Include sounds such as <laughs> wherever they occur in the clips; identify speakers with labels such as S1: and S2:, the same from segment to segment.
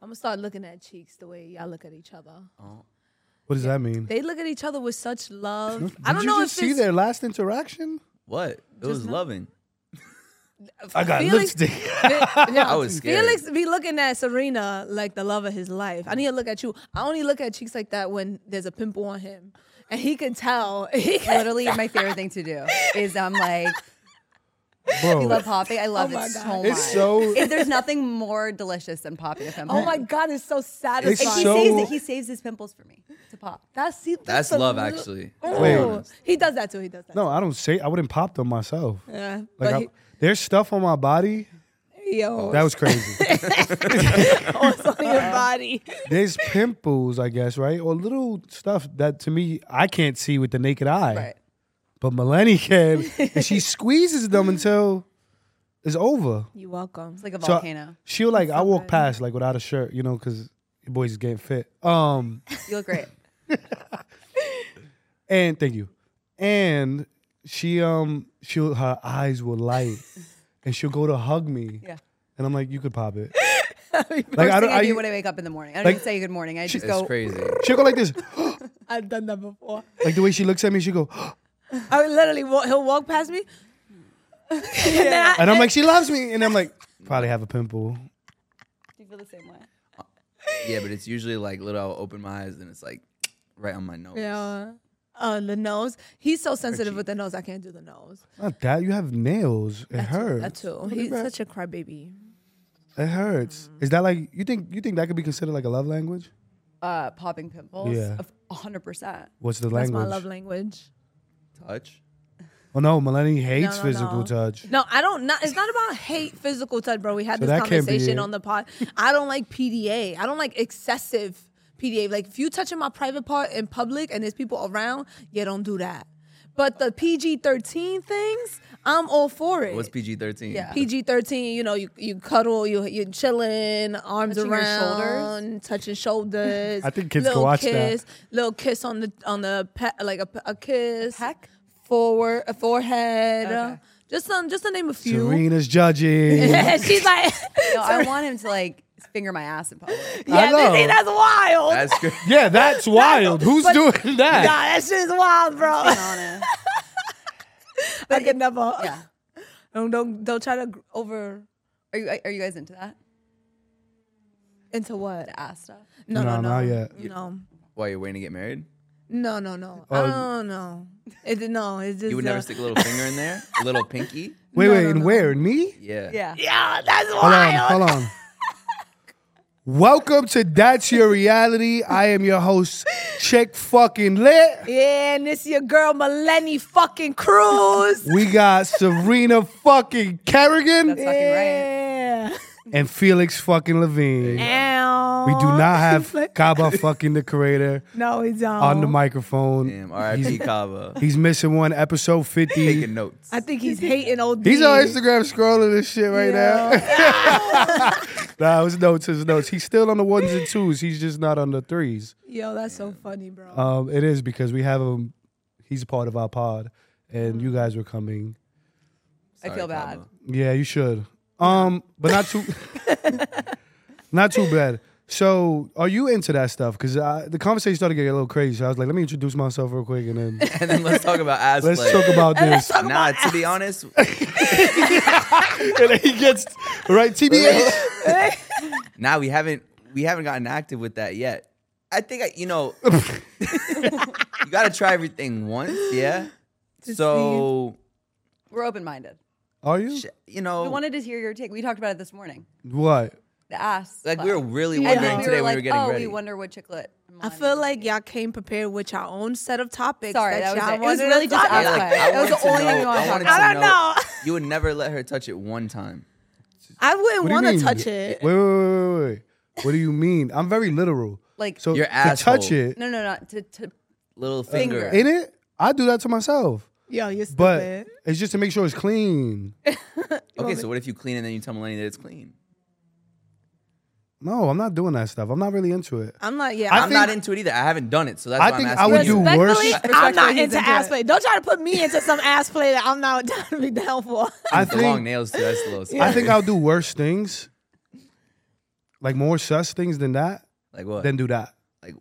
S1: I'm gonna start looking at cheeks the way y'all look at each other.
S2: Oh. What does that mean?
S1: They look at each other with such love.
S2: <laughs> Did
S1: I don't
S2: you
S1: know
S2: just
S1: if
S2: see
S1: it's
S2: their last interaction?
S3: What? It was loving.
S2: I got
S1: Felix-
S2: lipstick.
S1: <laughs>
S2: <laughs>
S1: yeah.
S3: I was scared.
S1: Felix be looking at Serena like the love of his life. I need to look at you. I only look at cheeks like that when there's a pimple on him, and he can tell. <laughs> He can
S4: Literally, my favorite thing to do is I'm like,
S2: Bro,
S4: you love popping. I love it so much.
S2: Oh It's <laughs> so-
S4: If there's nothing more delicious than popping a pimple.
S1: Oh my God, it's so satisfying.
S2: It's
S4: And he
S2: so-
S4: saves it. He saves his pimples for me to pop.
S1: that's see,
S3: That's
S1: a
S3: love,
S1: li-
S3: actually.
S1: Ooh.
S2: Wait.
S1: He does that too. He does that.
S2: no, I don't say. I wouldn't pop them myself.
S1: Yeah,
S2: Like
S1: but
S2: I, there's stuff on my body
S1: he, yo,
S2: that was <laughs> crazy.
S1: it's on
S2: <laughs>
S1: your body.
S2: there's pimples, I guess, right, or little stuff that to me I can't see with the naked eye,
S4: Right.
S2: but Melanie can, and <laughs> she squeezes them until it's over.
S1: You welcome.
S4: It's like a
S2: So
S4: volcano.
S2: she'll like I walk past like without a shirt, you know, because your boy's getting fit. Um.
S4: you look great.
S2: And thank you. And she um she'll her eyes
S1: <laughs>
S2: will light and she'll go to hug me.
S4: Yeah.
S2: And I'm like, you could
S1: <laughs>
S2: pop it.
S4: First
S2: like I
S4: thing
S2: don't
S4: I, do
S2: I,
S4: when I wake up in the morning. I don't
S2: like-
S4: even say good morning. I
S3: It's
S4: just go.
S3: crazy.
S2: she'll go like this.
S1: I've done that before.
S2: Like the way she looks at me, she'll go, <gasps>
S1: I would literally walk, he'll walk past me. <laughs> and, then I,
S2: and I'm like, she loves me. And I'm like, probably have a pimple.
S4: Do you feel the same way?
S3: Yeah, but it's usually like little. I'll open my eyes and it's like right on my nose.
S1: yeah. Uh, the nose. He's so sensitive with the nose. I can't do the nose.
S2: Not that. You have nails. It hurts.
S1: That too.
S2: Look at
S1: He's
S2: that.
S1: such Mm. a crybaby.
S2: It hurts. Is that like you think you think that could be considered like a love language?
S4: Uh, popping pimples.
S2: Yeah.
S4: Of
S2: <laughs>
S4: 100%.
S2: What's the
S1: That's
S2: language?
S1: my love language.
S3: Touch.
S2: Oh no, Melanie hates
S1: no,
S2: physical
S1: no.
S2: touch.
S1: No, I don't. Not, it's not about hate physical touch, bro. We had
S2: So
S1: this
S2: that can't be
S1: conversation
S2: it.
S1: on the pod. I don't like PDA. I don't like excessive PDA. Like if you touching my private part in public and there's people around, yeah, don't do that. But the PG thirteen things, I'm all for it.
S3: What's PG thirteen?
S4: Yeah.
S1: PG thirteen, you know, you you cuddle, you you chilling, arms
S4: Touching your
S1: around,
S4: shoulders.
S1: touching shoulders.
S2: I think kids can
S1: little
S2: watch that.
S1: kiss, Little kiss on the on the pe- like a, pe- a kiss,
S4: Peck?
S1: forward, a forehead.
S4: Okay.
S1: Just um, just to name a few. <laughs>
S2: Serena's judging.
S1: She's
S4: <laughs>
S1: like,
S4: No, I want him to like finger my ass in public.
S2: <laughs>
S1: yeah,
S2: know.
S1: Missy, that's wild.
S3: That's <laughs> crazy.
S2: yeah, that's wild. Who's doing
S1: nah,
S2: that?
S1: that shit is wild, bro.
S4: Being honest.
S1: <laughs> I could never.
S4: Yeah.
S1: Don't, don't don't try to gr- over
S4: Are you are you guys into that?
S1: into what?
S4: The ass stuff?
S1: No,
S2: No,
S1: no, no,
S2: not yet.
S1: No,
S3: Why you're waiting to get married?
S1: no, no, no.
S2: Oh.
S1: I don't know. It no. It's just
S3: You would
S1: uh,
S3: never stick a little finger in there, a little pinky.
S2: Wait,
S1: No,
S2: wait,
S1: no,
S2: and
S1: no.
S2: where? And me?
S3: Yeah.
S4: <laughs> Yeah.
S1: Yeah, that's
S2: Hold
S1: wild.
S2: on, hold
S1: <laughs>
S2: on. Welcome to That's Your Reality. I am your host, Chick Fucking Lit.
S1: Yeah, and it's your girl Melanie fucking Cruz.
S2: We got Serena fucking Kerrigan
S4: That's fucking right.
S1: Yeah.
S2: and Felix fucking Levine.
S1: Ow.
S2: We do
S1: <laughs>
S2: not have Kaba fucking the creator
S1: No, we don't.
S2: on the microphone.
S3: Damn. R.I.P. Kava.
S2: He's missing one, episode 50.
S3: Taking notes.
S1: I think he's hating old.
S2: He's
S1: D.
S2: on Instagram scrolling this shit right now. <laughs> nah, his notes, his notes. He's still on the ones and twos. He's just not on the threes.
S1: Yo, that's so funny, bro.
S2: Um, it is because we have him. He's a part of our pod, and you guys were coming.
S4: I feel bad.
S3: Kava.
S2: Yeah, you should. Um, but not too, <laughs> not too bad. So, are you into that stuff? Because the conversation started getting a little crazy. So I was like, let me introduce myself real quick, and then
S3: <laughs> And then let's talk about ass
S2: let's
S3: play.
S2: talk about this.
S3: nah, to be honest,
S2: and then he gets right. TBH.
S3: nah, we haven't we haven't gotten active with that yet. I think I,
S2: <laughs>
S3: you know, you gotta try everything once, yeah. so
S4: We're open minded.
S2: Are you?
S3: sh- you know,
S2: Oh.
S4: We wanted to hear your take. We talked about it this morning.
S2: What?
S4: The ass.
S3: like
S4: stuff.
S3: we were really
S4: And
S3: wondering
S4: we
S3: today when we
S4: were like,
S3: were getting
S4: oh,
S3: ready.
S4: we wonder what chiclet.
S1: I feel like y'all came prepared with your own set of topics.
S4: Sorry,
S1: that,
S4: that
S1: y'all
S4: was it. It
S1: wanted
S4: was really
S1: to
S4: just
S1: talk
S4: us.
S3: You're
S1: about.
S4: Okay. That
S3: I
S4: was the
S3: wanted to
S4: only thing we
S3: know-
S4: wanted
S3: I
S4: to
S3: wanted
S4: talk
S1: about.
S4: <laughs>
S1: I don't know.
S3: You would never let her touch it one time.
S1: I wouldn't
S2: What do you
S1: want to
S2: mean?
S1: touch it.
S2: Wait, wait, wait, wait, wait. What do you mean? I'm very literal.
S4: Like-
S2: so
S3: Your
S2: to touch
S3: asshole.
S2: it
S4: No, no, not to, to
S3: Little finger.
S4: Finger.
S2: in it. I do that to myself.
S1: Yo, you're stupid.
S2: But it's just to make sure it's clean.
S3: Okay, so what if you clean and then you tell Melanie that it's clean?
S2: No, I'm not doing that stuff. I'm not really into it.
S1: I'm not. Yeah,
S2: I
S3: I'm
S1: I'm
S2: think-
S3: not into it either. I haven't done it, so that's
S2: I
S3: why
S2: think I
S3: I'm asking
S2: would
S3: you.
S2: do-
S1: Respectfully,
S2: worse.
S1: I'm not
S4: Respectfully, he's
S1: into
S4: into
S1: ass
S4: it.
S1: play. Don't try to put me into some ass play that I'm not <laughs> down to be down for.
S2: I
S3: With the long
S2: think
S3: nails too. That's a little.
S2: I think I'll do worse things. like more sus things than that,
S3: Like what?
S2: then do that.
S3: like,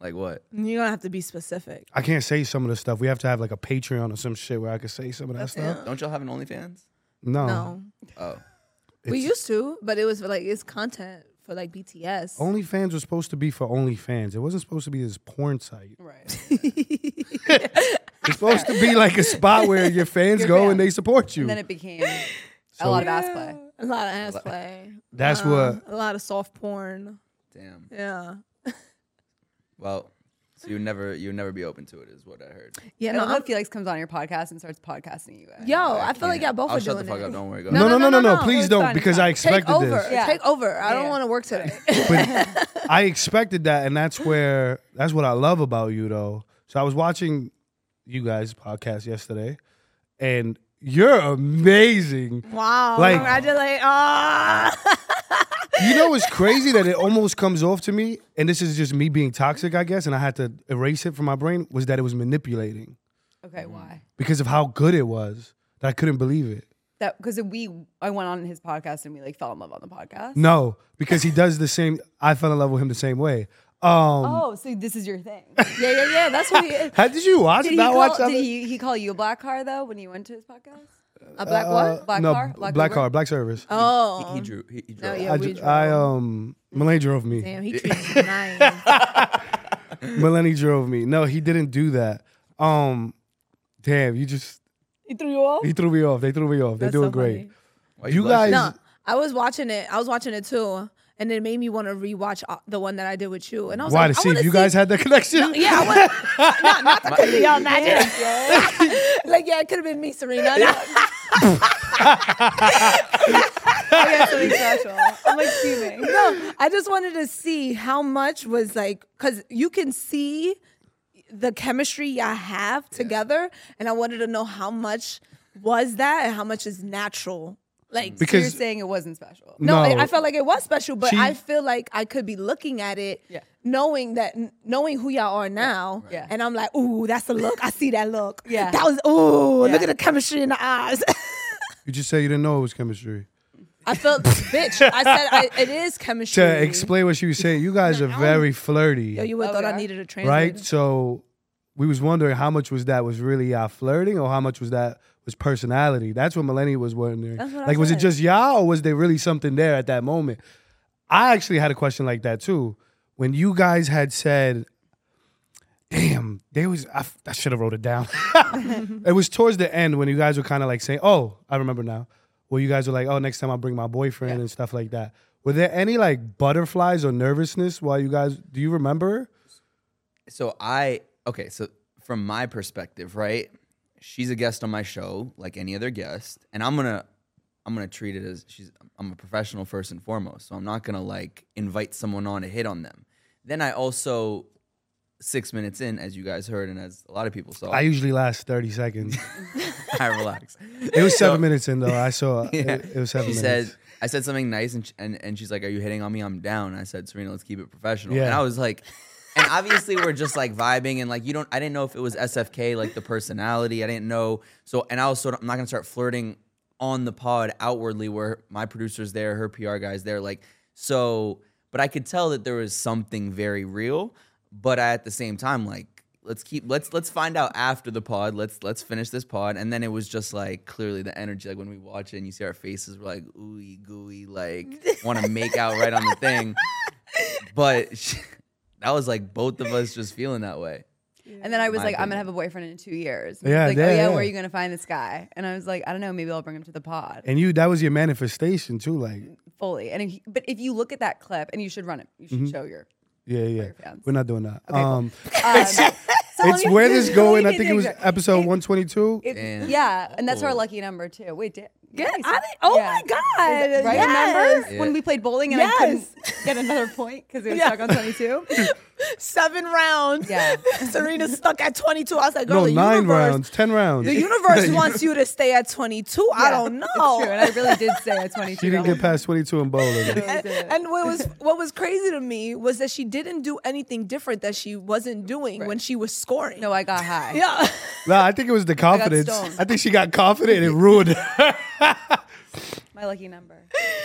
S3: like what?
S1: You're gonna have to be specific.
S2: I can't say some of the stuff. We have to have like a Patreon or some shit where I could say some of that stuff.
S3: Don't y'all have an OnlyFans?
S2: No.
S1: No,
S3: Oh,
S1: we
S2: It's-
S1: used to, but it was for like it's content for like BTS.
S2: OnlyFans was supposed to be for OnlyFans. It wasn't supposed to be this porn site.
S4: Right.
S2: It's supposed to be like a spot where your fans
S4: Your
S2: go
S4: fans.
S2: and they support you.
S4: <laughs> And then it became <laughs> a lot of ass play.
S1: <laughs> A lot of ass play.
S2: That's
S1: Um,
S2: what.
S1: A lot of soft porn.
S3: damn.
S1: Yeah.
S3: Well, so you never you would never be open to it, is what I heard.
S1: Yeah.
S4: And I
S1: No,
S4: love
S1: I'm,
S4: when Felix comes on your podcast and starts podcasting you. guys.
S1: yo, Oh, I, feel like
S3: Yeah.
S1: y'all both
S3: I'll
S1: are
S3: shut
S1: doing
S3: the fuck
S1: it.
S3: up. Don't worry. Go.
S2: No,
S3: ahead.
S2: no, no, no, no.
S1: no,
S2: Please
S4: it's
S2: don't,
S4: fine,
S2: because
S4: it's
S2: I
S4: fine.
S1: Take
S2: expected
S1: over.
S2: this.
S4: Yeah.
S1: Take over. I don't
S4: Yeah.
S1: want to work today.
S2: But I expected that, and that's where that's what I love about you, though. So I was watching you guys' podcast yesterday, and you're amazing.
S1: <laughs> wow.
S2: Like-
S1: congratulate. Ah.
S2: You know, it's crazy that it almost comes off to me, and this is just me being toxic, I guess, and I had to erase it from my brain. Was that it was manipulating
S3: Mm-hmm.
S4: Okay, why?
S2: because of how good it was that I couldn't believe it.
S4: That because we I went on his podcast and we like fell in love on the
S3: Mm-hmm.
S4: podcast.
S2: No, because he does the same. I fell in love with him the same way. Um,
S4: Oh, so this is your <laughs> thing.
S1: yeah, yeah, yeah. That's
S3: <laughs>
S1: what he is.
S2: how did you watch?
S4: Oh. Did he,
S2: not
S4: call,
S2: watch?
S4: did
S2: other-
S4: he, he call you a black car though when you went to his podcast?
S1: A black
S2: Uh,
S1: what?
S4: Black
S2: no,
S4: car?
S2: black,
S4: Black Uber?
S2: car, black service.
S1: Oh.
S3: He drew. He, he drew.
S1: No,
S3: it.
S1: yeah.
S2: I,
S1: we
S2: ju-
S1: drove.
S2: I um Melanie drove me.
S1: Damn, he treats you nice.
S2: Melanie drove me. No, he didn't do that. Um, damn, you just
S4: He threw you
S3: <laughs>
S4: off.
S2: he threw me off. They threw me off. They're
S1: That's
S2: doing
S1: so
S2: great.
S1: funny.
S3: Why
S2: Uh, You
S3: blushing?
S2: guys-
S1: No, I was watching it. I was watching it too, and it made me want to rewatch uh, the one that I did with you. And I was
S2: Why
S1: like,
S2: to
S1: I
S2: see
S1: wanna
S2: if you guys had that connection?
S1: <laughs> yeah, I
S2: <laughs>
S1: want. no, not to could y'all
S4: <laughs>
S1: imagine. like, yeah, it could have been me, Serena. No.
S4: I got something special. I'm like fuming.
S3: <laughs>
S1: I just wanted to see how much was like, because you can see the chemistry y'all have together, and I wanted to know how much was that and how much is natural. Like,
S4: So you're
S2: because
S4: saying it wasn't special.
S1: No, I-
S2: No.
S1: I felt like it was special, but
S2: She-
S1: I feel like I could be looking at it,
S4: Yeah.
S1: knowing that knowing who y'all are now,
S4: Yeah.
S1: and I'm like, ooh, that's the look. I see that look.
S4: <laughs> Yeah.
S1: that was ooh. Look
S4: Yeah.
S1: at the chemistry in the eyes. <laughs>
S2: you just say you didn't know it was chemistry.
S1: I felt, bitch. I said I, it is chemistry.
S2: To explain what she was saying, you guys are very flirty,
S1: Yo, you would
S4: Oh,
S1: have thought I
S4: yeah.
S1: needed a translator.
S2: right? So we was wondering how much was that was really y'all flirting, or how much was that was personality? That's what Melanie was wondering.
S1: That's what I
S2: like, was it
S1: said.
S2: just y'all, or was there really something there at that moment? I actually had a question like that too. When you guys had said, "Damn, they was," I, f- I should have wrote it down. <laughs> it was towards the end when you guys were kind of like saying, "Oh, I remember now." Where you guys were like, "Oh, next time I'll bring my boyfriend and stuff like that." Were there any like butterflies or nervousness while you guys? Do you remember?
S3: so I okay, so from my perspective, right? She's a guest on my show, like any other guest, and I'm gonna I'm gonna treat it as she's I'm a professional first and foremost. So I'm not gonna like invite someone on to hit on them. Then I also six minutes in, as you guys heard and as a lot of people saw,
S2: I
S3: <laughs> I,
S2: usually last thirty seconds.
S3: relax.
S2: It was
S3: <laughs>
S2: seven minutes in though. I saw it,
S3: Yeah.
S2: it was seven
S3: She
S2: minutes.
S3: said I said something nice and, sh- and and she's like, Are you hitting on me? I'm down. I said, Serena, let's keep it professional. And
S2: Yeah.
S3: I was like and obviously we're just like vibing and like you don't I didn't know if it was SFK, like the personality. I didn't know. So and I was sort of I'm not gonna start flirting on the pod outwardly where my producer's there, her PR guy's there, like so but I could tell that there was something very real, but I, at the same time, like let's keep let's let's find out after the pod. Let's let's finish this pod. And then it was just like clearly the energy. Like when we watch it and you see our faces, we're like ooey gooey, like want to make out right on the thing. But <laughs> she, that was like both of us just feeling that way.
S4: And then I was
S3: My
S4: like, I'm gonna
S3: opinion.
S4: have a boyfriend in two years.
S2: Yeah,
S4: Yeah, like,
S2: yeah,
S4: oh yeah,
S2: yeah.
S4: where are you gonna find this guy? And I was like, I don't know, maybe I'll bring him to the pod
S2: and you that was your manifestation too. Like,
S4: fully. And if he, but if you look at that clip, and you should run it, you
S2: Mm-hmm.
S4: should show
S2: <laughs>
S4: your.
S2: yeah, yeah.
S4: fans.
S2: We're not doing that.
S4: cool.
S2: um,
S4: Um, so
S2: it's
S4: let me-
S2: where this
S4: <laughs> let
S2: going.
S4: me
S2: I
S4: get
S2: think
S4: the
S2: it was
S4: exact-
S2: episode
S4: it-
S2: one twenty two.
S4: it-
S3: Damn.
S4: yeah, and that's
S3: Oh.
S4: our lucky number too. Wait, did,
S1: Get
S4: nice.
S1: out of- oh my God,
S4: Right,
S1: yes.
S4: remember when we played bowling and I couldn't
S1: <laughs>
S4: get another point because it was
S1: Yeah.
S4: stuck
S1: <laughs>
S4: on 22?
S1: Seven rounds.
S4: Yeah.
S1: <laughs> Serena stuck at 22. I was like, girl,
S2: No,
S1: the
S2: nine
S1: universe,
S2: rounds, ten rounds.
S1: The
S2: <laughs>
S1: universe wants you to stay at 22. I
S4: Yeah,
S1: don't know.
S4: It's true, and I really did say at 22.
S2: She didn't get past twenty two in bowling.
S1: and, and what
S4: <laughs>
S1: was what was crazy to me was that she didn't do anything different that she wasn't doing when she was
S5: <laughs>
S1: scoring.
S4: No, I got high.
S1: yeah,
S2: no, I think it was the confidence.
S4: stoned.
S2: I think she got confident and it ruined.
S4: my lucky number.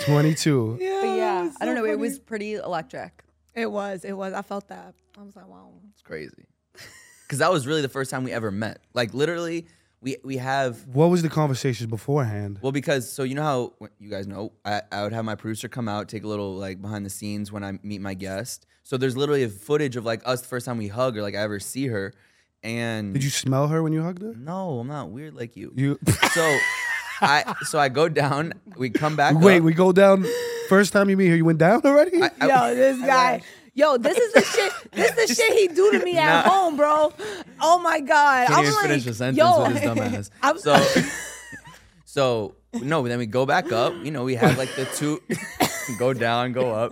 S2: 22.
S4: But yeah, I don't know. It was pretty electric.
S5: It was. It was. I felt that. I was like, wow.
S3: It's crazy. Because that was really the first time we ever met. Like literally, we we have
S2: What was the conversations beforehand?
S3: Well, because so you know how when- you guys know, I, I would have my producer come out, take a little like behind the scenes when I meet my guest. So there's literally a footage of like us the first time we hug or like I ever see her. And
S2: Did you smell her when you hugged her?
S3: No, I'm not weird like you.
S2: You
S3: so I so I go down. We come back.
S2: Wait,
S3: up.
S2: we go down. First time you meet her, you went down already?
S3: I-
S5: Yo, this guy. Yo, this is the shit. This
S4: <laughs>
S5: is the shit he do to me at
S3: Nah.
S5: home, bro. Oh my god.
S3: Can't
S5: I'm
S3: even
S5: like,
S3: finish the sentence
S5: yo,
S3: with his
S5: <laughs>
S3: dumb ass.
S5: I'm-
S3: so, <laughs> so no. Then we go back up. You know, we have like the two, <laughs> go down, go
S5: <laughs>
S3: up.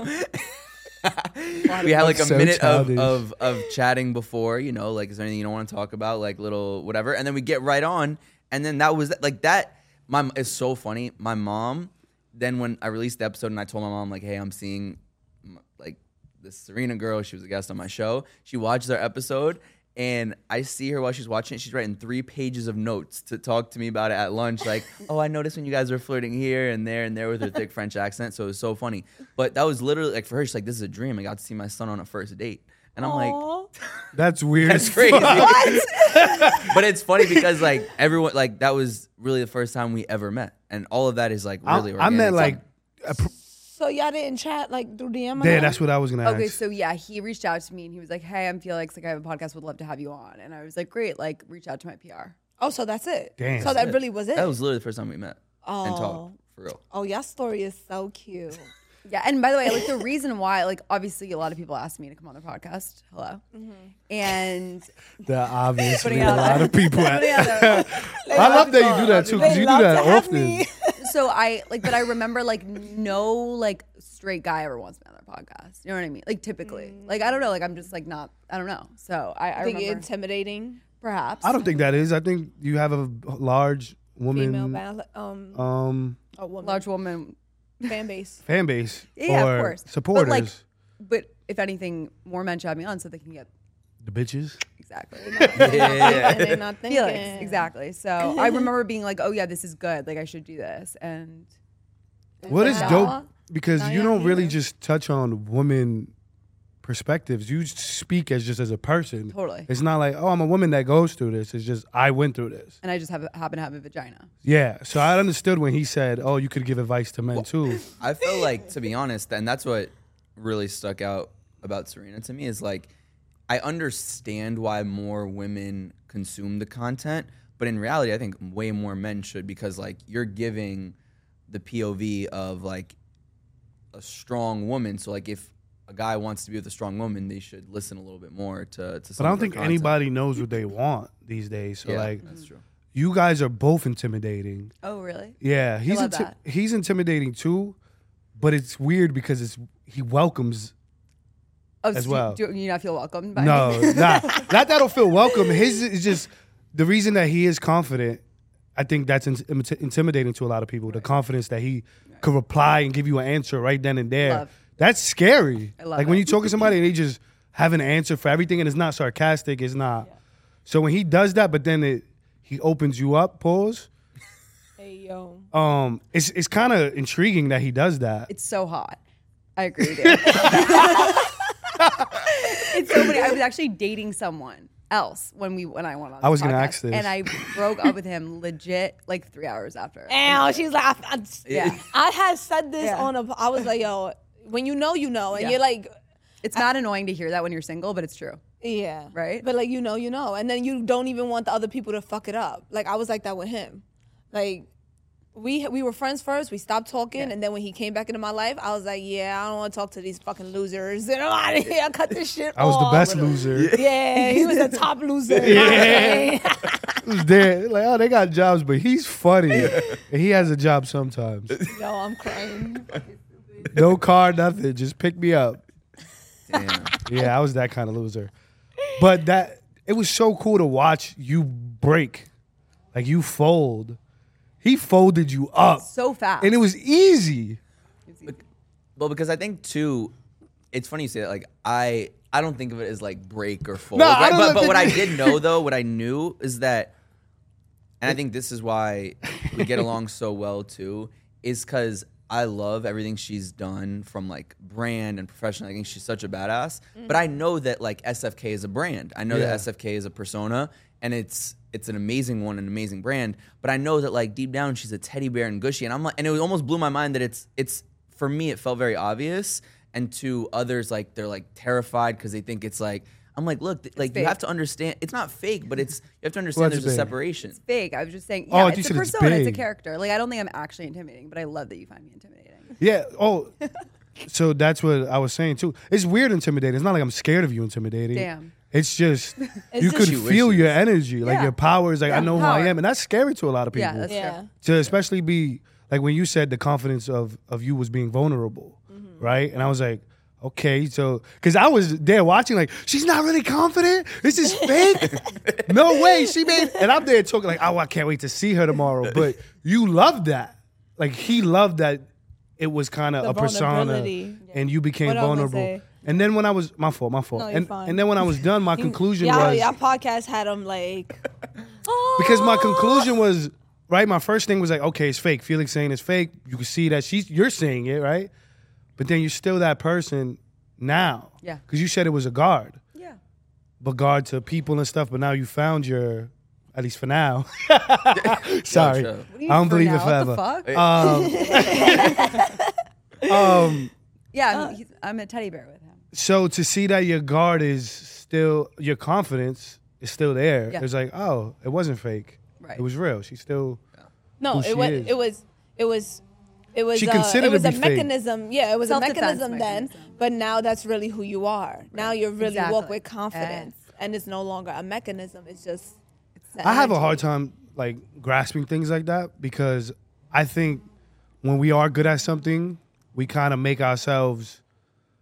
S3: we had like a
S2: So
S3: minute of,
S2: childish.
S3: of of chatting before. You know, like is there anything you don't want to talk about? Like little whatever. And then we get right on. And then that was like that. My m- it's so funny. My mom. Then when I released the episode and I told my mom like, hey, I'm seeing m- like this Serena girl. She was a guest on my show. She watches our episode, and I see her while she's watching it. She's writing three pages of notes to talk to me about it at lunch. Like, oh, I noticed when you guys were flirting here and there and there with her thick French accent. So it was so funny. But that was literally like for her. She's like, this is a dream. I got to see my son on a first date, and I'm like,
S5: Aw.
S2: That's weird.
S3: that's
S2: <laughs>
S3: crazy. <laughs> but it's funny because like everyone like that was really the first time we ever met, and all of that is like
S2: I,
S3: really.
S2: I meant
S3: organic.
S2: like,
S5: so y'all didn't chat like through DM. or
S2: yeah,
S5: nothing?
S2: that's what I was gonna
S4: Okay,
S2: ask.
S4: so yeah, he reached out to me and he was like, "Hey, I'm Felix. Like, I have a podcast. Would love to have you on." And I was like, "Great. Like, reach out to my PR."
S5: Oh, so that's it.
S2: Damn.
S5: So that really was it.
S3: That was literally the first time we met and
S5: Oh.
S3: talked for real. <laughs>
S5: oh, y'all story is so cute.
S4: Yeah, and by the way,
S2: <laughs>
S4: like the reason why, like obviously, a lot of people asked me to come on their podcast. Hello,
S2: Mm-hmm.
S4: and
S2: the obvious.
S4: <laughs>
S2: a
S4: Putting out
S2: lot
S4: that-
S2: of people.
S4: putting
S2: <laughs>
S4: out that-
S2: I love that you do that too,
S5: They
S2: because you do
S5: love to
S2: that
S5: have
S2: often.
S5: me.
S4: so I like, but I remember like no like straight guy ever wants me on their podcast. You know what I mean? Like typically,
S2: Mm.
S4: like I don't know, like I'm just like not, I don't know. So I, I
S5: Think it
S4: remember
S5: intimidating.
S4: perhaps
S2: I don't think that is. I think you have a large
S5: Female
S2: woman
S5: bal- um
S2: um
S5: a woman
S4: large woman,
S5: fan base.
S2: fan base
S4: Yeah, of
S2: or
S4: course. But,
S2: supporters.
S4: like- but if anything, more men should have me on so they can get
S2: the bitches.
S4: exactly.
S2: <laughs>
S5: And they're not thinking.
S4: Felix, exactly. So <laughs> I remember being like, oh yeah, this is good. Like I should do this, and
S2: What is
S5: Yeah.
S2: dope because
S5: Now
S2: you
S5: you're
S2: don't really
S5: here.
S2: just touch on women perspectives. You speak as just as a person.
S4: Totally.
S2: It's not like, oh, I'm a woman that goes through this. It's just I went through this.
S4: and I just have happen to have a vagina.
S2: Yeah. So I understood when he said, Oh, you could give advice to men too.
S3: I feel like, to be honest, and that's what really stuck out about Serena to me is like, I understand why more women consume the content, but in reality, I think way more men should because like you're giving the POV of like a strong woman. So like if a guy wants to be with a strong woman, they should listen a little bit more to. to some
S2: But I don't
S3: of their
S2: think
S3: content.
S2: anybody knows what they want these days. So
S3: Yeah,
S2: like
S3: that's true.
S2: you guys are both intimidating.
S4: Oh really?
S2: Yeah. He's
S4: love
S2: inti-
S4: that.
S2: he's intimidating too, but it's weird because it's he welcomes
S4: Oh,
S2: As
S4: so you-
S2: well.
S4: Do, you not feel welcomed? By
S2: No,
S4: me? <laughs>
S2: nah. Not that'll feel welcome. His is just the reason that he is confident. I think that's in, imit- intimidating to a lot of people. The confidence that he could reply and give you an answer right then and there.
S4: Love.
S2: That's scary.
S4: I love
S2: like when
S4: it.
S2: you talk to somebody and they just have an answer for everything and it's not sarcastic. It's not. So when he does that, but then it he opens you up, pause.
S5: Hey yo.
S2: Um, it's it's kind of intriguing that he does that.
S4: it's so hot. I
S2: <laughs>
S4: agree with you. it's so funny. I was actually dating someone else when we when I went on.
S2: I
S4: the
S2: was gonna
S4: podcast,
S2: ask this.
S4: and I broke up with him legit like three hours after.
S5: And she's like, I, I,
S4: Yeah.
S5: I had said this
S4: Yeah.
S5: on a. I was like, yo, when you know, you know, and
S4: Yeah.
S5: you're like,
S4: It's not annoying to hear that when you're single, but it's true.
S5: yeah,
S4: Right?
S5: But like, you know, you know, and then you don't even want the other people to fuck it up. Like I was like that with him. Like we we were friends first. We stopped talking, and then when he came back into my life, I was like, yeah, I don't want to talk to these fucking losers. <laughs> And I'm out of here. I cut this shit.
S2: I was
S5: off.
S2: the best loser.
S5: Yeah, he was the top loser. <laughs>
S2: It was dead. Like, oh, they got jobs, but he's funny.
S4: <laughs>
S2: and he has a job sometimes.
S5: no, I'm crying.
S2: No car, nothing. Just pick me up.
S3: Damn.
S2: Yeah, I was that kind of loser. But that it was so cool to watch you break. Like you fold. He folded you up.
S4: So fast.
S2: And it was easy.
S3: Well, because I think too, it's funny you say that. Like I, I don't think of it as like break or fold.
S2: No, I
S3: right?
S2: don't
S3: but
S2: look
S3: but
S2: at
S3: what I
S2: it-
S3: did know though, what I knew is that, and I think this is why we get along so well too. is because I love everything she's done from like brand and professional. I think she's such a badass. But I know that like SFK is a brand. I know
S2: Yeah.
S3: that SFK is a persona, and it's it's an amazing one, an amazing brand. But I know that like deep down she's a teddy bear and gushy, and I'm like, and it almost blew my mind that it's it's for me it felt very obvious, and to others like they're like terrified because they think it's like. I'm like, look, th- like you
S4: fake.
S3: have to understand. It's not fake, but it's you have to understand
S2: it's
S3: there's a
S2: big.
S3: separation.
S4: big. I was just saying,
S2: Oh,
S4: yeah,
S2: I
S4: it's
S2: think
S4: a
S2: you said it's
S4: persona, it's a
S2: big.
S4: character. Like I don't think I'm actually intimidating, but I love that you find me intimidating.
S2: Yeah.
S4: <laughs>
S2: Oh, so that's what I was saying too. It's weird intimidating. It's not like I'm scared of you intimidating.
S4: Damn.
S2: It's just
S4: <laughs>
S2: you
S5: just-
S2: could
S3: She
S2: feel
S3: wishes.
S2: your energy, like
S4: Yeah.
S2: your power is like I
S4: Yeah,
S2: know who
S4: power.
S2: I am, and that's scary to a lot of people.
S4: Yeah, that's
S5: Yeah.
S4: true.
S2: to especially be like when you said the confidence of of you was being vulnerable,
S1: Mm-hmm.
S2: right? And I was like, okay, so because I was there watching, like she's not really confident. This is
S1: <laughs>
S2: fake. no way she made. And I'm there talking like, oh, I can't wait to see her tomorrow. But you loved that, like he loved that. It was kind of
S1: The
S2: a persona,
S1: vulnerability.
S2: and you became
S1: What I was gonna
S2: vulnerable.
S1: say.
S2: And then when I was my fault, my fault.
S1: No, you're
S2: and
S1: fine.
S2: and then when I was
S1: <laughs>
S2: done, my conclusion
S1: y'all,
S2: was
S1: y'all podcast had him like
S2: <laughs> because my conclusion was right. My first thing was like, okay, it's fake. Felix saying it's fake. You can see that she's you're seeing it, right? But then you're still that person now.
S4: Yeah.
S2: Because you said it was a guard,
S4: Yeah.
S2: but guard to people and stuff. But now you found your, at least for now. <laughs> Sorry,
S3: Yo, shut
S2: I don't believe it
S4: What
S2: forever.
S4: the fuck?
S2: Um,
S4: yeah, I'm, he's, I'm a teddy bear with him.
S2: so to see that your guard is still your confidence is still there.
S4: Yeah.
S2: It's like, oh, it wasn't fake.
S4: Right.
S2: It was real. She's still.
S1: no,
S2: Who
S1: it
S2: she
S1: was,
S2: is.
S1: it was it was it was
S2: She
S1: uh,
S2: considered
S1: it was
S2: to
S1: a
S2: be fake.
S1: mechanism. Yeah, it was a
S4: Self-defense
S1: mechanism then,
S4: mechanism.
S1: but now that's really who you are. Now you really walk
S4: Exactly.
S1: with confidence,
S4: Yes.
S1: and it's no longer a mechanism. It's just. it's the
S2: I have a
S1: energy.
S2: hard time like grasping things like that because I think when we are good at something, we kind of make ourselves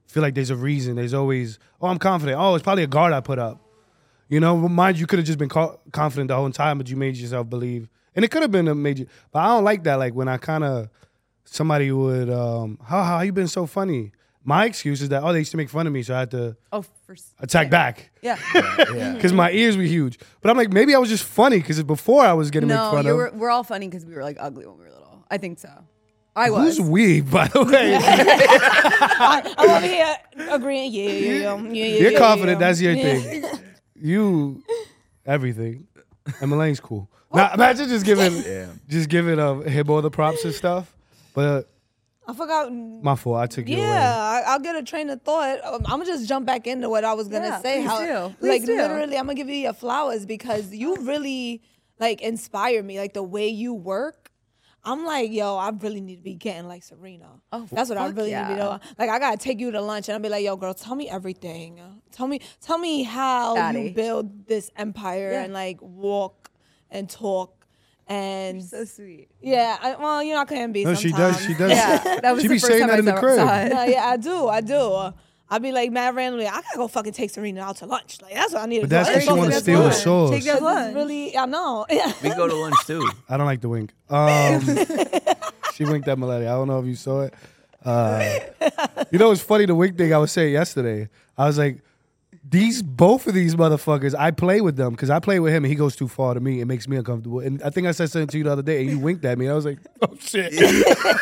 S2: feel like there's a reason. There's always, oh, I'm confident. Oh, it's probably a guard I put up. You know, mind you, you could have just been co- confident the whole time, but you made yourself believe. And it could have been a major, but I don't like that. Like when I kind of, somebody would, um, how, how you been so funny? My excuse is that, oh, they used to make fun of me, so I had to
S4: Oh, for s-
S2: attack back
S4: <laughs>
S2: <laughs>
S4: yeah.
S3: up. Yeah.
S2: because my ears were huge. But I'm like, maybe I was just funny because before I was getting make
S4: No,
S2: fun
S4: you
S2: of.
S4: were, we're all funny because we were like ugly when we were little. I think so. I was.
S2: Who's we, by the way?
S1: I'm over here agreeing. Yeah, yeah, yeah, yeah, yeah,
S2: <laughs> You're
S1: yeah,
S2: confident.
S1: yeah.
S2: That's your
S1: Yeah.
S2: thing.
S4: <laughs>
S2: You, everything. And Elaine's cool. Now imagine just
S4: <laughs>
S2: giving,
S3: Yeah.
S2: just giving um, him all the props and stuff. But
S1: <laughs> I forgot.
S2: my fault. I took you away.
S1: Yeah, I, I'll get a train of thought. Um, I'm gonna just jump back into what I was gonna
S4: Yeah,
S1: say.
S4: please
S1: How,
S4: do. Please
S1: like
S4: do.
S1: literally, I'm gonna give you your flowers because you really like inspire me. Like the way you work, I'm like, yo, I really need to be getting like Serena. Oh, that's what I
S4: fuck
S1: really need to
S4: yeah.
S1: be doing. Like I gotta take you to lunch and I'll be like, yo, girl, tell me everything. Tell me, tell me how
S4: Daddy.
S1: you build this empire
S4: Yeah.
S1: and like walk and talk. And
S4: so sweet.
S1: yeah, I, well, you know, I can be.
S2: No, she does.
S1: sometimes.
S2: She does.
S4: Yeah, that was
S2: she
S4: the
S2: be
S4: first
S2: saying
S4: time
S2: that
S4: I
S2: in the
S4: saw-
S2: crib.
S4: saw it.
S1: No, yeah, I do. I do. I'd be like mad randomly. I gotta go fucking take Serena out to lunch. Like that's what I need to
S2: But that's
S1: do.
S2: because she
S1: That's
S2: want to
S1: what-
S2: steal the
S1: that's what-
S2: sauce.
S4: Take that-
S1: that's
S4: Lunch.
S1: Really, I know. <laughs> Yeah.
S3: We go to lunch too.
S2: I don't like the wink.
S1: <laughs>
S2: Um, she winked at Melody. I don't know if you saw it. Uh, you know, it's funny the wink thing I was saying yesterday. I was like, these both of these motherfuckers, I play with them because I play with him and he goes too far to me. It makes me uncomfortable. And I think I said something to you the other day and you winked at me. And I was like, oh shit.
S1: <laughs>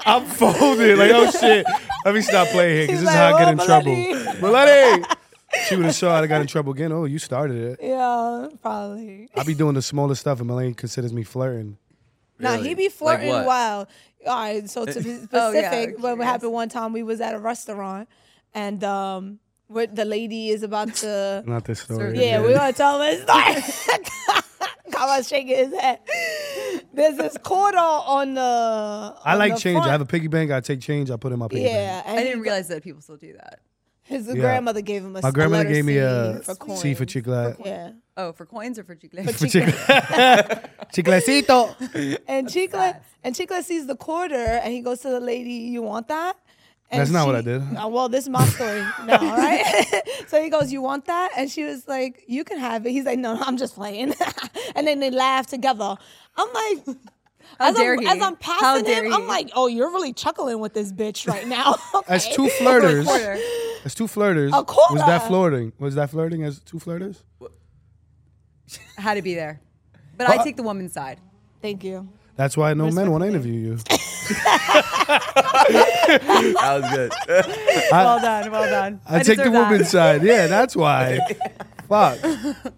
S2: I'm folded. Like, oh shit. Let me stop playing here because
S1: He's
S2: this is how I
S1: like,
S2: get in
S1: "Oh,
S2: trouble. Melody! She would have saw I'd have got in trouble again. Oh, you started it.
S1: yeah, probably.
S2: I be doing the smallest stuff and Melanie considers me flirting.
S1: Nah,
S3: Really?
S1: he be
S3: Like
S1: flirting
S3: what?
S1: wild. All right, so to
S2: <laughs>
S1: be specific,
S4: Oh, yeah,
S1: what
S4: curious.
S1: happened one time, we was at a restaurant, and um, where the lady is about to.
S2: <laughs> Not this story.
S1: Yeah,
S2: again.
S1: we gonna tell him a
S2: <laughs>
S1: story. <laughs> Kama's shaking his head. There's this quarter on the.
S2: I
S1: on
S2: like
S1: the
S2: change.
S1: front.
S2: I <laughs> have a piggy bank. I take change. I put in my piggy bank.
S1: Yeah, and
S4: I
S1: he
S4: didn't realize that people still do that.
S1: His grandmother gave him a
S2: My
S1: s- a
S2: grandmother
S1: letter
S2: gave me
S1: C
S2: a
S1: for coins.
S2: C for chocolate.
S1: Yeah.
S4: Oh, for coins or for chicle?
S2: For chocolate. <laughs> Chiclecito.
S1: And Chicla and Chicla sees the quarter and he goes to the lady, you want that? And
S2: That's not what I
S1: she-
S2: did.
S1: Uh, well, this is my story now, all right? <laughs> so he goes, You want that? And she was like, You can have it. He's like, No, no I'm just playing. <laughs> and then they laugh together. I'm like,
S4: How
S1: as,
S4: dare
S1: I'm,
S4: he?
S1: as I'm passing
S4: How dare
S1: him,
S4: he?
S1: I'm
S4: <laughs>
S1: like, Oh, you're really chuckling with this bitch right now. <laughs>
S2: As
S1: Okay.
S2: two flirters.
S4: quarter.
S1: <laughs>
S2: As two flirters.
S1: A quarter.
S2: Was that flirting? Was that flirting as two flirters?
S4: I had to be there, but I take the woman's side.
S1: Thank you. <laughs>
S2: That's why no men want to interview you.
S3: That was good. <laughs>
S6: well done, well done.
S2: <laughs> I take the
S6: deserve that.
S2: woman's side. Yeah, that's
S1: <laughs>
S2: why. Fuck.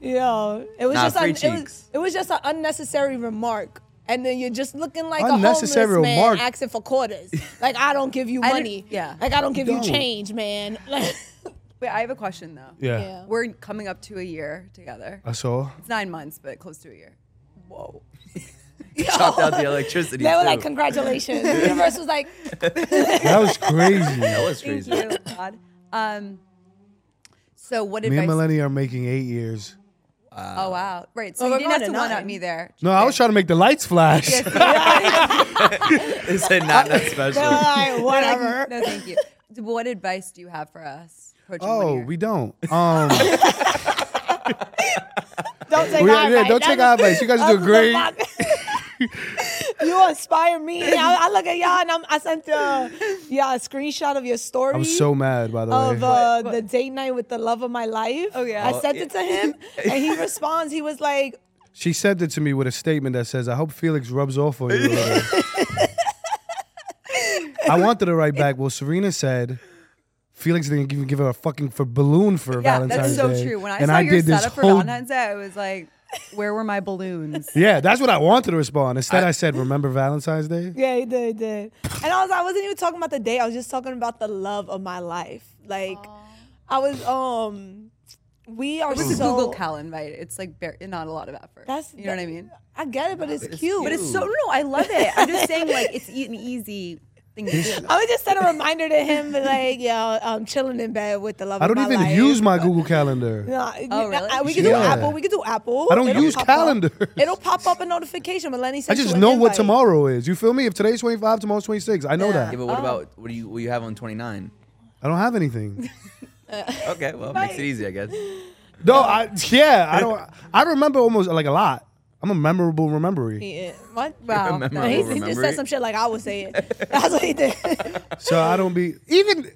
S1: Yo, it was
S3: Nah,
S1: just
S3: free
S1: un- it was
S3: cheeks.
S1: it was just an unnecessary remark. And then you're just looking like a homeless
S2: Unnecessary
S1: man
S2: remark.
S1: asking for quarters. Like I don't give you
S4: I didn't-
S1: money.
S4: yeah.
S1: Like I don't give
S2: Don't.
S1: you change, man. <laughs> Like
S4: Wait, I have a question though.
S2: Yeah. Uh.
S1: yeah.
S4: We're coming up to a year together.
S2: I saw.
S4: It's nine months, but close to a year. Whoa.
S3: Chopped out the electricity.
S1: <laughs> They were
S3: too.
S1: like, congratulations. The universe was like,
S2: That was crazy.
S3: that was
S4: Thank
S3: crazy.
S1: <laughs>
S4: you, God. Um, so what
S2: Me
S4: advice?
S2: and Melanie are making eight years.
S4: oh wow, right. So
S6: Well, we're
S4: you didn't have
S6: going
S4: to
S6: to
S4: one up
S6: nine.
S4: me there.
S2: No, I was trying to make the lights flash. <laughs>
S3: They said not that
S1: they were
S3: special.
S1: like whatever.
S4: No, thank you. So What advice do you have for us? approaching one
S2: Oh,
S4: year?
S2: we don't. Um,
S1: Don't take
S2: we-
S1: my
S2: yeah,
S1: advice.
S2: don't take
S1: That's-
S2: our advice. You
S4: <laughs>
S2: guys do great.
S1: <laughs> you inspire me. I, I look at y'all and I'm, I sent uh, y'all a screenshot of your story.
S2: I'm so mad, by the
S4: Oh,
S2: way.
S1: of uh, the date night with the love of my life. Oh
S4: yeah.
S1: I sent it to him, and he responds. He was like,
S2: She sent it to me with a statement that says, "I hope Felix rubs off on you." a little."
S4: <laughs>
S2: I wanted to write back. Well, Serena said Felix didn't even give her a fucking for balloon for
S4: yeah,
S2: Valentine's
S4: that's so
S2: Day,
S4: true. When I
S2: and
S4: saw
S2: I
S4: your
S2: did this
S4: setup for
S2: whole-
S4: Valentine's Day, I was like, where were my <laughs> balloons?
S2: <laughs> Yeah, that's what I wanted to respond. Instead, I, said, "Remember Valentine's
S4: <laughs>
S2: Day?"
S1: "Yeah, he did, he did." And I was, I wasn't even talking about the date. I was just talking about the love of my life. Like, I was, um, we are
S4: It was
S1: so
S4: a Google Cal invite. It's like bar- not a lot of effort.
S1: That's-
S4: you know what I mean.
S1: I get it, but it's cute.
S4: But it's so no, I love it. I'm just saying, like it's e- an easy thing to do.
S1: I would just send a reminder to him, be like, "Yo, I'm chilling in bed with the love
S2: I
S1: of my
S2: don't even
S1: life."
S2: use my Google Calendar.
S1: No,
S4: Oh,
S1: you-
S4: really?
S1: I- we can do
S2: Yeah.
S1: Apple. We can do Apple.
S2: I don't
S1: It'll
S2: use
S1: pop up.
S2: calendars.
S1: It'll pop up a notification. Melanie
S2: I
S1: sent you
S2: just
S1: an
S2: know what
S1: invite.
S2: tomorrow is. You feel me? If today's 25, tomorrow's 26. I know
S3: Yeah,
S2: that.
S1: "Oh."
S3: but what about what do you what do you have on 29?
S2: I don't have anything.
S3: Okay, well, it makes it easy, I guess.
S2: No, I yeah, I don't. I remember almost like a lot. I'm a memorable remembery.
S1: Yeah.
S2: <laughs>
S1: What?
S4: Wow.
S3: Remember,
S1: No, he,
S3: we'll
S1: he just
S3: remember
S1: said
S3: it.
S1: some shit like I would say it. That's what he did. <laughs>
S2: So I don't be even.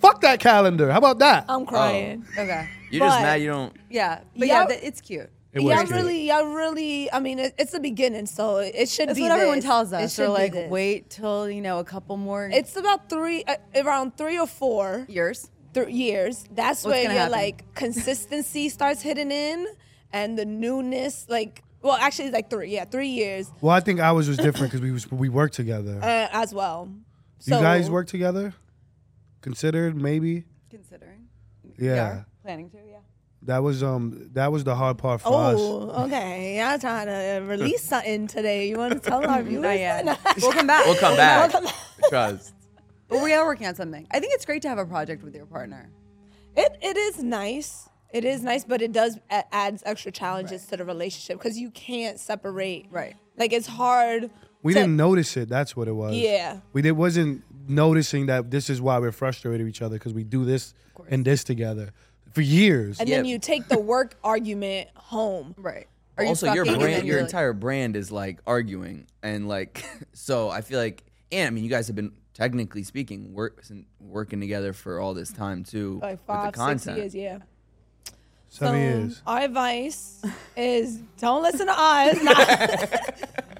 S2: Fuck that calendar. How about that?
S1: I'm crying.
S4: Okay.
S3: You're just
S1: but-
S3: mad you don't.
S4: Yeah, but yeah,
S1: Yeah.
S4: th- it's cute.
S2: It was
S1: y'all
S2: cute.
S1: really, y'all really. I mean, it, it's the beginning, so it, it should
S4: That's
S1: be.
S4: what everyone
S1: this.
S4: tells
S1: It
S4: us.
S1: should
S4: They're
S1: be
S4: like,
S1: this.
S4: wait till you know a couple more
S1: It's about three, uh, around three or four
S4: years.
S1: th- years. That's
S4: What's
S1: where
S4: gonna
S1: your
S4: happen? <laughs>
S1: like consistency starts hitting in, and the newness. Like, well, actually, it's like three. Yeah, three years
S2: well, I think ours was different because we was we worked together.
S1: uh, as well.
S2: you
S1: so-
S2: guys work together? Considered maybe?
S4: Considering.
S2: Yeah.
S4: Planning to. Yeah.
S2: That was um that was the hard part for us.
S1: Oh, okay. Y'all trying to release something today? You want to tell
S2: <laughs>
S1: our viewers? <laughs>
S4: Not
S1: that?
S4: yet. we'll come back.
S3: We'll come back.
S1: Welcome- <laughs>
S3: Trust.
S4: But we are working on something. I think it's great to have a project with your partner.
S1: It it is nice. It is nice, but it does a- adds extra challenges to the relationship because you can't separate.
S4: Right.
S1: Like it's hard.
S2: We
S1: to-
S2: didn't notice it. That's what it was.
S1: Yeah.
S2: We did wasn't noticing that this is why we're frustrated with each other because we do this and this together for years.
S1: And then
S3: Yeah.
S1: you take the work argument home.
S4: Right.
S3: also, your
S4: fucking-
S3: brand,
S4: and
S3: your
S4: you're-
S3: entire brand is like arguing, and like, <laughs> so I feel like, and I mean, you guys have been technically speaking work, working together for all this time too.
S1: Like
S3: with
S1: five,
S3: the
S1: six
S3: content.
S1: years. Yeah.
S2: Seven years.
S1: Our advice is don't listen to us. Nah.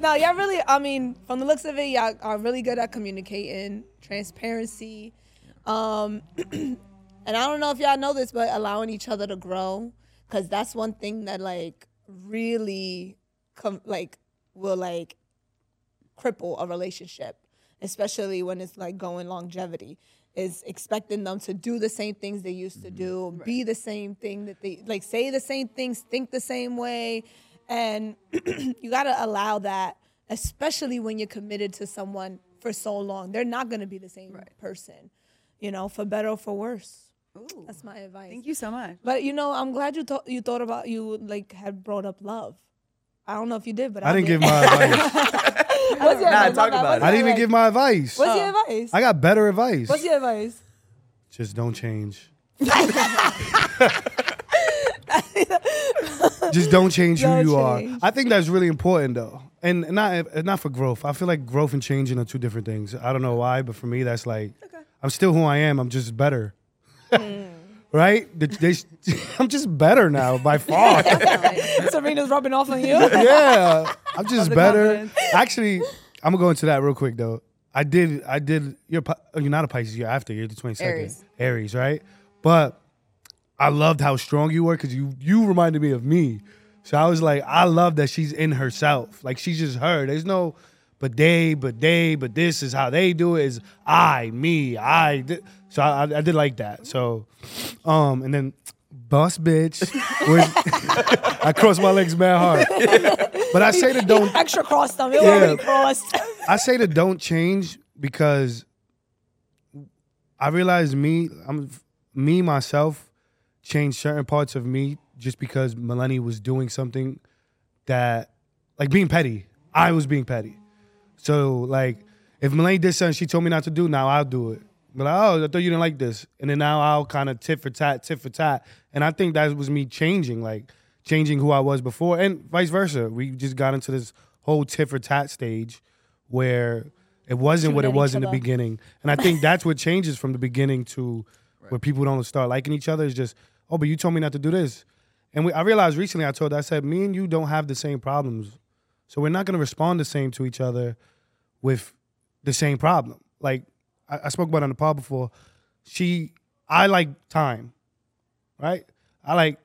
S1: no, y'all really. I mean, from the looks of it, y'all are really good at communicating, transparency, um, <clears throat> and I don't know if y'all know this, but allowing each other to grow, because that's one thing that like really, com- like will like cripple a relationship, especially when it's like going longevity. Is expecting them to do the same things they used to do, be the same thing that they like, say the same things, think the same way, and <clears throat> you gotta allow that, especially when you're committed to someone for so long. They're not gonna be the same person, you know, for better or for worse. That's my advice.
S4: Thank you so much.
S1: But you know, I'm glad you thought you thought about you like had brought up love. I don't know if you did, but I,
S2: I didn't
S1: did. <laughs>
S2: give my advice.
S1: What's your
S3: Nah,
S1: advice? My
S3: talk
S1: bad.
S3: about it.
S2: I
S1: <laughs> What's your
S2: didn't even
S1: advice?
S2: give my advice.
S1: What's your advice?
S2: I got better advice.
S1: What's your advice? <laughs>
S2: Just don't change. Just don't change who
S1: Don't
S2: you
S1: change.
S2: are. I think that's really important though. And not and not for growth. I feel like growth and changing are two different things. I don't know why, but for me that's like I'm still who I am. I'm just better.
S1: Hmm.
S2: <laughs> right? They- they- <laughs> I'm just better now by far.
S1: <laughs>
S2: <laughs>
S1: Serena's rubbing off on you.
S2: yeah. I'm just better. Actually, I'm gonna go into that real quick though. I did. I did. You're Pi- oh, you're not a Pisces. You're after. You're the 22nd.
S4: Aries.
S2: Aries, right? But I loved how strong you were because you you reminded me of me. So I was like, I love that she's in herself. Like she's just her. There's no, but they, but they, but this is how they do it. Is I, me, I. thi-" So I, I, I did like that. So, um, and then boss bitch. was- I crossed my legs mad hard. But I say the don't
S6: Extra crossed them. It
S2: Yeah.
S6: already crossed.
S2: I say the don't change because I realize me, I'm me myself, changed certain parts of me just because Melanie was doing something that, like being petty. I was being petty. So like, if Melanie did something she told me not to do, now I'll do it. But like, oh, I thought you didn't like this, and then now I'll kind of tit for tat, tit for tat, and I think that was me changing, like changing who I was before, and vice versa. We just got into this whole tit for tat stage where it wasn't what it
S6: Shooting at
S2: was
S6: each
S2: in the
S6: other.
S2: beginning, and I think that's what changes from the beginning to where people don't start liking each other. Is just, oh, but you told me not to do this, and we, I realized recently I told her, I said, me and you don't have the same problems. So we're not going to respond the same to each other with the same problem. Like I, I spoke about it on the pod before. She, I like time, right? I like,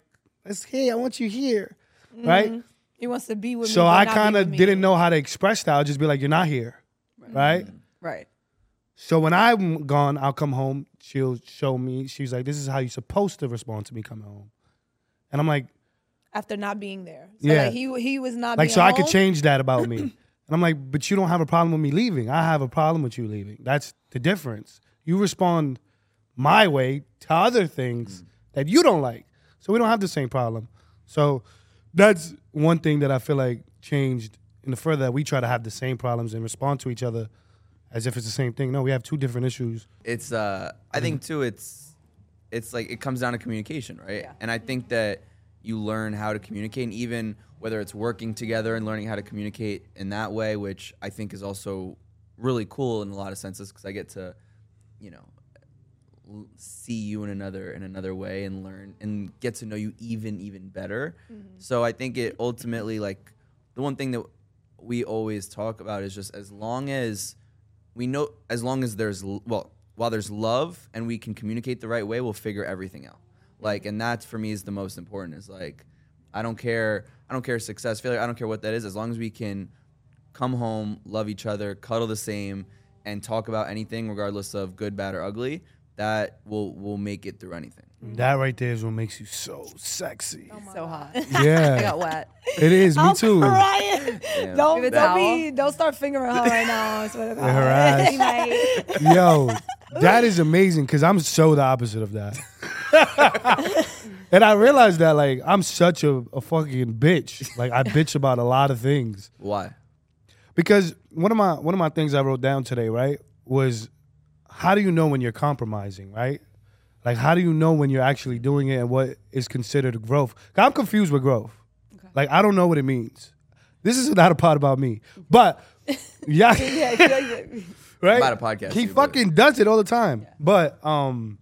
S2: let's hey, I want you here, right?
S1: <laughs> He wants to be with me.
S2: So
S1: but
S2: I
S1: Mm-hmm. not be
S2: kind
S1: with
S2: of
S1: me.
S2: didn't know how to express that. I'll just be like, you're not here, right?
S1: Mm-hmm.
S4: Right.
S2: So when I'm gone, I'll come home. She'll show me. She's like, this is how you're supposed to respond to me coming home, and I'm like,
S1: after not being there. So
S2: Yeah.
S1: like he he was not
S2: like
S1: being
S2: so I could
S1: home.
S2: change that about me. and I'm like, but you don't have a problem with me leaving. I have a problem with you leaving. That's the difference. You respond my way to other things that you don't like. So we don't have the same problem. So that's one thing that I feel like changed in the further that we try to have the same problems and respond to each other as if it's the same thing. No, we have two different issues.
S3: it's uh I think too it's it's like it comes down to communication, right? And I think that you learn how to communicate and even whether it's working together and learning how to communicate in that way, which I think is also really cool in a lot of senses cuz I get to you know l- see you in another in another way and learn and get to know you even even better. So I think it ultimately like the one thing that we always talk about is just as long as we know as long as there's l- well while there's love and we can communicate the right way we'll figure everything out like and that's for me is the most important is like i don't care i don't care success failure i don't care what that is as long as we can come home love each other cuddle the same and talk about anything regardless of good bad or ugly that will will make it through anything
S2: That right there is what makes you so sexy.
S4: So hot. Oh <laughs> I
S2: Yeah,
S4: got wet.
S2: it is. Me
S6: I'm
S2: too.
S6: crying.
S2: <laughs>
S3: Yeah.
S6: Don't,
S4: Give it
S6: don't
S4: to
S6: be, don't start fingering her right now. I swear
S2: <laughs>
S6: to God.
S2: Her
S1: <laughs>
S2: ass.
S6: She might.
S2: Yo, that is amazing because I'm so the opposite of that. <laughs> and I realized that like I'm such a, a fucking bitch. Like I bitch about a lot of things.
S3: why
S2: Because one of my one of my things I wrote down today, right, was how do you know when you're compromising, right? Like how do you know when you're actually doing it and what is considered growth? 'Cause I'm confused with growth. Like I don't know what it means. This is not a part about me. But <laughs> yeah, right?
S3: About a podcast,
S2: He
S3: you believe.
S2: fucking does it all the time. But um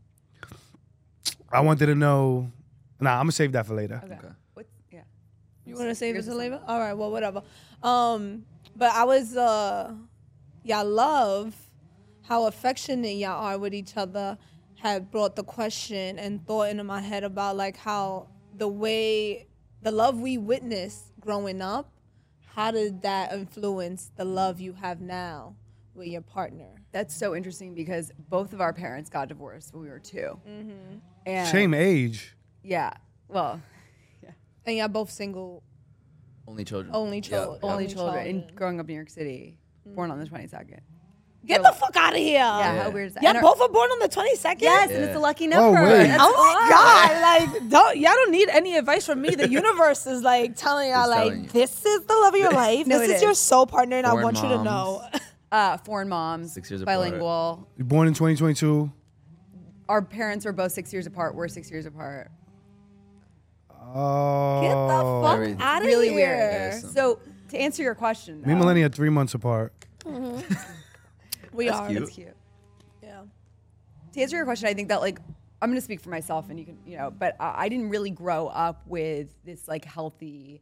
S2: I wanted to know Nah, I'm gonna save that for later.
S4: What? Yeah.
S1: You want to save it to later? All right. Well, whatever. Um, but I was uh, y'all love how affectionate y'all are with each other. Had brought the question and thought into my head about like how the way the love we witnessed growing up, how did that influence the love you have now with your partner?
S4: That's so interesting because both of our parents got divorced when we were 2 Mm-hmm. And
S2: Same age.
S4: Yeah. Well,
S1: And y'all both single,
S3: only children
S1: only child,
S4: only children and growing up in New York City, born on the 22nd.
S6: Get the fuck out of here.
S4: Yeah,
S6: Yeah,
S4: how weird is that? And our-
S6: both were born on the 22nd?
S4: Yes, and
S3: Yeah.
S4: it's a lucky
S2: Oh,
S4: number.
S2: wait.
S4: That's
S6: Oh
S1: <laughs>
S4: odd.
S6: my God. Like, don't, y'all don't need any advice from me. The universe is like telling y'all,
S3: It's
S6: like,
S3: telling you.
S6: this is the love of
S1: <laughs>
S6: your life.
S4: No,
S6: this
S4: it
S6: is, your
S4: is.
S6: soul partner, and I
S3: Born
S6: want you to
S3: moms.
S6: know.
S4: Uh, foreign moms,
S3: Six years apart.
S4: bilingual.
S2: You're born in 2022.
S4: Our parents were both six years apart. We're six years apart.
S2: Oh,
S6: Get the fuck
S3: Very-
S6: out of
S4: really
S6: here.
S4: weird.
S3: Awesome.
S4: So to answer your question,
S2: Me and
S4: though,
S2: Melanie are three months apart.
S1: We are.
S6: <laughs>
S4: That's cute. Yeah. To answer your question, I think that like I'm gonna speak for myself, and you can you know, but I, I didn't really grow up with this like healthy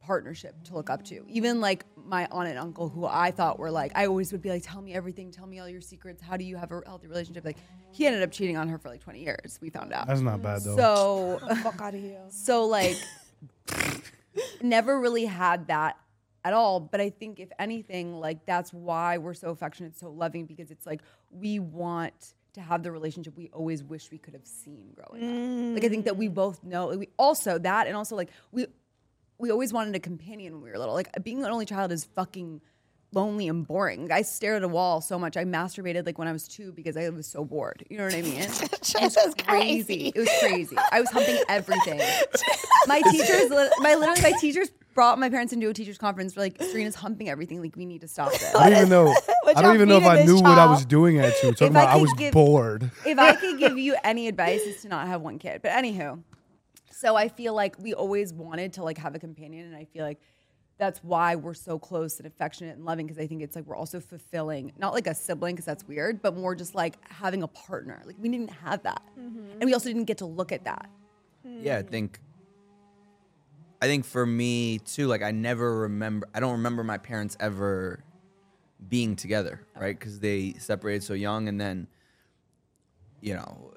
S4: partnership to look up to. Even like my aunt and uncle, who I thought were like, I always would be like, tell me everything, tell me all your secrets. How do you have a healthy relationship? Like, he ended up cheating on her for like 20 years. We found out.
S2: That's not bad though.
S4: So, <laughs>
S1: Fuck out of here. <laughs>
S4: so like, never really had that at all. But I think if anything, like that's why we're so affectionate, so loving, because it's like we want to have the relationship we always wish we could have seen growing up. Like I think that we both know. like, we also that, and also like we we always wanted a companion when we were little. Like being an only child is fucking lonely and boring. I stared at a wall so much. I masturbated like when I was two because I was so bored. You know what I mean? Jesus it's crazy. It was crazy. I was humping everything. my teachers, li- my literally my teachers brought my parents into a teachers conference. Were like, Serena's humping everything. Like we need to stop this.
S2: I don't even know. I don't
S1: y'all
S2: even know if
S1: feeding
S2: I
S1: this
S2: knew what I
S1: child?
S2: was doing at you. Talking
S4: If I
S2: about I
S4: could
S2: was
S4: give-
S2: bored.
S4: if I could give you any advice, is to not have one kid. But anywho, so I feel like we always wanted to like have a companion, and I feel like that's why we're so close and affectionate and loving because I think it's like we're also fulfilling, not like a sibling because that's weird, but more just like having a partner. Like we didn't have that, and we also didn't get to look at that.
S3: yeah, I think I think for me too, like I never remember I don't remember my parents ever being together, right? Cuz they separated so young and then you know,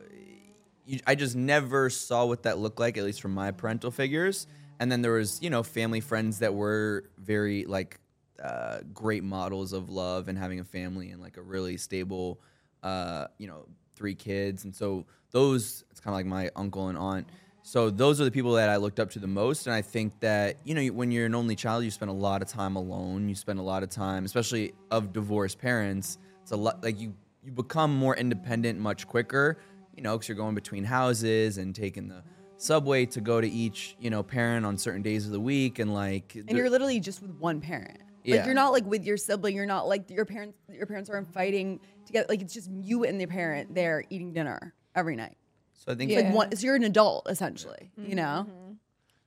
S3: you, I just never saw what that looked like at least from my parental figures. And then there was, you know, family friends that were very like uh, great models of love and having a family and like a really stable uh, you know, three kids. And so those, it's kind of like my uncle and aunt. So those are the people that I looked up to the most. And I think that, you know, when you're an only child, you spend a lot of time alone. You spend a lot of time, especially of divorced parents. It's a lot like you, you become more independent much quicker, you know, because you're going between houses and taking the subway to go to each, you know, parent on certain days of the week. And like,
S4: and you're literally just with one parent.
S3: Yeah.
S4: Like you're not like with your sibling. You're not like your parents. Your parents aren't fighting together. Like it's just you and the parent there eating dinner every night.
S3: so I think,
S4: It's like one, so you're an adult essentially. You know,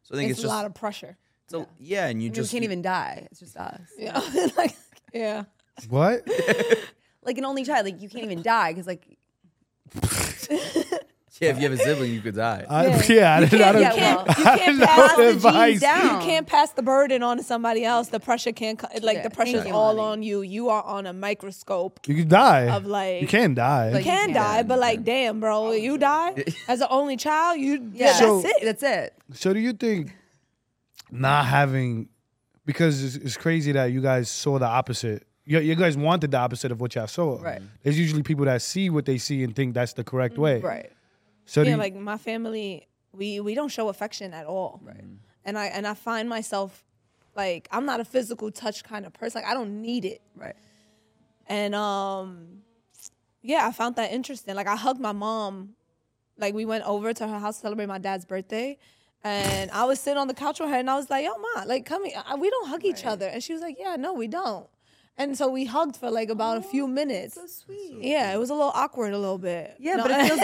S3: so I think
S1: It's
S3: it's,
S1: a
S3: just,
S1: lot of pressure.
S3: it's a- yeah. And you
S4: I mean,
S3: just,
S4: we can't even die. It's just us.
S1: <laughs>
S6: <laughs>
S1: Yeah. like, yeah.
S2: What?
S4: Like an only child. Like you can't even die because like
S3: yeah, if you have a sibling, you could die.
S2: I, <laughs> yeah, I didn't. I
S4: yeah,
S2: didn't
S4: well, you
S3: <laughs>
S2: I
S1: can't
S2: didn't
S1: pass
S2: know
S1: the
S2: if I-
S4: genes down.
S1: You can't pass the burden on to somebody else. The pressure can't, co- like,
S4: Yeah,
S1: the pressure's
S4: thank you,
S1: all
S4: honey.
S1: on you. You are on a microscope.
S2: You could die.
S1: Of, like-
S2: you can die.
S4: Like-
S1: Can
S4: Yeah.
S1: die, but like, damn, bro, you die as an only child. You,
S4: yeah,
S1: yeah,
S2: So-
S4: that's it. That's it.
S2: so do you think not having because it's, it's crazy that you guys saw the opposite. You, you guys wanted the opposite of what y'all saw.
S4: Right.
S2: There's usually people that see what they see and think that's the correct way.
S4: Right.
S2: So do
S1: yeah,
S2: you,
S1: like my family, we we don't show affection at all. Right. And I and I find myself like I'm not a physical touch kind of person. Like I don't need it.
S4: Right.
S1: And um yeah, I found that interesting. Like I hugged my mom. Like we went over to her house to celebrate my dad's birthday. And I was sitting on the couch with her and I was like, yo, ma, like come here. I- We don't hug each other. And she was like, yeah, no, we don't. And so we hugged for like about a few minutes.
S4: Oh, Sweet.
S1: Yeah, it was a little awkward a little bit.
S4: Yeah,
S1: No.
S4: but it
S1: <laughs>
S4: feels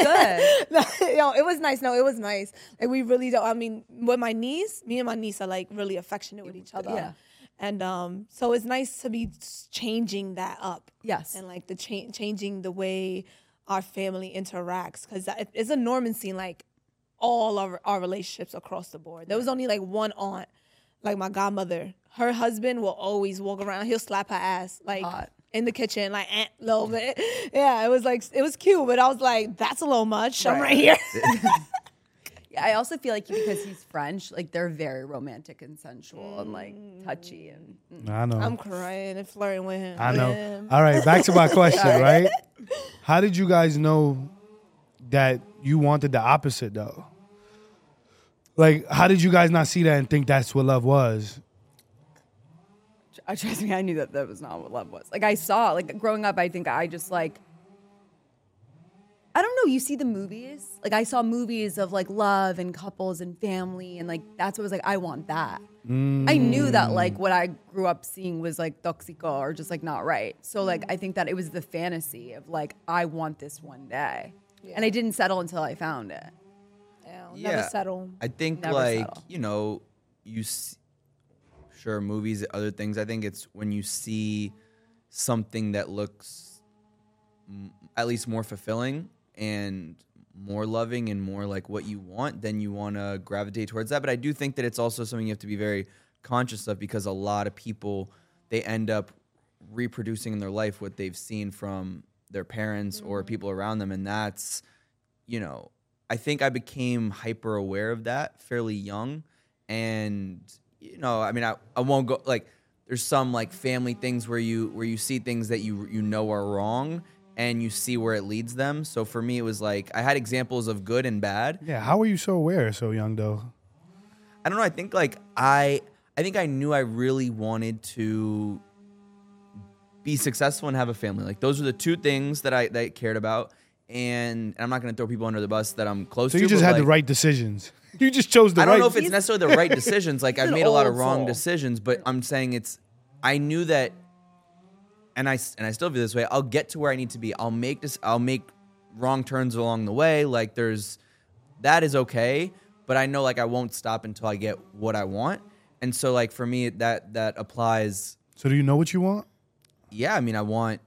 S4: good. <laughs>
S1: No, yo, it was nice. No, it was nice. Like we really don't. I mean, with my niece, me and my niece are like really affectionate with each other.
S4: Yeah.
S1: And um, so it's nice to be s- changing that up.
S4: Yes.
S1: And like the cha- changing the way our family interacts because it's a normancy in, like all our our relationships across the board. There was only like one aunt, like my godmother. Her husband will always walk around. He'll slap her ass like
S4: Hot.
S1: in the kitchen, like eh, little bit. Yeah, it was like it was cute, but I was like, that's a little much. I'm right here. <laughs>
S4: Yeah, I also feel like because he's French, like they're very romantic and sensual and like touchy and
S2: I know.
S1: I'm crying and flirting with him.
S2: I know.
S1: Yeah.
S2: All right, back
S1: <laughs>
S2: to my question, right? How did you guys know that you wanted the opposite though? Like, how did you guys not see that and think that's what love was?
S4: I <laughs> trust me, I knew that that was not what love was. Like I saw, like growing up, I think I just like. I don't know. You see the movies, like I saw movies of like love and couples and family, and like that's what was like. I want that. I knew that like what I grew up seeing was like toxico or just like not right. So like I think that it was the fantasy of like I want this one day, and I didn't settle until I found it.
S1: Never settle.
S3: I think
S4: Never
S3: like
S4: settle.
S3: you know, you s sure movies, other things. I think it's when you see something that looks m- at least more fulfilling and more loving and more like what you want, then you want to gravitate towards that. But I do think that it's also something you have to be very conscious of because a lot of people they end up reproducing in their life what they've seen from their parents or people around them and that's you know i think i became hyper aware of that fairly young and you know i mean i, I won't go like there's some like family things where you where you see things that you you know are wrong and you see where it leads them so for me it was like i had examples of good and bad
S2: Yeah, how are you so aware so young though?
S3: I don't know. I think like I I think I knew I really wanted to be successful and have a family. Like those are the two things that I that I cared about. And, and I'm not going to throw people under the bus that I'm close
S2: So
S3: to.
S2: you just
S3: but,
S2: had the
S3: like,
S2: right decisions. <laughs> You just chose the
S3: I don't
S2: right.
S3: know if it's necessarily
S4: <laughs>
S3: the right decisions. Like I've
S4: an
S3: made a lot of
S4: old
S3: wrong
S4: soul.
S3: decisions, but I'm saying it's. I knew that, and I s- and I still feel this way. I'll get to where I need to be. I'll make this. I'll make wrong turns along the way. Like there's, that is okay. But I know like I won't stop until I get what I want. And so like for me that that applies.
S2: so do you know what you want?
S3: Yeah, I mean I want,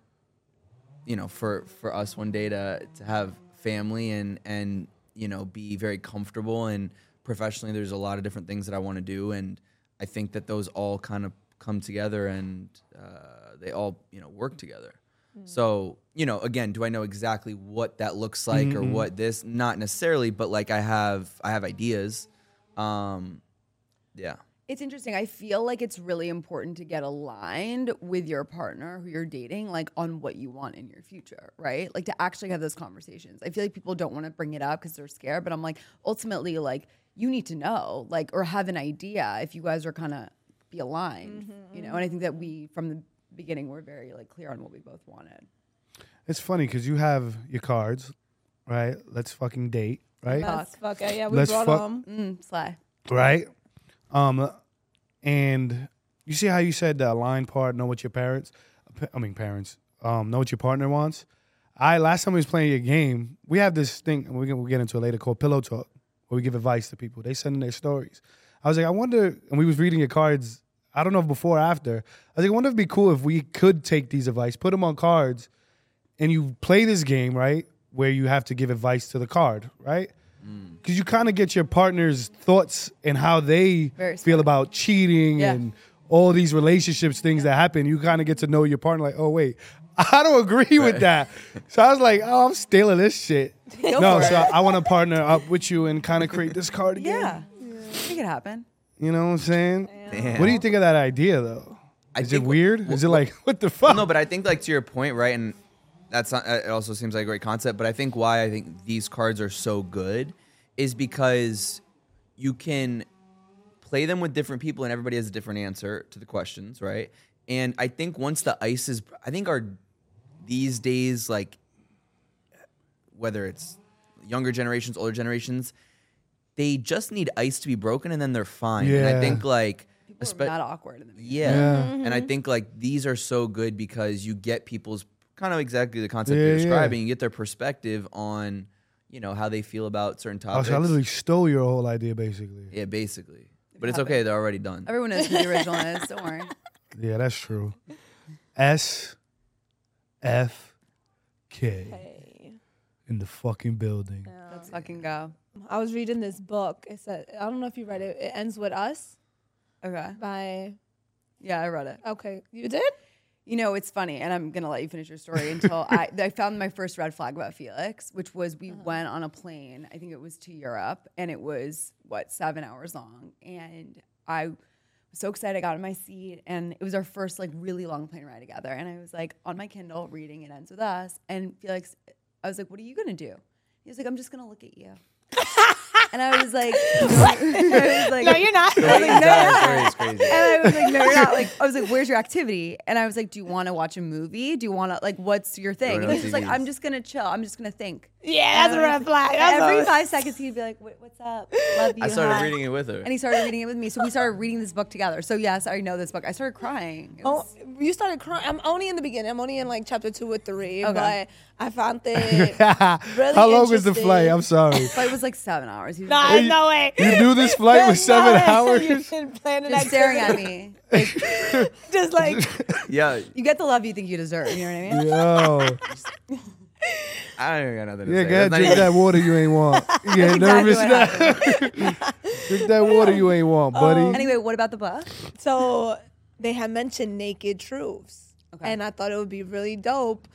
S3: you know, for for us one day to to have family and and you know be very comfortable and professionally. There's a lot of different things that I want to do, and I think that those all kind of come together and uh, they all you know work together. So you know, again, do I know exactly what that looks like or what this? Not necessarily, but like I have I have ideas. Um, yeah.
S4: It's interesting. I feel like it's really important to get aligned with your partner who you're dating, like on what you want in your future, right? Like to actually have those conversations. I feel like people don't want to bring it up because they're scared, but I'm like, ultimately, like you need to know, like, or have an idea if you guys are kind of be aligned, you know? And I think that we, from the beginning, were very like clear on what we both wanted.
S2: It's funny because you have your cards, right? Let's fucking date, right?
S1: Let's fuck it. Yeah, we
S2: Let's
S1: brought
S2: fuck-
S1: them.
S4: Mm, Sly.
S2: right? Um, and you see how you said the aligned part, know what your parents, I mean parents, um, know what your partner wants. I last time we was playing your game, we have this thing, and we can, we'll get into it later, called Pillow Talk, where we give advice to people. They send in their stories. I was like, I wonder, and we was reading your cards. I don't know if before or after. I was like, I wonder if it'd be cool if we could take these advice, put them on cards, and you play this game, right? Where you have to give advice to the card, right?
S3: Mm.
S2: because you kind of get your partner's thoughts and how they
S4: Very
S2: feel
S4: smart.
S2: about cheating
S4: Yeah.
S2: and all these relationships things that happen. You kind of get to know your partner, like, oh wait, <laughs> I don't agree with that. So I was like, oh, I'm stealing this
S4: <laughs>
S2: shit. no, so I want to partner up with you and kind of create this card again.
S4: <laughs> Yeah. Make it happen.
S2: You know what I'm saying? What do you think of that idea though?
S3: I
S2: Is it
S3: think-
S2: weird? Is it like <laughs> what the fuck?
S3: no, but I think like to your point, right? And that's not, it. Also seems like a great concept, but I think why I think these cards are so good is because you can play them with different people, and everybody has a different answer to the questions, right? And I think once the ice is, I think our these days like whether it's younger generations, older generations, they just need ice to be broken, and then they're fine. And
S2: Yeah.
S3: I think like.
S4: People
S3: espe-
S4: are not awkward in the beginning.
S3: yeah.
S2: Yeah.
S4: Mm-hmm.
S3: And I think like these are so good because you get people's kind of exactly the concept
S2: Yeah,
S3: you're
S2: yeah.
S3: describing. You get their perspective on, you know, how they feel about certain
S2: Oh,
S3: topics.
S2: so I literally stole your whole idea basically.
S3: yeah, basically. But it's okay. They're already done.
S4: Everyone knows who the original is. Don't worry.
S2: Yeah, that's true. S F K in the fucking building.
S4: Let's fucking go.
S1: Mm, I was reading this book. It said, I don't know if you read it. It ends with us
S4: Okay.
S1: by.
S4: Yeah, I read it.
S1: Okay, you did.
S4: You know, it's funny, and I'm gonna let you finish your story until <laughs> I, I found my first red flag about Felix, which was we went on a plane. I think it was to Europe, and it was what seven hours long, and I was so excited. I got in my seat, and it was our first like really long plane ride together. And I was like on my Kindle reading "It Ends with Us," and Felix, I was like, "What are you gonna do?" He was like, "I'm just gonna look at <laughs> you," and I was <laughs> like, I was like "No, you're not." <laughs>
S3: The way you die, story is crazy.
S4: and I was like, no,
S3: <laughs>
S4: you're not. Like, I was like, where's your activity? And I was like, do you want to watch a movie? Do you want to like, what's your thing?
S3: Going
S4: And
S3: on
S4: he was like,
S3: TVs.
S4: I'm just gonna chill. I'm just gonna think.
S1: Yeah, that's a red flag. That's
S4: Every
S1: a-
S4: five seconds, he'd be like, "What- what's up? Love you.
S3: I started
S4: hi."
S3: reading it with her.
S4: And he started reading it with me. So we started reading this book together. So yes, I know this book. I started crying. It
S1: Oh,
S4: was-
S1: you started crying. I'm only in the beginning. I'm only in like chapter two or three,
S4: Okay.
S1: but I found it.
S2: <laughs> How long was the flight? I'm sorry.
S4: but it was like seven hours. He was
S1: Nah,
S4: like,
S1: there's no way.
S2: You
S1: <laughs>
S2: knew this flight was
S1: There's no
S2: seven
S1: way. <laughs> You
S2: hours.
S1: didn't plan it.
S4: just staring
S1: <laughs>
S4: at me.
S1: Just like
S3: yeah.
S4: You get the love you think you deserve. You know what I
S2: Yo,
S4: mean?
S3: I don't even got nothing to
S2: Yeah,
S3: say.
S2: go ahead,
S3: That's not
S2: drink that
S3: even-
S2: water you
S1: <laughs>
S2: ain't want. You get nervous
S1: what Oh,
S2: now. <laughs> drink that water you ain't want, buddy.
S4: Anyway, what about the book?
S3: Oh,
S1: So they had mentioned naked truths, and I thought it would be really dope.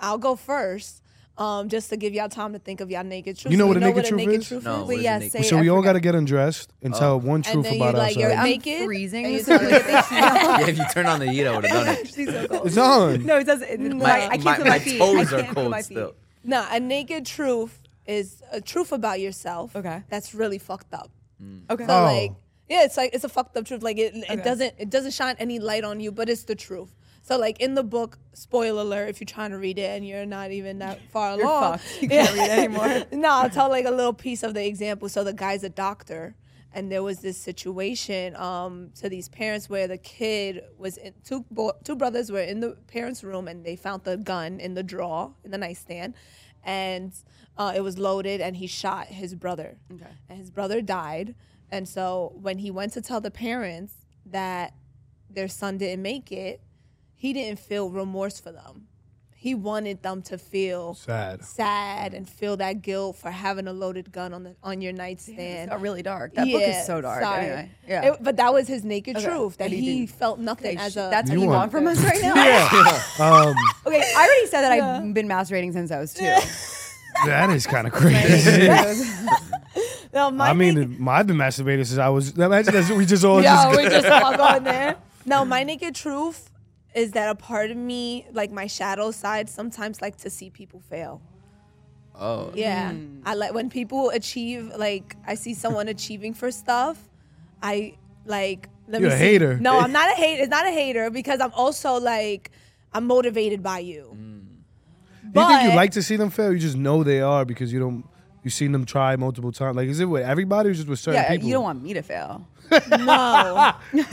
S1: I'll go first, um, just to give y'all time to think of y'all naked truths.
S2: You know
S1: So
S2: what a naked truth is?
S3: No,
S4: But
S3: what is
S4: yeah,
S3: it, Nick?
S4: say
S2: so we
S4: I
S2: all
S4: forgot-
S2: got to get undressed and tell one truth
S1: then you,
S2: about
S1: like, you're
S2: ourselves.
S1: out-
S4: I'm
S1: naked,
S4: freezing.
S1: and
S4: You
S1: you tell me <laughs>
S3: <laughs> yeah, if you turned on the heat, I would have done
S4: <laughs>
S3: it.
S4: She's so cold.
S2: it's
S1: <laughs>
S2: on.
S4: No, it doesn't. It,
S3: Mm,
S4: my, I can't
S3: my,
S4: feel
S3: my
S4: my feet.
S3: toes
S4: I
S3: are
S4: can't feel
S3: cold
S4: my feet.
S3: still.
S1: Nah, a naked truth is a truth about yourself.
S4: Okay.
S1: That's really fucked up.
S4: Okay.
S1: So
S2: Oh.
S1: like, yeah, it's like it's a fucked up truth. Like it, it doesn't it doesn't shine any light on you, but it's the truth. So like in the book, spoiler alert, if you're trying to read it and you're not even that far
S4: You're
S1: along,
S4: fucked. <laughs>
S1: <laughs>
S4: You can't read it anymore.
S1: no, I'll tell like a little piece of the example. So the guy's a doctor, and there was this situation um, to these parents where the kid was in two bo- two brothers were in the parents' room, and they found the gun in the drawer in the nightstand, and uh, it was loaded, and he shot his brother, okay. and his brother died. And so when he went to tell the parents that their son didn't make it, he didn't feel remorse for them. He wanted them to feel
S2: Sad.
S1: sad and feel that guilt for having a loaded gun on the on your nightstand.
S4: got really dark. That book
S1: Yeah,
S4: is so dark.
S1: sorry.
S4: Anyway, yeah.
S1: It- but that was his naked
S4: Okay.
S1: truth that
S4: And he
S1: he,
S4: didn't-
S1: felt nothing
S4: Okay,
S1: as
S4: sh-
S1: a.
S2: <laughs>
S4: that's
S2: You
S4: what you
S2: want-
S4: want from us right now. <laughs>
S2: Yeah. um,
S4: Okay, I already said that I've been masturbating since I was two.
S2: that is kind of crazy.
S1: no, my
S2: I mean,
S1: naked-
S2: I've been masturbating since I was. Imagine that's what we just all
S1: yeah,
S2: just.
S1: we just all
S2: <laughs>
S1: going there. No, my naked truth is that a part of me, like my shadow side, sometimes like to see people fail.
S3: Oh,
S1: Yeah. I like when people achieve like I see someone achieving for stuff, I like let
S2: You're
S1: me
S2: a
S1: see.
S2: hater.
S1: No, I'm not a hater. It's not a hater because I'm also like I'm motivated by you.
S3: Mm.
S2: you think you
S1: but-
S2: like to see them fail? You just know they are because you don't. You've seen them try multiple times. Like, is it with everybody or just with certain
S4: Yeah,
S2: people?
S4: you don't want me to fail.
S2: <laughs>
S1: No.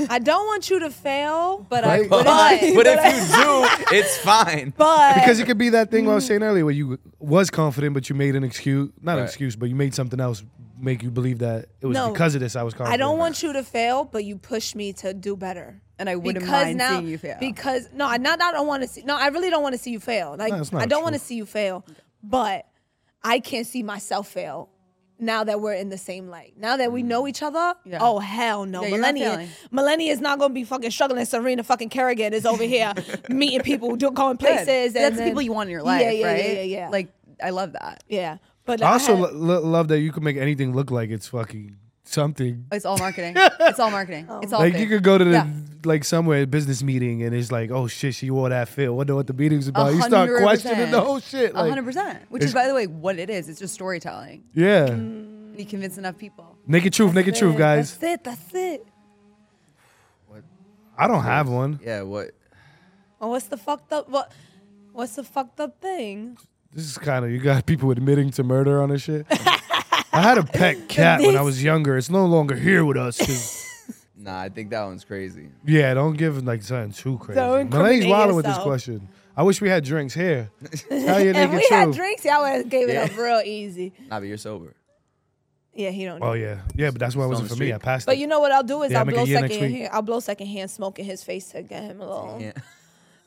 S1: I don't want you to fail, but I
S2: Right?
S1: but,
S3: <laughs> but if you do, it's
S4: <laughs>
S3: fine.
S1: but
S2: because it could be that thing I was saying earlier where you was confident, but you made an excuse, not an
S3: Right.
S2: excuse, but you made something else make you believe that it was
S1: No.
S2: because of this I was confident.
S1: I don't want you to fail, but you push me to do better.
S4: And I wouldn't mind seeing you fail.
S1: Because no, I not I don't want to see. No, I really don't want to see you fail. Like
S2: No, it's not
S1: I don't want to
S2: true.
S1: see you fail, but I can't see myself fail. Now that we're in the same light, now that we
S2: Mm.
S1: know each other,
S4: Yeah.
S1: oh hell no,
S4: Yeah, you're not
S1: millennia,
S4: failing.
S1: millennia is not gonna be fucking struggling. Serena fucking Kerrigan is over
S4: <laughs>
S1: here meeting people, do, going
S4: Good.
S1: places. And
S4: That's the
S1: then-
S4: people you want in your life,
S1: yeah, yeah,
S4: right?
S1: Yeah, yeah, yeah.
S4: Like I love that.
S1: yeah, but
S2: I also
S1: had-
S2: lo- lo- love that you can make anything look like it's fucking something.
S4: It's all
S2: <laughs>
S4: marketing. it's all marketing.
S1: Oh.
S4: It's all
S2: like
S4: fake.
S2: you could go to the
S4: Yeah.
S2: like somewhere a business meeting and it's like, oh shit, she wore that fit. Wonder what the meeting's
S4: A
S2: about. You start
S4: hundred
S2: questioning
S4: percent.
S2: the whole shit.
S4: A
S2: Like,
S4: hundred percent. Which is,
S2: it's-
S4: by the way, what it is. It's just storytelling.
S2: Yeah,
S4: You convince enough people.
S2: naked truth, naked truth, guys.
S1: Mm. That's it. That's it.
S2: I don't have one.
S3: Yeah, what?
S1: Well, Oh, what's the fucked up? What? What's the fucked up thing?
S2: This is kind of you got <laughs> people admitting to murder on
S1: <laughs>
S2: this shit. I had a pet cat when I was younger. It's no longer here with
S1: <laughs>
S2: us. 'cause-
S3: Nah, I think that onene's crazy.
S2: yeah, don't give like something too crazy.
S1: Don't
S2: Malay's
S1: incriminate
S2: wilding with this
S1: yourself.
S2: question. I wish we had
S1: <laughs>
S2: drinks here. Tell your
S1: If
S2: naked
S1: we had
S2: truth.
S1: drinks, y'all would have gave it
S3: Yeah.
S1: up real easy.
S3: Nah, but you're sober.
S1: Yeah, he don't.
S2: oh yeah, yeah, but that's why it
S3: on
S2: wasn't
S3: the
S2: for me. I
S3: street.
S2: passed.
S1: But
S2: it.
S1: you know what I'll do is
S2: Yeah,
S1: I'll
S2: make
S1: blow
S2: a year next
S1: second
S2: week.
S1: hand, I'll blow second hand smoke in his face to get him a little.
S3: Yeah.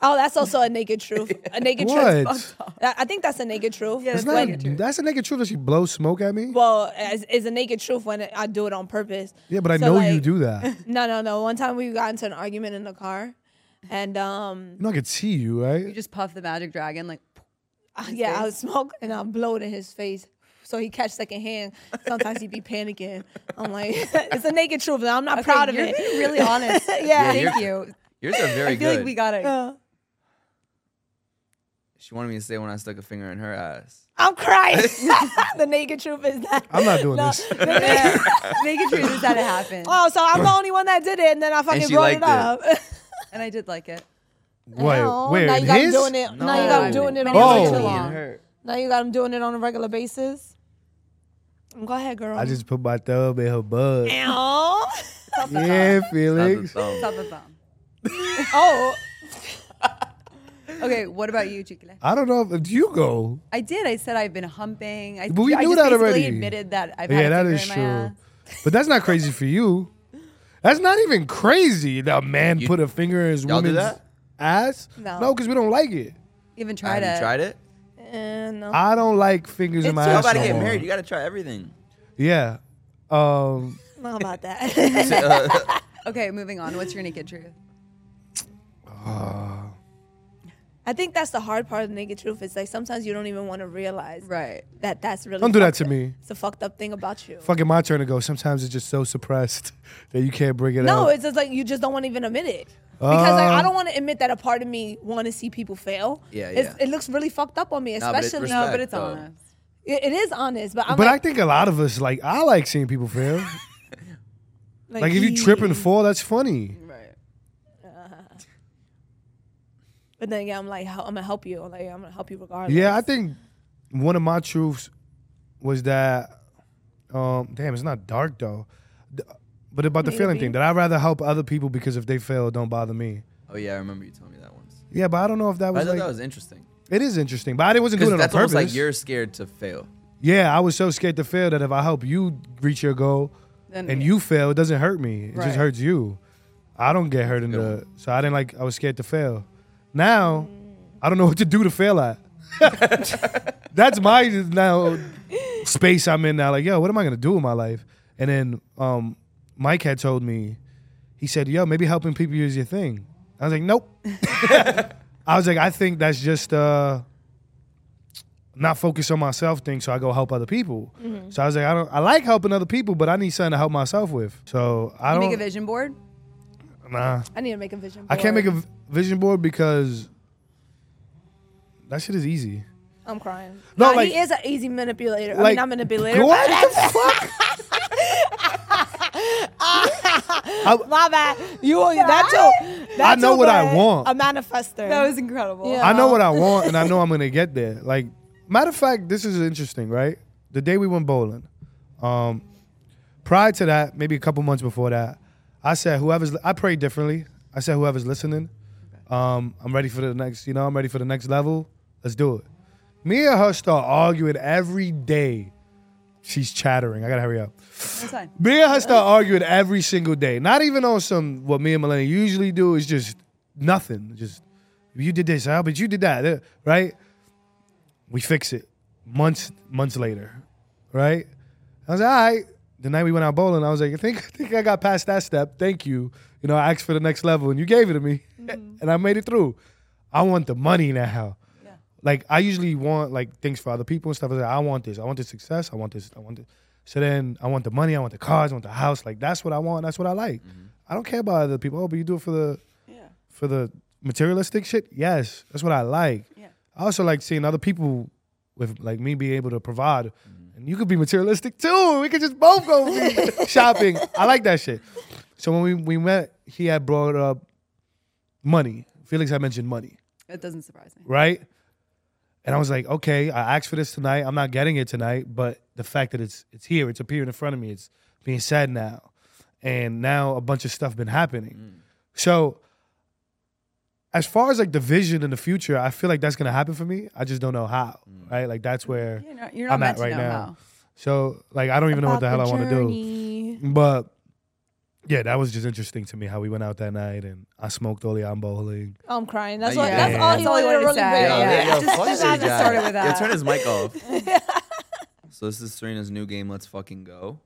S1: Oh, that's also a naked
S2: <laughs>
S1: truth. A naked truth.
S2: What?
S1: is fucked up. I I think that's a naked truth.
S2: That's
S1: When-
S2: not. That's a naked truth that she blows smoke at me.
S1: well, it's, it's a naked truth when I do it on purpose.
S2: Yeah, but I
S1: So,
S2: know you
S1: like,
S2: do that. you
S1: No, no, no. One time we got into an argument in the car, and um,
S2: know I could see you,
S4: You
S2: right?
S4: just puff the magic dragon like
S1: <laughs> yeah,
S4: face?
S1: I would smoke and I'll blow it in his face. So he catch second hand. Sometimes he'd be panicking. I'm like, <laughs> it's a naked truth, and I'm not proud of
S4: you're
S1: it. <laughs>
S4: being really honest. <laughs>
S1: Yeah.
S4: Thank
S3: you're-
S4: you.
S3: Yours are very
S4: I feel
S3: good.
S4: like we got it.
S1: Uh,
S3: she wanted me to say when I stuck a finger in her ass.
S1: I'm
S4: <laughs>
S1: crying. <laughs> the naked truth is that. <laughs>
S2: I'm not doing this.
S1: The naked-
S2: <laughs>
S4: Make it true that that happened.
S1: Oh, so I'm the only one that did it, and then I fucking
S3: she
S1: brought it
S3: liked it.
S1: up.
S4: And I did like it.
S1: <laughs>
S2: What?
S1: No,
S2: Where?
S1: now you
S2: in
S1: got him
S2: his?
S1: doing it. Now you got him
S4: No.
S1: doing it on
S2: Oh.
S1: a
S2: Too
S1: regular.
S2: long.
S3: Her.
S1: Now you got him doing it on a regular basis. Go ahead, girl.
S2: I just put my thumb in her butt. <laughs>
S1: Ow.
S2: yeah,
S3: Not the
S2: Felix.
S3: thumb.
S4: Stop the thumb.
S1: <laughs> oh,
S4: Okay, what about you, Chiquile?
S2: I don't know if, if you go.
S4: I did. I said I've been humping. I,
S2: But we
S4: I
S2: knew
S4: just
S2: that
S4: basically
S2: already.
S4: admitted that I've
S2: yeah,
S4: had a
S2: that
S4: finger
S2: is
S4: in my
S2: true.
S4: ass.
S2: But that's not crazy for you. That's not even crazy. That a man
S3: You-
S2: put a finger in his
S3: Y'all do
S2: woman's
S3: that?
S2: ass.
S1: No.
S2: because we don't like it.
S4: You haven't
S3: I
S4: tried
S3: haven't
S4: it.
S3: tried it.
S1: And no.
S2: I don't like fingers in my
S3: You're
S2: ass.
S3: about to
S2: no
S3: get
S2: more.
S3: married. You got to try everything.
S2: Yeah. Um,
S1: Not about
S2: <laughs>
S1: that.
S4: Okay, moving on. What's your naked truth?
S1: I think that's the hard part of naked truth. It's like sometimes you don't even want to realize
S4: Right.
S1: that that's really.
S2: Don't do that
S1: fucked
S2: to
S1: up.
S2: me.
S1: It's a fucked up thing about you.
S2: fucking my turn to go. Sometimes it's just so suppressed <laughs> that you can't bring it out.
S1: No, it's just like you just don't want to even admit it. Because like
S2: Uh,
S1: I don't want to admit that a part of me want to see people fail.
S3: Yeah,
S1: It's-
S3: yeah.
S1: It looks really fucked up on me,
S3: Nah, but it's
S1: especially.
S3: respect,
S4: No, but it's
S3: though.
S4: honest.
S1: It- it is honest, but I'm
S2: But I
S1: like,
S2: think a lot of us like I like seeing people
S1: <laughs>
S2: fail. like if you trip and fall, that's funny.
S4: Right.
S1: but then yeah, I'm like, "Hel- I'm gonna help you. Like I'm gonna help you regardless.
S2: Yeah, I think one of my truths was that um damn, it's not dark though. Th- But about the feeling thing, that I'd rather help other people because if they fail, it don't bother me.
S3: Oh yeah, I remember you telling me that once.
S2: Yeah, but I don't know if that
S3: But I
S2: was
S3: thought
S2: like
S3: that was interesting
S2: it is interesting. But I didn't wasn't
S3: because
S2: doing it on
S3: that's
S2: purpose.
S3: almost like you're scared to fail.
S2: yeah, I was so scared to fail that if I help you reach your goal,
S4: Then
S2: and you fail, it doesn't hurt me. It
S4: Right.
S2: just hurts you. I don't get hurt in
S3: Good
S2: the so I didn't like I was scared to fail. Now I don't know what to do to fail at. <laughs> That's my now space I'm in now. Like, yo, what am I gonna do with my life? And then um, Mike had told me, he said, yo, maybe helping people is your thing. I was like, nope. I was like, I think that's just uh not focused on myself thing, so I go help other people. So I was like, I don't I like helping other people, but I need something to help myself with. So I
S4: You
S2: don't
S4: make a vision board.
S2: nah.
S1: I need to make a vision.
S2: I can't make a
S1: board.
S2: v- vision board because that shit is easy.
S1: I'm crying.
S2: No,
S1: No,
S2: like-
S1: he is an easy manipulator. I
S2: like,
S1: mean, I'm a manipulator. <laughs>
S2: What
S1: But
S2: the fuck?
S6: My bad. You that too. That
S2: I know
S6: too,
S2: what I
S6: but
S2: want.
S6: A manifester.
S4: That was incredible.
S1: Yeah.
S2: I know what I want, and I know I'm gonna get there. Like, matter of fact, this is interesting, right? The day we went bowling, um, prior to that, maybe a couple months before that, I said, "Whoever's," I pray differently. I said, "Whoever's listening, um, I'm ready for the next. You know, I'm ready for the next level. Let's do it." Me and her start arguing every day. She's chattering. I gotta hurry up.
S4: That's fine.
S2: Me and her start arguing every single day. Not even on some what me and Melanie usually do is just nothing. Just you did this, Al, but you did that, eh, right? We fix it months months later, right? I was like, all right. The night we went out bowling, I was like, I think I think I got past that step. Thank you. You know, I asked for the next level, and you gave it to me, <laughs> and I made it through. I want the money now. Like I usually want like things for other people and stuff. I, was like, I want this. I want this success. I want this. I want this. So then I want the money. I want the cars. I want the house. Like that's what I want. That's what I like. I don't care about other people. Oh, but you do it for the for the materialistic shit. Yes, that's what I like.
S4: Yeah.
S2: I also like seeing other people with like me be able to provide. And you could be materialistic too. We could just both go be shopping. I like that shit. So when we, we met, he had brought up money. Felix had mentioned money
S4: That doesn't surprise me.
S2: right? And I was like, okay, I asked for this tonight. I'm not getting it tonight, but the fact that it's it's here, it's appearing in front of me, it's being said now, and now a bunch of stuff been happening. So, as far as like the vision in the future, I feel like that's gonna happen for me. I just don't know how, right? Like that's where
S4: You're not, you're not
S2: I'm
S4: meant
S2: at
S4: to
S2: right
S4: know
S2: now.
S4: how.
S2: So like I don't even know what the hell I want to do. But yeah, that was just interesting to me how we went out that night and I smoked all the I'm bowling.
S1: Oh, I'm crying. That's
S3: Yeah.
S1: all. That's
S4: Yeah.
S1: all
S4: That's
S1: he
S4: all he
S1: wanted to
S4: wanted
S1: really
S4: to say.
S1: say.
S4: Yeah, yeah.
S3: yo, fuck
S4: Just- just
S3: this
S4: have to
S3: guy.
S4: start it with
S3: Yo,
S4: that.
S3: turn his
S4: <laughs>
S3: mic off. so this is Serena's new game. Let's fucking go.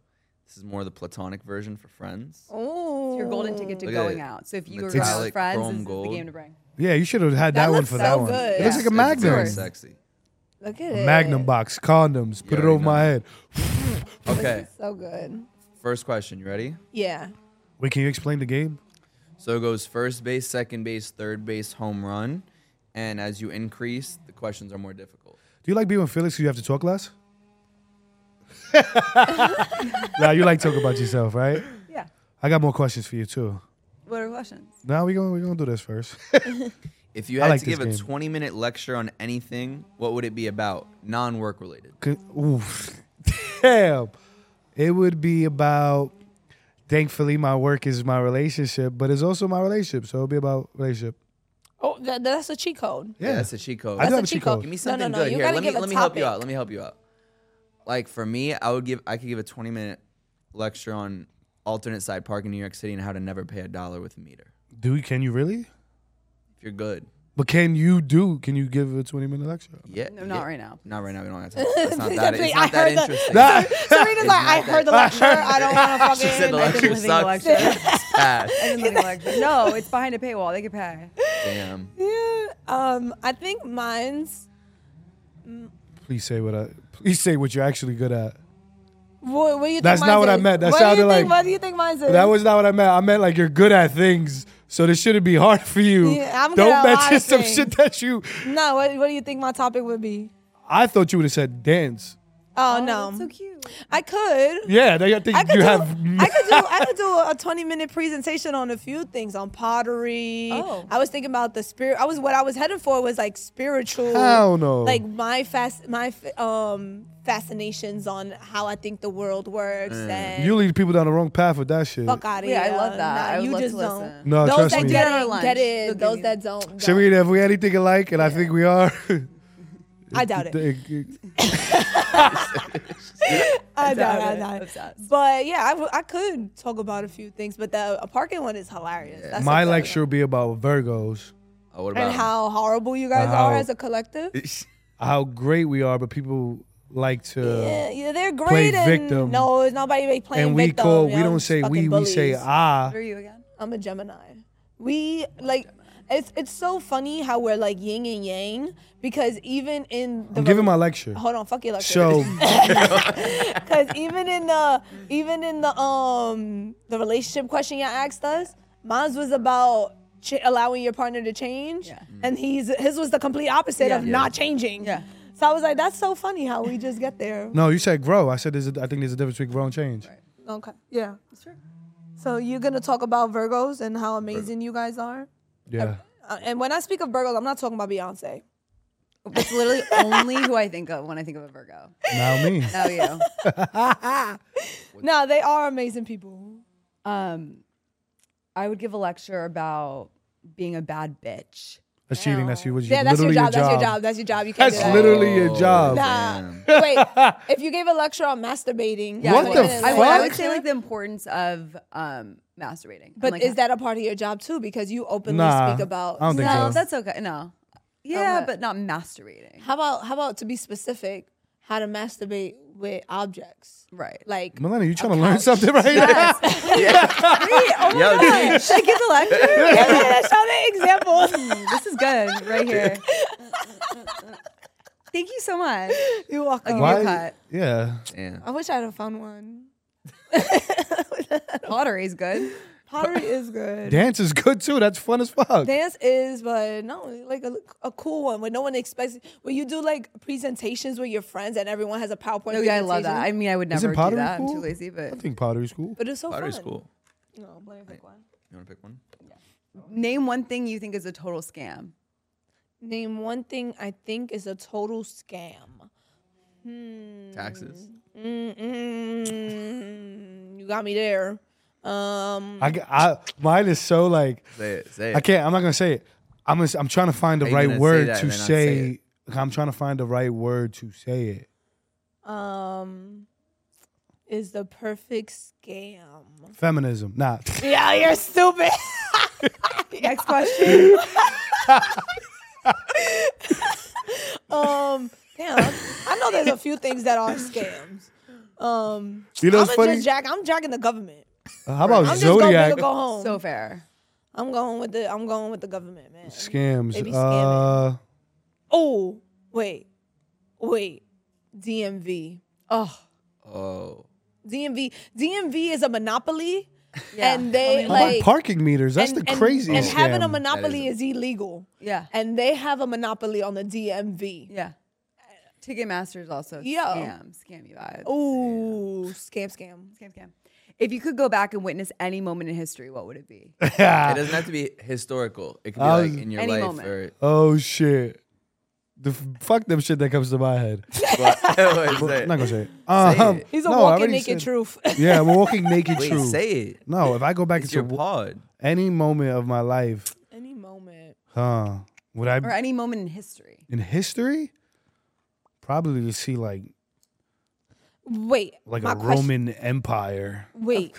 S3: This is more the platonic version for friends.
S4: Oh It's your golden ticket to
S3: Look at
S4: going
S3: it.
S4: out. So if you were
S3: Metallic
S4: out with friends,
S3: chrome
S4: this is the
S3: gold.
S4: game to bring.
S2: Yeah, you should have had that, one
S1: looks
S2: for
S1: so
S2: that one.
S1: good.
S2: It looks like
S4: Yes,
S2: a
S4: it's
S2: magnum.
S3: Very sexy.
S1: Look at it.
S2: Magnum box, condoms. Put
S3: Yeah,
S2: it
S3: I
S2: over my
S3: know.
S2: head.
S3: Okay.
S1: So good.
S3: First question. You ready?
S1: Yeah.
S2: Wait, can you explain the game?
S3: So it goes first base, second base, third base, home run, and as you increase, the questions are more difficult.
S2: Do you like being with Felix? 'cause you have to
S1: <laughs>
S2: talk less. nah, you like talk about yourself, right?
S4: Yeah.
S2: I got more questions for you too.
S4: What are <laughs> questions?
S2: Now we gonna we gonna do this first.
S3: If you
S2: I
S3: had
S2: like
S3: to
S2: this
S3: give a
S2: game.
S3: 20 minute lecture on anything, what would it be about? Non work related.
S2: Good- Oof. <laughs> Damn. It would be about thankfully my work is my relationship, but it's also my relationship. So it'll be about relationship.
S1: Oh, that, that's a cheat code.
S3: Yeah, that's a cheat code.
S2: I
S1: That's
S2: do have
S1: a
S2: a cheat
S1: cheat code.
S2: code.
S3: Give me
S1: No, no,
S3: something
S1: no,
S3: good
S1: you
S3: here.
S1: gotta
S3: Let me
S1: give a
S3: let me help you
S1: topic.
S3: out. Let me help you out. Like for me, I would give I could give a 20 minute lecture on alternate side parking in New York City and how to never pay a dollar with a meter.
S2: Do you, can you really?
S3: If you're good.
S2: But can you do? Can you give a twenty minute lecture?
S3: Yeah,
S4: No, not
S3: yeah.
S4: right now.
S3: Not right now. We
S1: <laughs>
S3: don't have time. It's not that. It's
S1: Wait,
S3: not
S1: I
S3: that
S1: heard that.
S2: <laughs>
S3: interesting.
S1: <laughs> Serena's like, I
S3: not
S1: heard
S3: that-
S1: the lecture. I don't want to fucking.
S3: she said the
S1: like,
S3: lecture
S4: living
S3: sucks. <laughs>
S1: <laughs>
S3: It's bad.
S4: no, it's behind a paywall. They could pay.
S3: Damn.
S1: <laughs> Um, I think mine's
S2: Please say what I. Please say what you're actually good at.
S1: What, what do you think
S2: That's
S1: mine's
S2: not what I
S1: is?
S2: meant. That
S1: what do
S2: sounded
S1: you think,
S2: like-
S1: What do you think mine's is?
S2: That was not what I meant. I meant like you're good at things, so this shouldn't be hard for you.
S1: Yeah, I'm good
S2: Don't
S1: at a lot
S2: mention
S1: of
S2: some
S1: things.
S2: shit that you.
S1: no. What, what do you think my topic would be?
S2: I thought you would have said dance.
S1: Oh, no,
S4: So cute.
S1: I could.
S2: Yeah, they- I think
S1: I could
S2: you
S1: do.
S2: have.
S1: I could do. I could
S2: <laughs>
S1: do a 20 minute presentation on a few things on pottery.
S4: Oh.
S1: I was thinking about the spirit. I was what I was headed for was like spiritual.
S2: Hell no.
S1: Like my fast my f- um fascinations on how I think the world works and
S2: Mm. you lead people down the wrong path with that shit.
S1: fuck out of
S4: Yeah,
S1: here.
S4: I love that.
S1: Nah,
S4: I would
S1: you
S4: love
S1: just
S4: to
S1: don't.
S4: listen.
S2: No,
S1: Those
S2: Oh, trust
S1: that
S2: me.
S1: get
S4: Dinner or
S1: it,
S4: lunch?
S1: get it.
S4: They'll
S1: Those
S4: give you-
S1: that don't, don't.
S2: Sharita, if we anything alike, and I think we are.
S1: I <laughs> doubt
S2: <laughs>
S1: it. I doubt it. I doubt it.
S4: Obsessed.
S1: But yeah, I, w- I could talk about a few things, but the a parking one is hilarious. That's
S2: My
S1: a good
S2: lecture will be about Virgos,
S3: Oh, what
S1: one.
S3: about
S1: and
S3: <laughs>
S1: how horrible you guys
S2: Wow.
S1: are as a collective.
S2: how great we are, but people like to.
S1: Yeah, yeah, they're great.
S2: uh, Play
S1: and
S2: victim.
S1: No, it's nobody make playing
S2: And we
S1: victim.
S2: call.
S1: y'all
S2: We don't
S1: just
S2: say we.
S1: fucking
S2: We say
S1: bullies.
S2: ah.
S4: What are you again?
S1: I'm a Gemini. We like it's it's so funny how we're like yin and yang because even in the
S2: I'm giving my lecture.
S1: hold on fuck your lecture <laughs>
S2: So <laughs>
S1: Because even in the even in the um the relationship question you all asked us, mine was about ch- allowing your partner to change,
S4: Yeah.
S1: and he's his was the complete opposite of
S4: Yeah.
S1: not changing.
S4: Yeah.
S1: So I was like, that's so funny how we just get there.
S2: no, you said grow. I said there's. A, I think there's a difference between grow and change.
S1: <laughs> Okay. Yeah. So you're gonna talk about Virgos and how amazing you guys are.
S2: Yeah.
S1: Uh, and when I speak of Virgos, I'm not talking about Beyonce.
S4: That's literally only who I think of when I think of a Virgo.
S2: <laughs> Now me.
S4: Now you.
S1: No, they are amazing people.
S4: <laughs> Um, I would give a lecture about being a bad bitch.
S2: That's cheating. That's you. Was
S1: Yeah, that's your
S2: literally
S1: job. That's your job. That's your job. You can't
S2: That's
S1: do that. <laughs>
S2: literally
S3: Oh.
S2: your job.
S1: Nah.
S3: Damn.
S1: Wait, if you gave a lecture on masturbating,
S4: Yeah,
S2: What
S1: like,
S4: I would-
S2: the
S1: and,
S4: I
S1: like,
S4: would, I
S2: fuck?
S4: would say like the importance of um masturbating. I'm
S1: But
S4: like,
S1: is that a part of your job too? Because you openly
S2: Nah,
S1: speak about.
S2: I don't think
S4: no?
S2: so.
S4: That's okay. No. Yeah,
S1: what?
S4: but not masturbating.
S1: How about how about to be specific? How to masturbate with objects,
S4: Right.
S1: like
S2: Melanie, you trying to learn something right now?
S4: Oh
S3: Yo, teach.
S4: Should I give a <laughs> lecture? <laughs>
S1: examples.
S4: Hmm, this is good right here. <laughs> Thank you so much.
S1: you walk.
S4: I'll give you a cut.
S2: Yeah.
S4: Oh,
S3: Damn.
S1: I wish I'd have found one.
S4: Pottery is good.
S2: <laughs>
S1: Pottery is good.
S2: Dance is good too. That's fun as fuck.
S1: Dance is, but no, like a, a cool one where no one expects. Where you do like presentations with your friends and everyone has a PowerPoint.
S4: Oh, yeah, I love that.
S1: presentation.
S4: I mean, I would
S2: Isn't
S4: never do
S2: pottery
S4: that. I'm
S2: cool?
S4: too lazy,
S2: I
S4: but
S2: think pottery's cool.
S1: but it's so
S3: Pottery's
S1: fun.
S3: cool.
S1: No, let me pick one.
S3: You want to pick one?
S4: name one thing you think is a total scam.
S1: Name one thing I think is a total scam.
S4: Mm.
S3: Taxes.
S1: Mm-mm. You got me there. Um,
S2: I, g- I- mine is so like
S3: Say it. Say it.
S2: I can't. I'm not gonna say it. I'm gonna, s- I'm trying to find the
S3: How you
S2: right
S3: gonna say
S2: word
S3: that
S2: to
S3: and then not
S2: say.
S3: say
S2: I'm trying to find the right word to say it.
S1: um, is the perfect scam.
S2: Feminism. Nah. <laughs>
S1: Yeah, you're stupid. <laughs>
S4: Next question.
S1: um, damn, I know there's a few things that are scams. Um,
S2: You know
S1: I'm
S2: what's funny?
S1: just jack. I'm jacking the government.
S2: Uh, How about
S1: I'm just
S2: zodiac
S1: gonna go home.
S4: <laughs> so fair.
S1: I'm going with the. I'm going with the government, man.
S2: scams?
S1: They be
S2: Uh,
S1: scamming. Oh, wait, wait, DMV. Oh.
S3: Oh.
S1: DMV DMV is a monopoly,
S4: Yeah.
S1: and they
S2: how about
S1: like
S2: parking meters. That's
S1: and,
S2: the
S1: and-
S2: craziest
S1: And, having a
S2: scam.
S1: monopoly is, illegal,
S4: Yeah.
S1: and they have a monopoly on the DMV.
S4: Yeah. Ticketmaster is also
S1: Yo.
S4: scam, scammy vibes.
S2: Oh.
S1: Ooh, scam, scam.
S4: Scam, scam. If you could go back and witness any moment in history, what would
S2: <laughs>
S4: it be?
S3: It doesn't have to be historical. It could be
S2: I
S3: like
S2: was-
S3: in your
S4: Any
S3: life
S4: moment. <laughs>
S3: or
S2: oh shit. The f- fuck them shit that comes to my head.
S3: what, <laughs> what
S2: I'm
S3: is
S2: not
S3: that?
S2: gonna say it. Um,
S3: it.
S1: He's a
S2: no, I
S1: walking
S2: already
S1: naked
S2: said-
S1: truth.
S2: Yeah, I'm a walking naked
S3: Wait,
S2: truth.
S3: say it.
S2: No, if I go back
S3: It's
S2: into
S3: your pod.
S2: any moment of my life,
S1: <laughs> Any moment.
S2: huh? Would I
S4: Or any moment in history?
S2: in history? Probably to see like
S1: Wait,
S2: like
S1: my
S2: a
S1: question,
S2: Roman Empire.
S1: Wait,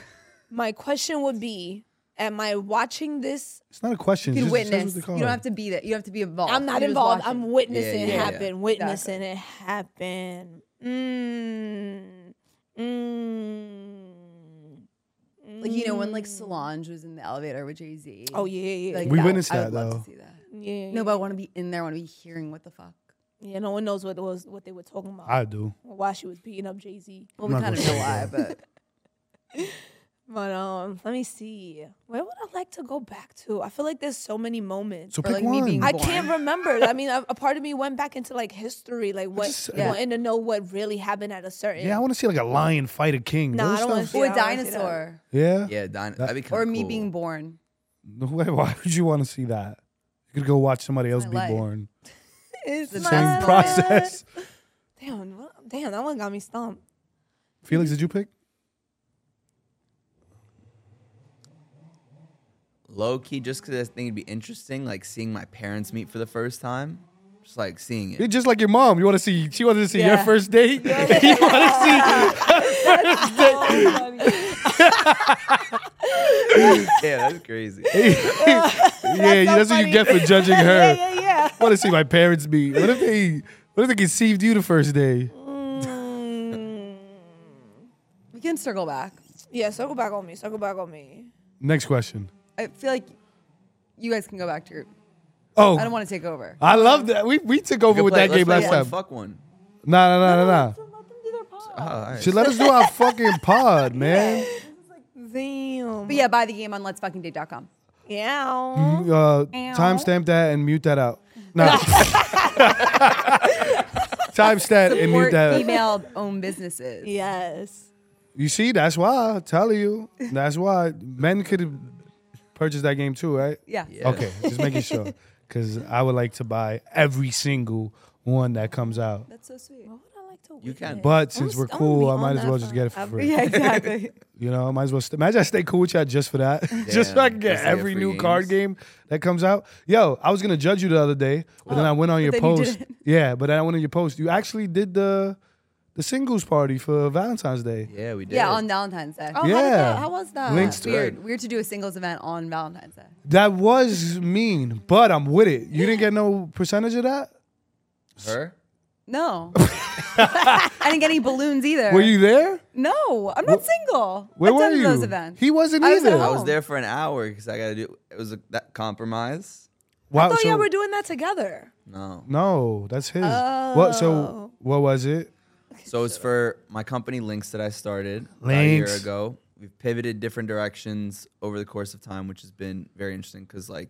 S1: my question would be: Am I watching this?
S2: It's not a question.
S4: You
S2: just
S4: can
S2: says what
S4: witness.
S2: they
S4: You
S2: call
S4: don't
S2: it.
S4: have to be there. You have to be involved.
S1: I'm not
S4: You're just
S1: involved.
S4: watching.
S1: I'm witnessing
S3: Yeah, yeah,
S1: it
S3: yeah.
S1: happen. Witnessing it happen. Mm. Mm.
S4: like you know when like Solange was in the elevator with Jay Z.
S1: Oh yeah, yeah, yeah.
S4: like,
S2: Mm. We
S4: that-
S2: witnessed
S4: I
S2: that,
S4: would love
S2: though.
S4: To see that.
S1: yeah,
S4: No, but I want to be in there. I want to be hearing what the fuck.
S1: yeah. No one knows what it was what they were talking about.
S2: I do.
S1: why she was beating up Jay Z.
S4: Well,
S2: I'm
S4: we
S2: not
S4: kind of
S2: gonna
S4: know
S2: say
S4: why,
S2: that. <laughs>
S4: but
S1: But um, let me see. Where would I like to go back to? I feel like there's so many moments.
S2: So
S4: Or,
S2: pick
S4: like, me
S2: one.
S4: being
S1: I
S4: born.
S1: can't remember. I mean, a, a part of me went back into like history, like what,
S2: just- uh,
S4: Yeah.
S1: wanting to know what really happened at a certain.
S2: yeah, I want to see like a lion fight a king.
S1: Nah,
S2: Those
S1: I don't wanna
S2: stuff-
S1: see
S4: or
S1: Yeah,
S4: a
S1: I wanna see that.
S4: dinosaur,
S2: Yeah.
S3: Yeah, dine, that'd be kinda
S4: or me
S3: cool.
S4: being born.
S2: Why, why would you want to see that? You could go watch somebody else
S4: my
S2: be
S4: life.
S2: born.
S1: It's
S4: Same
S2: Same
S1: my life.
S2: process.
S1: <laughs> Damn, well, damn, that one got me
S2: <laughs>
S1: stumped.
S2: Felix, did you pick?
S3: low key, just because I think it'd be interesting, like seeing my parents meet for the first time, just like seeing it.
S2: You're just like your mom. You want to see? She wanted to see your
S4: Yeah.
S2: first date. <laughs> you want to see?
S1: Oh,
S3: <laughs> yeah, that's crazy.
S2: <laughs> yeah, that's, what you get for judging her.
S1: Yeah,
S2: <laughs>
S1: yeah.
S2: I want to see my parents meet. What if they? What if they conceived you the first day?
S4: We can circle back.
S1: Mm. Yeah, circle back on me. Circle back on me.
S2: Next question.
S4: I feel like you guys can go back to your.
S2: Oh,
S4: I don't want to take over.
S2: I love that. We we took over
S3: Could
S2: with
S3: play-
S2: that
S3: let's
S2: game
S3: play
S2: last
S3: one
S2: time.
S3: Fuck one.
S2: Nah, nah, nah, nah, nah.
S3: Oh, all right.
S2: Should let us do our fucking pod, man.
S1: Damn.
S4: But yeah, buy the game on Let's Fucking Date.com.
S1: Yeah.
S2: Uh, timestamp that and mute that out. No. timestamp and mute
S4: Support
S2: that.
S4: female-owned businesses.
S1: Yes.
S2: You see, that's why I tell you. That's why men could purchase that game too, right?
S4: Yeah.
S3: Yeah.
S2: Okay, just making sure. Because I would like to buy every single one that comes out.
S4: That's so sweet.
S1: What would I like to
S3: You can.
S2: But since
S1: I'm
S2: we're
S1: just- I'm gonna
S2: cool,
S1: be
S2: I might
S1: on
S2: as
S1: that
S2: well just get it for
S1: forever.
S2: free. <laughs>
S4: Yeah, exactly.
S2: You know, I might as well. St- Imagine I stay cool with y'all just for that, <laughs> just so I can get
S3: just to get
S2: every
S3: free
S2: new
S3: games.
S2: card game that comes out. Yo, I was gonna judge you the other day, but then I went on your
S4: Oh, then you
S2: post.
S4: didn't.
S2: <laughs> yeah, but then I went on your post. You actually did the the singles party for Valentine's Day.
S3: yeah, we did.
S4: Yeah, on Valentine's Day.
S2: how did Yeah. that-
S1: How
S2: how
S1: was that?
S2: Links to
S4: Ah, Weird. Weird to do a singles event on Valentine's Day.
S2: that was mean, but I'm with it. You didn't get no percentage of that.
S3: her.
S2: <laughs>
S4: No. I didn't get any balloons either.
S2: Were you there?
S4: No, I'm not single.
S2: Where
S4: I've
S2: were
S4: done
S2: you?
S4: those events.
S2: He wasn't
S4: I was at
S2: either.
S4: home.
S3: I was there for an hour because I got to do. It was a, that compromise.
S2: Wow,
S1: Oh
S2: so-
S1: yeah, we're doing that together.
S3: No,
S2: no, that's his. What?
S4: Oh.
S2: So what was it?
S3: <laughs> so it's for my company links that I started about a year
S2: Links.
S3: ago. We've pivoted different directions over the course of time, which has been very interesting because like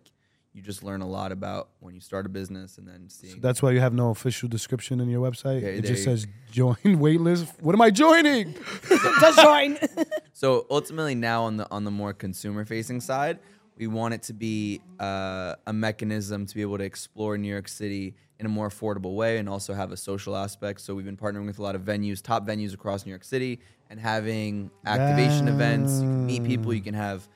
S3: you just learn a lot about when you start a business and then seeing.
S2: That's why you have no official description in your website.
S3: Yeah,
S2: it
S3: there
S2: just
S3: you-
S2: says join waitlist. What am I joining?
S1: Just join.
S3: So ultimately, now on the on the more consumer facing side, we want it to be uh, a mechanism to be able to explore New York City in a more affordable way, and also have a social aspect. So we've been partnering with a lot of venues, top venues across New York City, and having activation events. You can meet people. You can have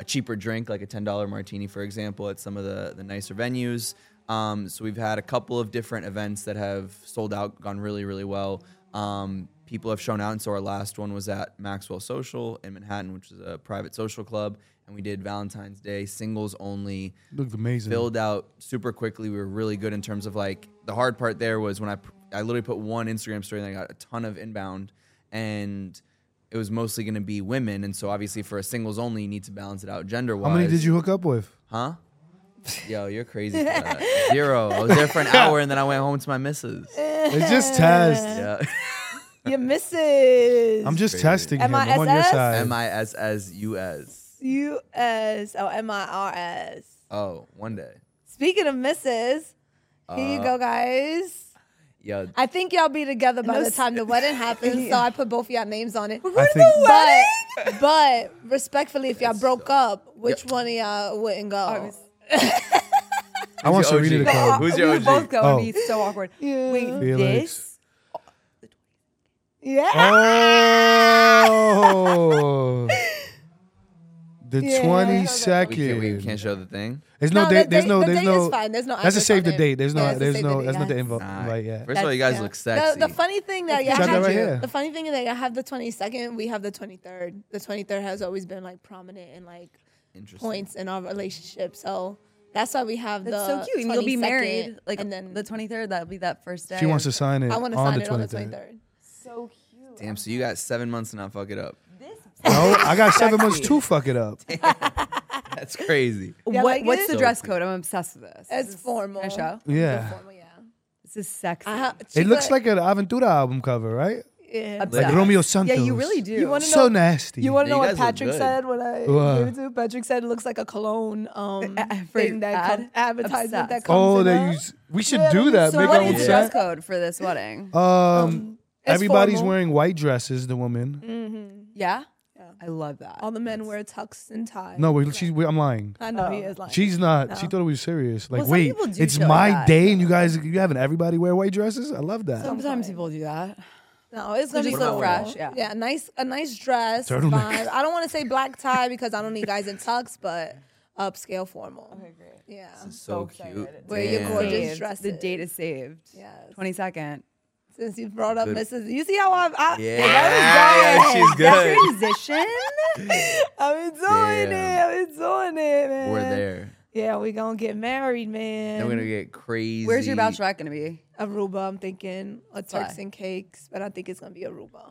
S3: a cheaper drink, like a ten dollar martini, for example, at some of the the nicer venues. Um, so we've had a couple of different events that have sold out, gone really, really well. Um, people have shown out, and so our last one was at Maxwell Social in Manhattan, which is a private social club, and we did Valentine's Day singles only
S2: Looked amazing.
S3: filled out super quickly. We were really good in terms of like the hard part there was when I p- I literally put one Instagram story and I got a ton of inbound and it was mostly going to be women and so obviously for a singles only you need to balance it out gender
S2: How
S3: wise.
S2: many did you hook up with? <laughs>
S3: Huh? Yo, you're crazy. for that. Zero. I was there for an hour and then I went home to my
S1: <laughs>
S3: missus.
S2: It's just test.
S3: Yeah.
S1: you miss it.
S2: Uh, I'm just testing him. I'm on your
S1: MISS?
S2: side.
S3: M I S S U S.
S1: U S O M I R S.
S3: Oh, one day.
S1: Speaking of misses, here
S2: Uh,
S1: you go, guys.
S3: Yo,
S1: I think y'all be together by
S7: No
S1: the
S7: s-
S1: <laughs> time the wedding happens, so I put both of y'all names on it.
S2: I think-
S1: But, but respectfully, if y'all broke
S2: uh,
S1: up, which one of y'all wouldn't go?
S2: I want
S3: Who's your
S2: Serena to
S3: OG?
S2: call.
S3: Who's your
S4: we
S3: OG?
S4: both go
S2: Oh.
S4: and be so awkward. Wait,
S2: Felix.
S4: this?
S1: yeah.
S2: <laughs> Uh, Oh. The twenty
S3: we, can't, we
S2: second.
S3: can't show the thing.
S2: There's no,
S1: No,
S2: date.
S1: the
S2: There's
S1: date-
S2: no.
S1: the
S2: There's
S1: date is
S2: no.
S1: fine. There's no
S2: That's a
S1: address
S2: save
S1: on
S2: the
S1: it.
S2: date. There's
S1: Yeah,
S2: no.
S1: it's a
S2: There's
S1: save
S2: no.
S1: the
S2: That's
S1: date,
S2: not the
S1: yes.
S2: info.
S3: Nah.
S2: Right yet.
S3: First of all, you guys look
S1: The,
S3: sexy.
S1: the funny thing that y'all
S2: Check that
S1: have,
S2: right here.
S1: the funny thing is that y'all have the 22nd. We have the 23rd. The 23rd has always been like prominent and like
S3: Interesting.
S8: points in our relationship. So that's why we have
S4: That's
S8: the
S4: so cute. And you'll be
S8: 22nd,
S4: married like
S8: and then
S4: the 23rd. That'll be that first day.
S2: She wants to sign it
S8: I
S2: on
S8: want
S2: the
S8: to sign it on the
S2: 23rd.
S8: 23rd.
S3: Damn. So you got seven months to not fuck it up.
S2: No, I got seven months to fuck it up.
S3: That's crazy.
S4: What,
S8: like
S4: what's
S8: it?
S4: the
S3: So
S4: dress
S3: cute.
S4: code? I'm obsessed with this.
S8: It's
S4: This is-
S8: formal.
S4: Can I show?
S2: Yeah.
S4: This is sexy.
S8: I
S1: Uh-huh.
S8: ha-
S2: It looks
S8: Chica-
S2: like an Aventura album cover, right?
S8: yeah.
S4: Obsessed.
S2: Like Romeo Santos.
S4: Yeah, you really do.
S1: You wanna
S2: So
S1: know-
S2: nasty.
S1: You want to
S3: You
S1: know what
S3: guys look
S1: Patrick
S3: good.
S1: said when I
S2: What?
S1: gave it to him? Patrick said it looks like a cologne
S8: <laughs>
S1: um,
S4: for
S1: thing that
S4: ad?
S1: come- advertisement
S4: Obsessed.
S1: that comes
S2: oh,
S1: in
S2: they
S1: a-
S2: use. We should
S1: Yeah,
S2: do
S1: that'd be
S2: that.
S1: so
S2: Make our
S4: what
S2: own
S4: is the
S2: set.
S4: dress code for this wedding?
S2: Um,
S1: it's
S2: everybody's
S1: formal.
S2: wearing white dresses. The women.
S4: yeah? I love that.
S1: All the men wear tux and ties.
S2: No, wait, she, wait, I'm lying.
S1: I know
S8: Oh.
S1: he is like.
S2: She's not. She thought it was serious. Like,
S4: Well, some
S2: wait,
S4: people do
S2: it's
S4: shit like
S2: my
S4: that,
S2: day, and you guys, you having everybody wear white dresses. I love that.
S4: Sometimes people do that.
S1: no, it's gonna be
S4: Just
S3: about
S1: so
S4: look
S3: formal?
S4: fresh. Yeah.
S8: Yeah, a nice a nice dress.
S2: Turtleneck.
S8: vibe. I don't want to say black tie because I don't need guys in tux, but upscale formal. Yeah.
S3: so cute.
S8: Wear your
S3: Damn.
S8: gorgeous
S4: Saved.
S8: dresses.
S4: The date is saved.
S8: Yes.
S4: 22nd.
S8: Since you brought up
S3: Good.
S8: Mrs. You see how I've, I
S3: Yeah, yeah, she's good.
S4: Transition?
S1: <laughs>
S2: <laughs>
S1: I'm doing
S3: Damn.
S1: it. I'm doing it, man.
S3: We're there.
S1: Yeah, we gonna get married, man.
S3: Then we're gonna get crazy.
S4: Where's your bachelorette going to be?
S1: Aruba, I'm thinking, or Turks
S4: Fly.
S1: and Cakes, but I think it's gonna be Aruba.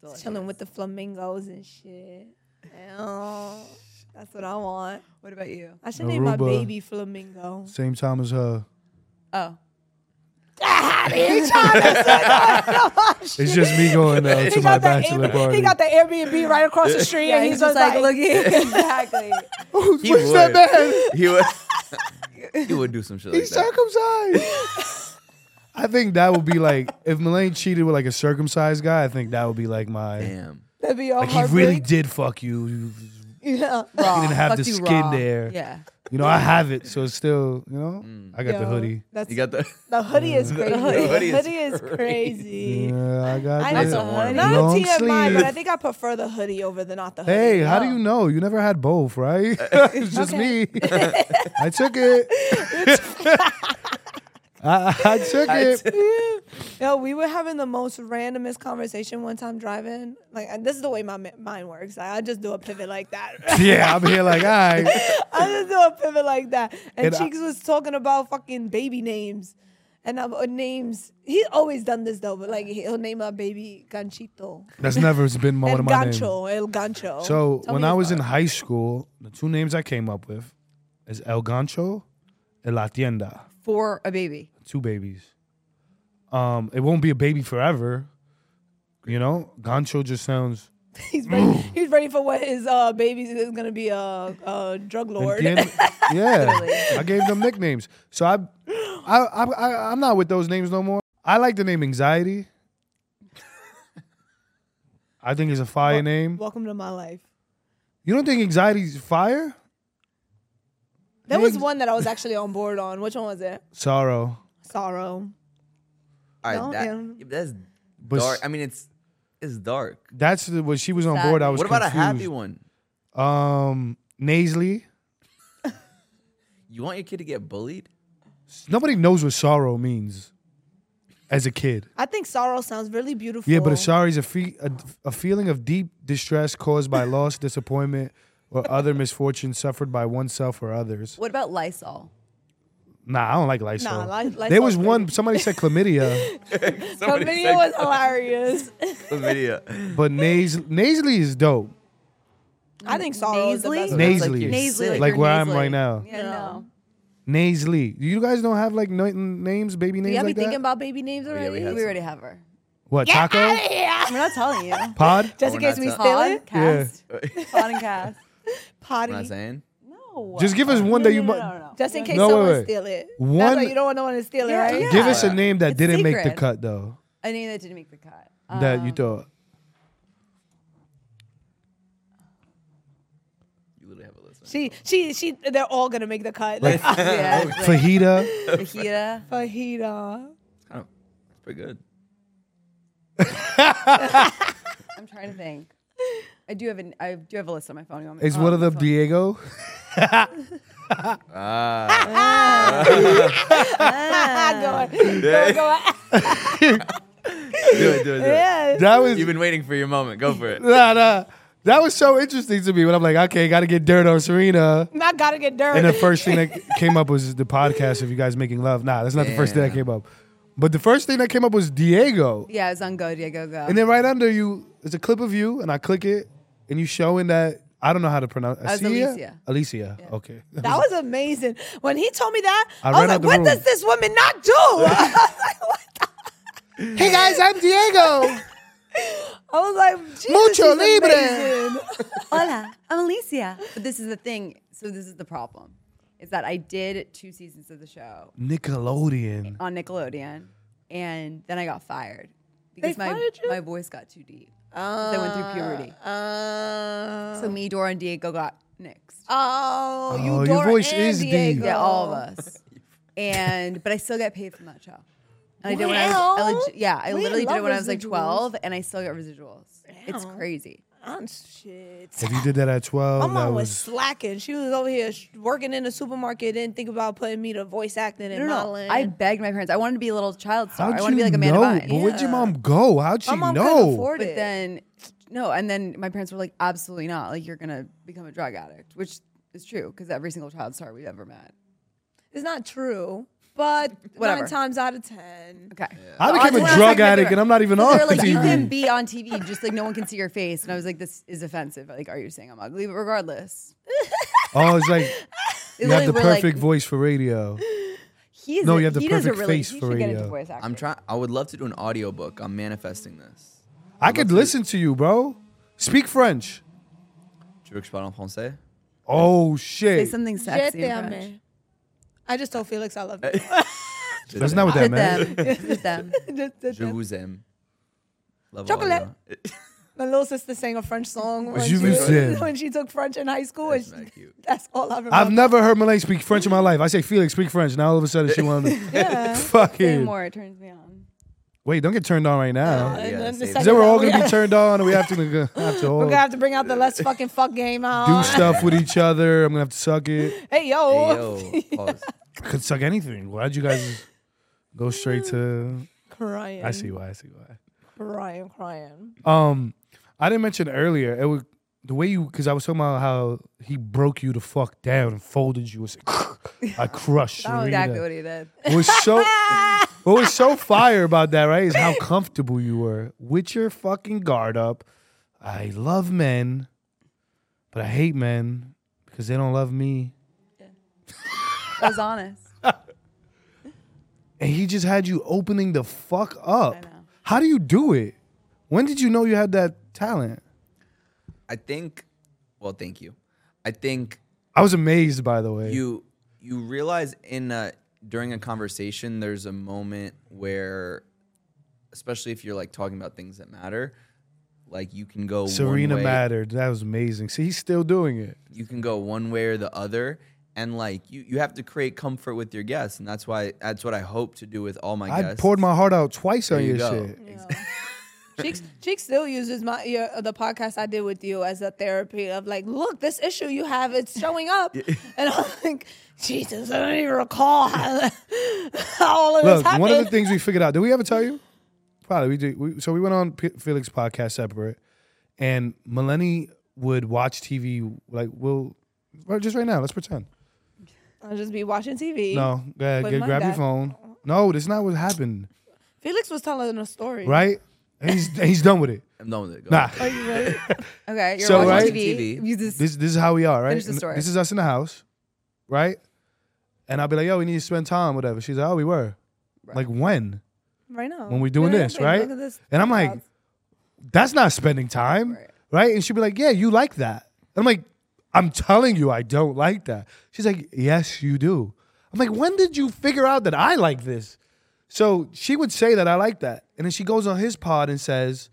S1: Just Chilling with the flamingos and shit. Ew, that's what I want.
S4: What about you?
S1: I should name my
S2: Aruba.
S1: baby flamingo.
S2: Same time as her.
S4: Oh.
S2: <laughs>
S1: <laughs>
S2: It's just me going uh, to my bachelor
S1: Airbnb,
S2: party.
S1: he got the Airbnb right across the street, and he's, just like,
S4: looking.
S1: exactly.
S3: He would.
S2: that
S3: He would. he would do some shit like
S2: He's
S3: that.
S2: circumcised. I think that would be like if Mulaney cheated with like a circumcised guy. I think that would be like my.
S3: Damn.
S1: That'd be all
S2: Like he really did fuck you. You,
S1: <laughs>
S2: <laughs>
S1: Yeah.
S2: you didn't have
S4: Fuck
S2: the
S4: you,
S2: skin
S4: raw.
S2: there.
S4: Yeah.
S2: You know, I have it, so it's still. You know, I got the
S1: Yo,
S2: hoodie.
S1: That's,
S3: You got the.
S1: the hoodie
S2: <laughs>
S1: is crazy. The
S3: hoodie-
S1: hoodie,
S3: the hoodie is
S1: is crazy.
S2: Yeah, I got.
S1: I
S2: the-
S3: Nice
S1: know.
S3: and warm.
S1: Not
S2: Long
S1: TMI, but I
S2: sleeve.
S1: think I prefer the hoodie over the not the hoodie.
S2: Hey, how
S1: <laughs>
S2: do you know? You never had both, <laughs> right? it's just me. <laughs> I
S1: <laughs>
S2: took it. I, I took it.
S1: Yo, we were having the most randomest conversation one time driving. Like, and this is the way my mi- mind works. Like, I just do a pivot like that.
S2: <laughs> yeah, I'm here like, all right.
S1: I just do a pivot like that. And,
S2: And I-
S1: Cheeks was talking about fucking baby names. And I'm, uh, names. He's always done this though, but like he'll name our baby Ganchito.
S2: That's never been one
S1: El
S2: of my names.
S1: Gancho. El Gancho.
S2: So
S1: Tell
S2: when
S1: me
S2: I
S1: his
S2: was in high school, the two names I came up with is El Gancho and La Tienda.
S4: For a baby.
S2: Two babies. Um, it won't be a baby forever. You know, Gancho just sounds.
S1: <laughs> He's
S2: <clears throat>
S1: ready, he's ready for what his uh, baby is going to be a, a drug lord. <laughs>
S3: <laughs>
S2: Tien- yeah, I gave them nicknames. So I, I, I, I, I'm not with those names no more. I like the name Anxiety. I think it's a fire name.
S1: Welcome to my life.
S2: You don't think Anxiety's fire?
S1: There was one that I was actually on board on. Which one was it?
S2: Sorrow.
S1: Sorrow.
S3: All
S1: No,
S3: right, that,
S1: yeah.
S3: yeah, but that's
S2: But
S3: dark.
S2: s-
S3: I mean, it's it's dark.
S2: That's the, when she was on board. I was.
S3: What about a happy
S2: confused.
S3: one?
S2: Um, Naisley.
S3: You want your kid to get bullied?
S2: Nobody knows what sorrow means as a kid.
S1: I think sorrow sounds really beautiful.
S2: Yeah, but a sorrow is a, fe- a, a feeling of deep distress caused by <laughs> loss, disappointment, or other misfortune suffered by oneself or others.
S4: What about Lysol?
S2: Nah, I don't like Lysol.
S1: Nah, Ly-
S2: there
S1: Lysol's
S2: was
S1: great.
S2: one. Somebody said
S4: <laughs>
S2: chlamydia,
S1: The
S3: Somebody
S1: video was hilarious.
S3: video.
S2: but Nais- Naisley is dope.
S1: I think sorrow is the
S4: Nasally?
S1: best.
S3: That's
S2: Naisley,
S3: you're
S2: Naisley.
S3: sick.
S2: Like where I'm right now.
S4: Yeah, no.
S2: Naisley. You guys don't have like no- names, baby names
S8: Yeah, I be
S2: like
S8: thinking
S2: that.
S8: about baby names already.
S3: Oh, yeah, we had
S4: We already have her.
S2: what taco?
S4: I'm not telling you. <laughs>
S2: Pod?
S1: Just in
S3: Oh, We're
S1: case
S3: not
S1: we
S3: tell-
S1: steal it.
S4: Pod, cast. <laughs> Pod and cast.
S3: I'm not
S1: Potty.
S3: saying.
S4: No.
S2: Just give us one that you
S4: no,
S2: might.
S4: no, no.
S1: Just in case
S2: No, wait,
S1: someone
S2: wait.
S1: steal it. That's
S2: One-
S1: why you don't want no one to steal
S4: Yeah,
S1: it, right?
S4: yeah.
S2: Give us a name that
S4: It's
S2: didn't make the
S4: secret. Um,
S2: cut though.
S4: A name that didn't make the cut.
S2: That you thought.
S3: You literally have a list.
S1: She, she, she. They're all gonna make the cut. Like <laughs>
S4: <laughs> yeah. Like,
S2: Fajita.
S4: fajita.
S1: fajita.
S3: It's kind of it's pretty good.
S4: I'm trying to think. I do have an I do have a list on my phone. You want me-
S2: Is
S4: oh,
S2: one of them
S4: this
S2: Diego? <laughs>
S3: Ah, do it, do it, do it.
S1: Ah. <laughs>
S2: That was <laughs>
S3: You've been waiting for your moment. Go for it.
S2: nah, nah. That was so interesting to me when I'm like, okay, got to get dirt on Serena.
S1: I gotta get dirty.
S2: And the first thing that came up was the podcast of you guys making love. Nah, that's not the first thing that
S3: Yeah.
S2: came up. But the first thing that came up was Diego.
S4: Yeah, it's on Go Diego Go.
S2: And then right under you is a clip of you, and I click it, and you showing that I don't know how to pronounce.
S4: was
S2: Alicia.
S4: Alicia.
S2: Alicia. Okay.
S1: That was amazing. When he told me that,
S2: I
S1: I,
S2: ran
S1: was
S2: out
S1: like,
S2: the
S1: what
S2: room.
S1: does this woman not do? <laughs> I was like, what the- <laughs>
S2: hey guys, I'm Diego.
S1: I was like, Jesus,
S2: Mucho
S1: she's
S2: libre.
S1: amazing.
S4: Hola, I'm Alicia. But this is the thing. So this is the problem, is that I did two seasons of the show
S2: Nickelodeon.
S4: on Nickelodeon, and then I got fired because my
S1: fired you?
S4: my voice got too deep. 'Cause I went through puberty.
S1: Uh,
S4: so me, Dora, and Diego got nixed.
S1: oh, you
S2: Oh, your
S1: Dora
S2: voice
S1: and
S2: is deep.
S1: Diego.
S4: Yeah, all of us. And but I still get paid from that show. And I did when I was I
S1: Well,
S4: legit- yeah, I
S1: we
S4: literally did
S1: love
S4: it when I was like
S1: residuals.
S4: 12 and I still get residuals. It's crazy.
S1: Um, shit.
S2: If you did that at 12,
S1: My
S2: that
S1: mom was
S2: was.
S1: slacking. She was over here sh- working in the supermarket, didn't think about putting me to voice acting
S4: No,
S1: and
S4: no, no.
S1: modeling.
S4: I begged my parents. I wanted to be a little child star.
S2: How'd
S4: I want to
S2: you
S4: be like Amanda
S2: know?
S4: Bynes.
S2: But where'd your mom go? How'd she
S1: My mom couldn't
S2: know?
S1: afford
S4: But
S1: it.
S4: then no, and then my parents were like, absolutely not. Like you're gonna become a drug addict, which is true because every single child star we've ever met.
S1: It's not true, but
S4: Whatever.
S1: nine times out of ten.
S4: Okay.
S2: I
S4: The
S2: became
S4: odds
S2: a
S4: were I
S2: drug
S4: couldn't
S2: addict
S4: do it.
S2: and I'm not even
S4: So
S2: on
S4: They're like, you
S2: TV.
S4: can be on TV, just like no one can see your face. And I was like, this is offensive. Like, are you saying I'm ugly? But regardless,
S2: Oh,
S4: <laughs>
S2: it's like you have
S4: literally
S2: the
S4: were like-
S2: perfect voice for radio.
S4: He's
S2: No, you have the
S4: he does a
S2: perfect
S4: really,
S2: face
S4: he
S2: for uh,
S4: should Get
S2: radio.
S4: into voice
S3: I'm
S4: acting.
S3: trying. I would love to do an audiobook. I'm manifesting this.
S2: I could listen to you, bro. Speak French.
S3: Tu veux que je parle en français?
S2: Oh
S4: Say
S2: shit.
S4: something
S1: Get
S4: sexy. in
S1: there,
S4: French.
S1: man. I just told Felix I love him.
S2: That's not what that
S4: With
S2: meant.
S4: them,
S2: <laughs>
S4: with them.
S1: <laughs> Just- just-
S3: Je vous aime. Love
S1: Chocolat.
S3: all y'all.
S1: My little sister sang a French song when
S2: you
S1: she,
S2: was in.
S1: <laughs> when she took French in high school.
S3: That's
S1: and
S3: not
S1: she,
S3: cute.
S1: <laughs> that's all I remember.
S2: I've never heard Malay speak French in my life. I say Felix speak French. Now all of a sudden she
S4: <laughs>
S2: wanted to
S4: Say
S2: <laughs> fucking
S4: more. Uh, It turns me on.
S2: wait. Don't get turned on right now.
S1: and
S3: Yeah,
S1: then the
S3: same.
S1: second
S2: then we're all
S1: time
S2: gonna
S4: <laughs>
S2: be turned on, and we have to neg- have to
S1: We're
S2: all
S1: gonna have to bring out the let's fucking fuck game
S2: do
S1: out.
S2: stuff with
S4: <laughs>
S2: each other. I'm gonna have to suck it.
S1: Hey
S3: Hey,
S1: yo,
S3: yo, pause.
S2: Could suck anything. Why'd you guys go straight to?
S1: crying,
S2: I see why. I see why.
S1: crying, crying.
S2: Um, I didn't mention earlier. It was the way you because I was talking about how he broke you the fuck down and folded you. It's like, <laughs> I crushed.
S4: That
S2: Serena.
S4: was Oh, exactly what he did.
S2: What was so <laughs> what was so fire about that, right? Is how comfortable you were with your fucking guard up. I love men, but I hate men because they don't love me.
S4: I was honest.
S2: And he just had you opening the fuck up.
S4: know.
S2: How do you do it? When did you know you had that talent?
S3: I think. Well, thank you. I think
S2: I was amazed, by the way.
S3: you you realize in a, during a conversation there's a moment where especially if you're like talking about things that matter like you can go
S2: Serena
S3: one way,
S2: mattered. That was amazing. See, he's still doing it.
S3: you can go one way or the other and like you you have to create comfort with your guests and that's why that's what I hope to do with all my
S2: I,
S3: guests
S2: poured my heart out twice
S3: there
S2: on
S3: you
S2: your
S3: go.
S2: shit.
S1: Cheeks, Cheeks still uses my your, the podcast I did with you as a therapy of like, look, this issue you have, it's showing up, <laughs> and I'm like, Jesus, I don't even recall how, <laughs> how all of this
S2: Look,
S1: happened.
S2: one of the things we figured out. Did we ever tell you? Probably we did. We, so we went on P- Felix podcast separate, and Melanie would watch TV like we'll right- just right now. Let's pretend.
S1: I'll just be watching TV.
S2: No, go ahead,
S1: With
S2: get-
S1: my
S2: grab your
S1: dad.
S2: phone. No, that's not what happened.
S1: Felix was telling a story.
S2: Right? And he's and he's done with it.
S3: I'm done with it go
S2: Nah,
S4: Okay, you're
S2: So,
S4: watching
S2: right?
S4: TV. You just-
S2: this this is how we are. Right?
S4: Finish the
S2: And
S4: story.
S2: This is us in the house, right? And I'll be like, yo, we need to spend time, whatever. She's like, oh, we were. Like when?
S1: right now.
S2: when we're doing
S1: Yeah,
S2: this,
S1: babe,
S2: right?
S1: Oh, look at this.
S2: And I'm like, that's not spending time, right. And she'd be like, yeah, you like that. And I'm like, I'm telling you, I don't like that. She's like, yes, you do. I'm like, when did you figure out that I like this? So she would say that I like that. And then she goes on his pod and says,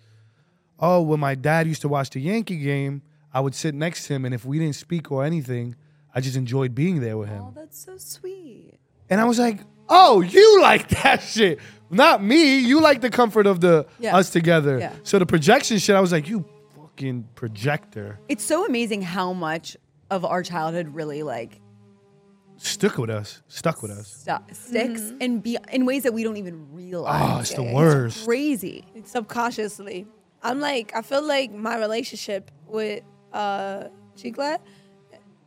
S2: oh, when my dad used to watch the Yankee game, I would sit next to him. And if we didn't speak or anything, I just enjoyed being there with him.
S4: oh, that's so sweet.
S2: And I was like, oh, you <laughs> like that shit. Not me. You like the comfort of the
S4: Yeah.
S2: us together.
S4: Yeah.
S2: So the projection shit, I was like, you fucking projector.
S4: It's so amazing how much of our childhood really like
S2: Stuck with us. Stuck with us.
S4: stu- sticks and be in ways that we don't even realize.
S2: Oh, it's the Ah, worst.
S4: Crazy.
S1: subconsciously. I'm like, I feel like my relationship with uh Chicla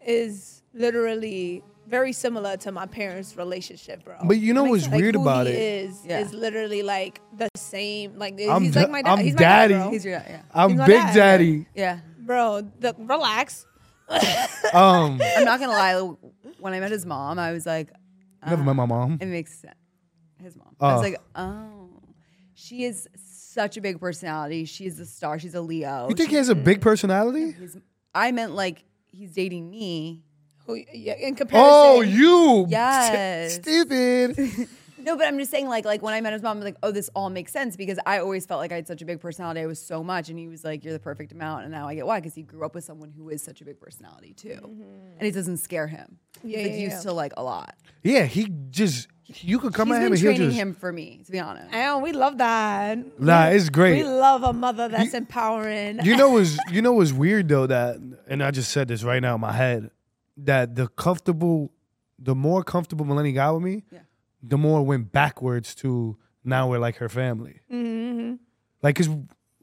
S1: is literally very similar to my parents' relationship, bro.
S2: But you know
S1: Makes
S2: what's
S1: sense. Like,
S2: weird
S1: who
S2: about
S1: he
S2: it?
S1: Is
S4: Yeah.
S1: is literally like the same. Like
S2: I'm
S1: he's
S2: da-
S1: like my dad.
S2: I'm
S1: he's my dad,
S2: daddy.
S1: bro.
S4: He's your yeah.
S2: I'm
S1: You know
S2: Big
S1: that?
S4: <laughs>
S2: Daddy.
S4: Yeah.
S1: bro, the, relax.
S2: Um,
S4: I'm not gonna lie. When I met his mom, I was like,
S2: never met my mom.
S4: It makes sense. His mom. I
S2: Oh.
S4: was like, oh, she is such a big personality. She is a star. She's a Leo.
S2: You think
S4: She-
S2: he has a big personality?
S4: he's- I meant like he's dating me.
S1: Who, yeah, in comparison,
S2: Oh, you
S4: Yes. <laughs>
S2: stupid.
S4: No, but I'm just saying, like, like when I met his mom, I'm like, oh, this all makes sense because I always felt like I had such a big personality. I was so much, and he was like, you're the perfect amount. And now I get why because he grew up with someone who is such a big personality too, and it doesn't scare him. Mm-hmm. Yeah, he's like, used to like a lot.
S2: Yeah, he just you could come
S4: He's
S2: at him
S4: been
S2: and he'll
S4: training
S2: just
S4: him for me, to be honest.
S1: Damn, we love that.
S2: nah. It's
S1: We
S2: great.
S1: love a mother that's empowering.
S2: You know was you know was weird though that, and I just said this right now in my head that the comfortable, the more comfortable Melanie got with me,
S4: Yeah.
S2: the more it went backwards to now we're like her family. Like, cause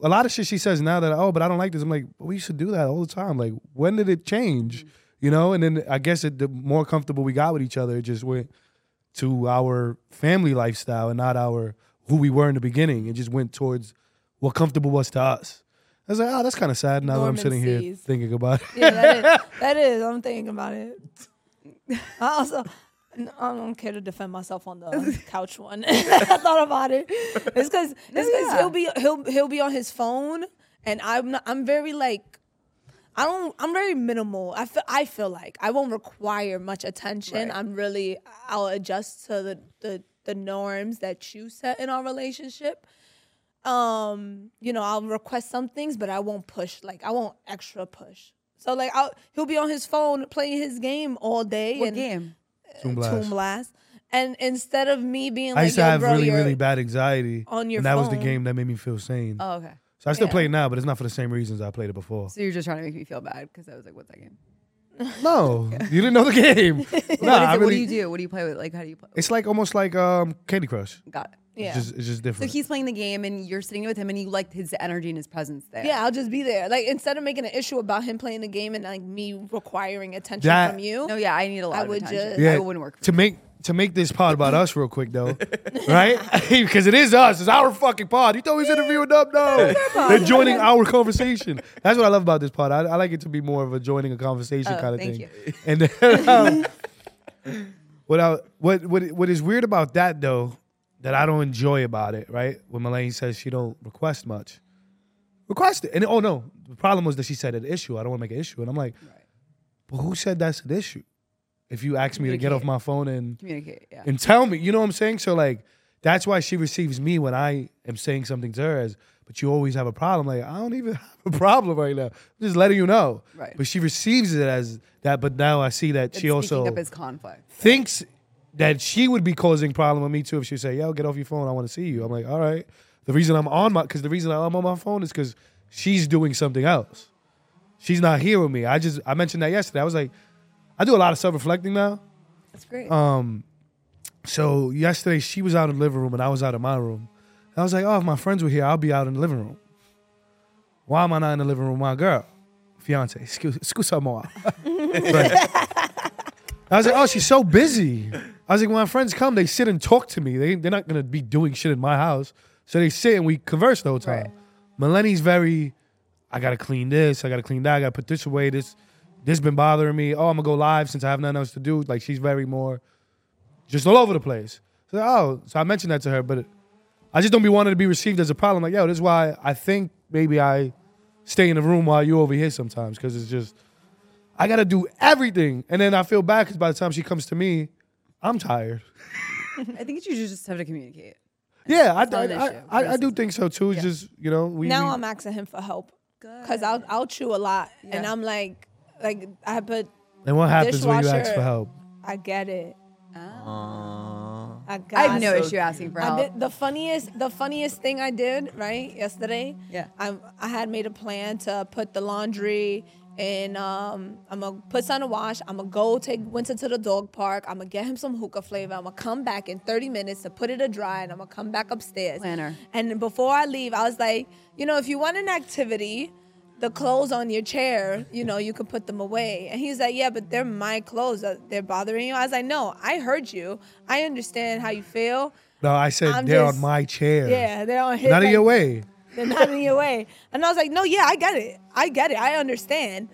S2: a lot of shit she says now that oh, but I don't like this. I'm like, "But we used to do that all the time. Like, when did it
S4: Mm-hmm.
S2: change? You know. And then I guess it, the more comfortable we got with each other, it just went to our family lifestyle and not our who we were in the beginning. It just went towards what comfortable was to us. I was like, oh, that's kind of sad. Now that I'm sitting here
S1: Dormancies.
S2: thinking about it. <laughs>
S1: yeah, that is, that is. I'm thinking about it. I also, n- I don't care to defend myself on the couch one. <laughs> I thought about it. It's because it's because
S4: yeah.
S1: he'll be he'll he'll be on his phone, and I'm not, I'm very like. I don't. I'm very minimal. I feel. I feel like I won't require much attention. I'm really. I'll adjust to the, the the norms that you set in our relationship um, you know, I'll request some things, but I won't push. Like I won't extra push. So like I'll he'll be on his phone playing his game all day
S4: What
S1: and
S4: game?
S2: Toon
S1: Toon Blast. And instead of me being
S2: I
S1: like,
S2: used to
S1: yo,
S2: have
S1: bro,
S2: really,
S1: you're
S2: really bad anxiety.
S1: on your
S2: and that was the
S1: phone.
S2: game that made me feel sane.
S4: Oh, okay.
S2: so I still play it now, but it's not for the same reasons I played it
S4: <laughs>
S2: before.
S4: So you're just trying to make me feel bad because I was like, what's that game?
S2: No, you didn't know the game. no,
S4: <laughs> What, is
S2: I
S4: it? what do
S2: really.
S4: you do? What do you play with? Like, how do you play?
S2: It's like almost like um, Candy Crush.
S4: Got it.
S2: It's just, it's just
S4: So
S2: different.
S4: he's playing the game and you're sitting with him and you liked his energy and his presence there.
S1: yeah, I'll just be there. Like instead of making an issue about him playing the game and like me requiring attention
S2: That-
S1: from you,
S4: No, yeah, I need a lot
S1: I
S4: of
S1: would
S4: attention.
S1: just-
S2: yeah,
S4: I wouldn't work for
S2: to make to make this pod about us real quick
S4: <laughs>
S2: though, right? <laughs> Because it is us. It's our fucking pod. You thought we was interviewing up?
S4: <laughs>
S2: No, they're joining our conversation. That's what I love about this pod. I, I like it to be more of a joining a conversation
S4: Oh,
S2: kind of
S4: thank
S2: thing. <laughs> And then, um,
S4: <laughs>
S2: what I, what what what is weird about that though, that I don't enjoy about it, right? When Mulaney says she don't request much, request it. And oh no, the problem was that she said an issue. I don't want to make an issue, and I'm like, but who said that's an issue? If you ask me to get off my phone and
S4: communicate. Yeah.
S2: and tell me. You know what I'm saying? So like that's why she receives me when I am saying something to her as but you always have a problem. Like, I don't even <laughs> have a problem right now. I'm just letting you know.
S4: Right.
S2: But she receives it as that, but now I see that
S4: It's
S2: she also
S4: speaking up his conflict.
S2: thinks that she would be causing problem with me too if she say, "Yo, get off your phone. I want to see you." I'm like, "All right." The reason I'm on my because the reason I'm on my phone is because she's doing something else. She's not here with me. I just I mentioned that yesterday. I was like, I do a lot of self reflecting now. Um,
S4: That's great.
S2: So yesterday she was out in the living room and I was out in my room. And I was like, oh, if my friends were here, I'll be out in the living room. Why am I not in the living room with my girl? Fiance, excuse, excuse her more. I was like, oh, she's so busy. I was like, when my friends come, they sit and talk to me. They, they're not going to be doing shit in my house. So they sit and we converse the whole time.
S4: Right.
S2: Melanie's very, I got to clean this. I got to clean that. I got to put this away. This this been bothering me. Oh, I'm going to go live since I have nothing else to do. Like, she's very more just all over the place. So, oh, so I mentioned that to her, but I just don't be wanting to be received as a problem. Like, yo, this is why I think maybe I stay in the room while you over here sometimes because it's just I gotta do everything, and then I feel bad because by the time she comes to me, I'm tired.
S4: I think you just have to communicate.
S2: Yeah, I,
S4: not an
S2: I,
S4: issue.
S2: I, I, I do think so too. It's just you know we
S1: now
S2: we-
S1: I'm asking him for help because I'll I'll chew a lot and
S4: Yeah.
S1: I'm like like I put
S2: and what happens when you ask
S1: dishwasher.
S2: for help?
S1: I get it.
S3: Aw.
S1: I got
S4: I have no
S1: you.
S4: issue asking for
S1: I
S4: help.
S1: did, the funniest, the funniest thing I did right yesterday.
S4: Yeah.
S1: I I had made a plan to put the laundry and um I'm gonna put on a wash. I'm gonna go take Winter to the dog park. I'm gonna get him some hookah flavor. I'm gonna come back in 30 minutes to put it to dry, and I'm gonna come back upstairs.
S4: Planner.
S1: And before I leave, I was like, you know, if you want an activity. The clothes on your chair, you know, you could put them away. And he's like, Yeah, but they're my clothes. Uh, They're bothering you. I was like, No, I heard you. I understand how you feel.
S2: No, I said
S1: I'm
S2: they're on
S1: just-
S2: my chair.
S1: Yeah, they're on his.
S2: Not in
S1: like,
S2: your way.
S1: They're not in your way. And I was like, no, yeah, I get it. I get it. I understand.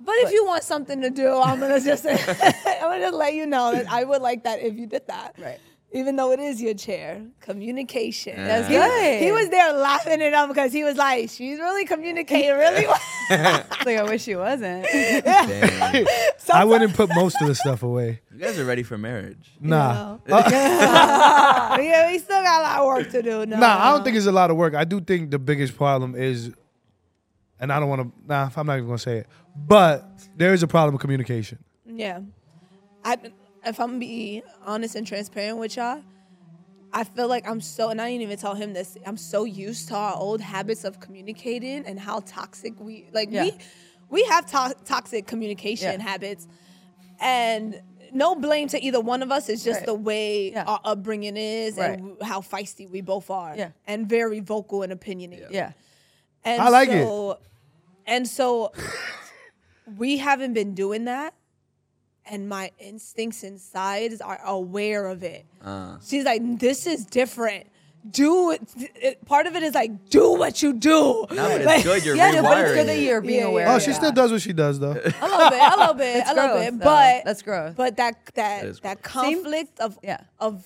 S1: But if you want something to do, I'm gonna just <laughs> I'm gonna just let you know that I would like that if you did that.
S4: Right.
S1: Even though it is your chair, communication.
S2: Ah.
S3: That's
S1: He was-
S4: good.
S1: He was there laughing it up because he was like, "She's really communicating
S2: <laughs>
S1: really well." <laughs>
S4: It's like I wish she wasn't.
S3: Damn.
S1: <laughs>
S2: I wouldn't put most of the stuff away.
S3: you guys are ready for marriage.
S2: Nah. Uh,
S1: yeah, we still got a lot of work to do. No,
S2: Nah, I don't think it's a lot of work. I do think the biggest problem is, and I don't want to. Nah, I'm not even gonna say it. But there is a problem with communication.
S1: Yeah. I if I'm be honest and transparent with y'all, I feel like I'm so and I didn't even tell him this. I'm so used to our old habits of communicating and how toxic we like
S4: Yeah.
S1: we we have to- toxic communication
S4: Yeah.
S1: habits. And no blame to either one of us. It's just
S4: Right.
S1: the way
S4: Yeah.
S1: our upbringing is
S4: Right.
S1: and w- how feisty we both are.
S4: Yeah.
S1: And very vocal and opinionated.
S4: Yeah.
S1: And
S2: I like it.
S1: so, And
S2: <laughs>
S1: so we haven't been doing that. And my instincts insides are aware of it. She's like, this is different. Do it. it- Part of it is like, do what you do.
S3: No, but it's
S1: <laughs> Like,
S3: good. You're
S4: Yeah,
S3: rewiring.
S4: no, but it's good that
S3: it.
S4: you're being
S1: Yeah,
S4: aware.
S1: yeah,
S2: Oh,
S4: of
S2: she
S4: that.
S2: still does what she does
S1: A
S2: though.
S1: little bit, a little bit, a little
S4: gross,
S1: bit.
S4: though.
S1: But
S4: That's gross.
S1: But that that
S3: That is
S1: that
S3: gross.
S4: Same-
S1: conflict of
S4: Yeah.
S1: of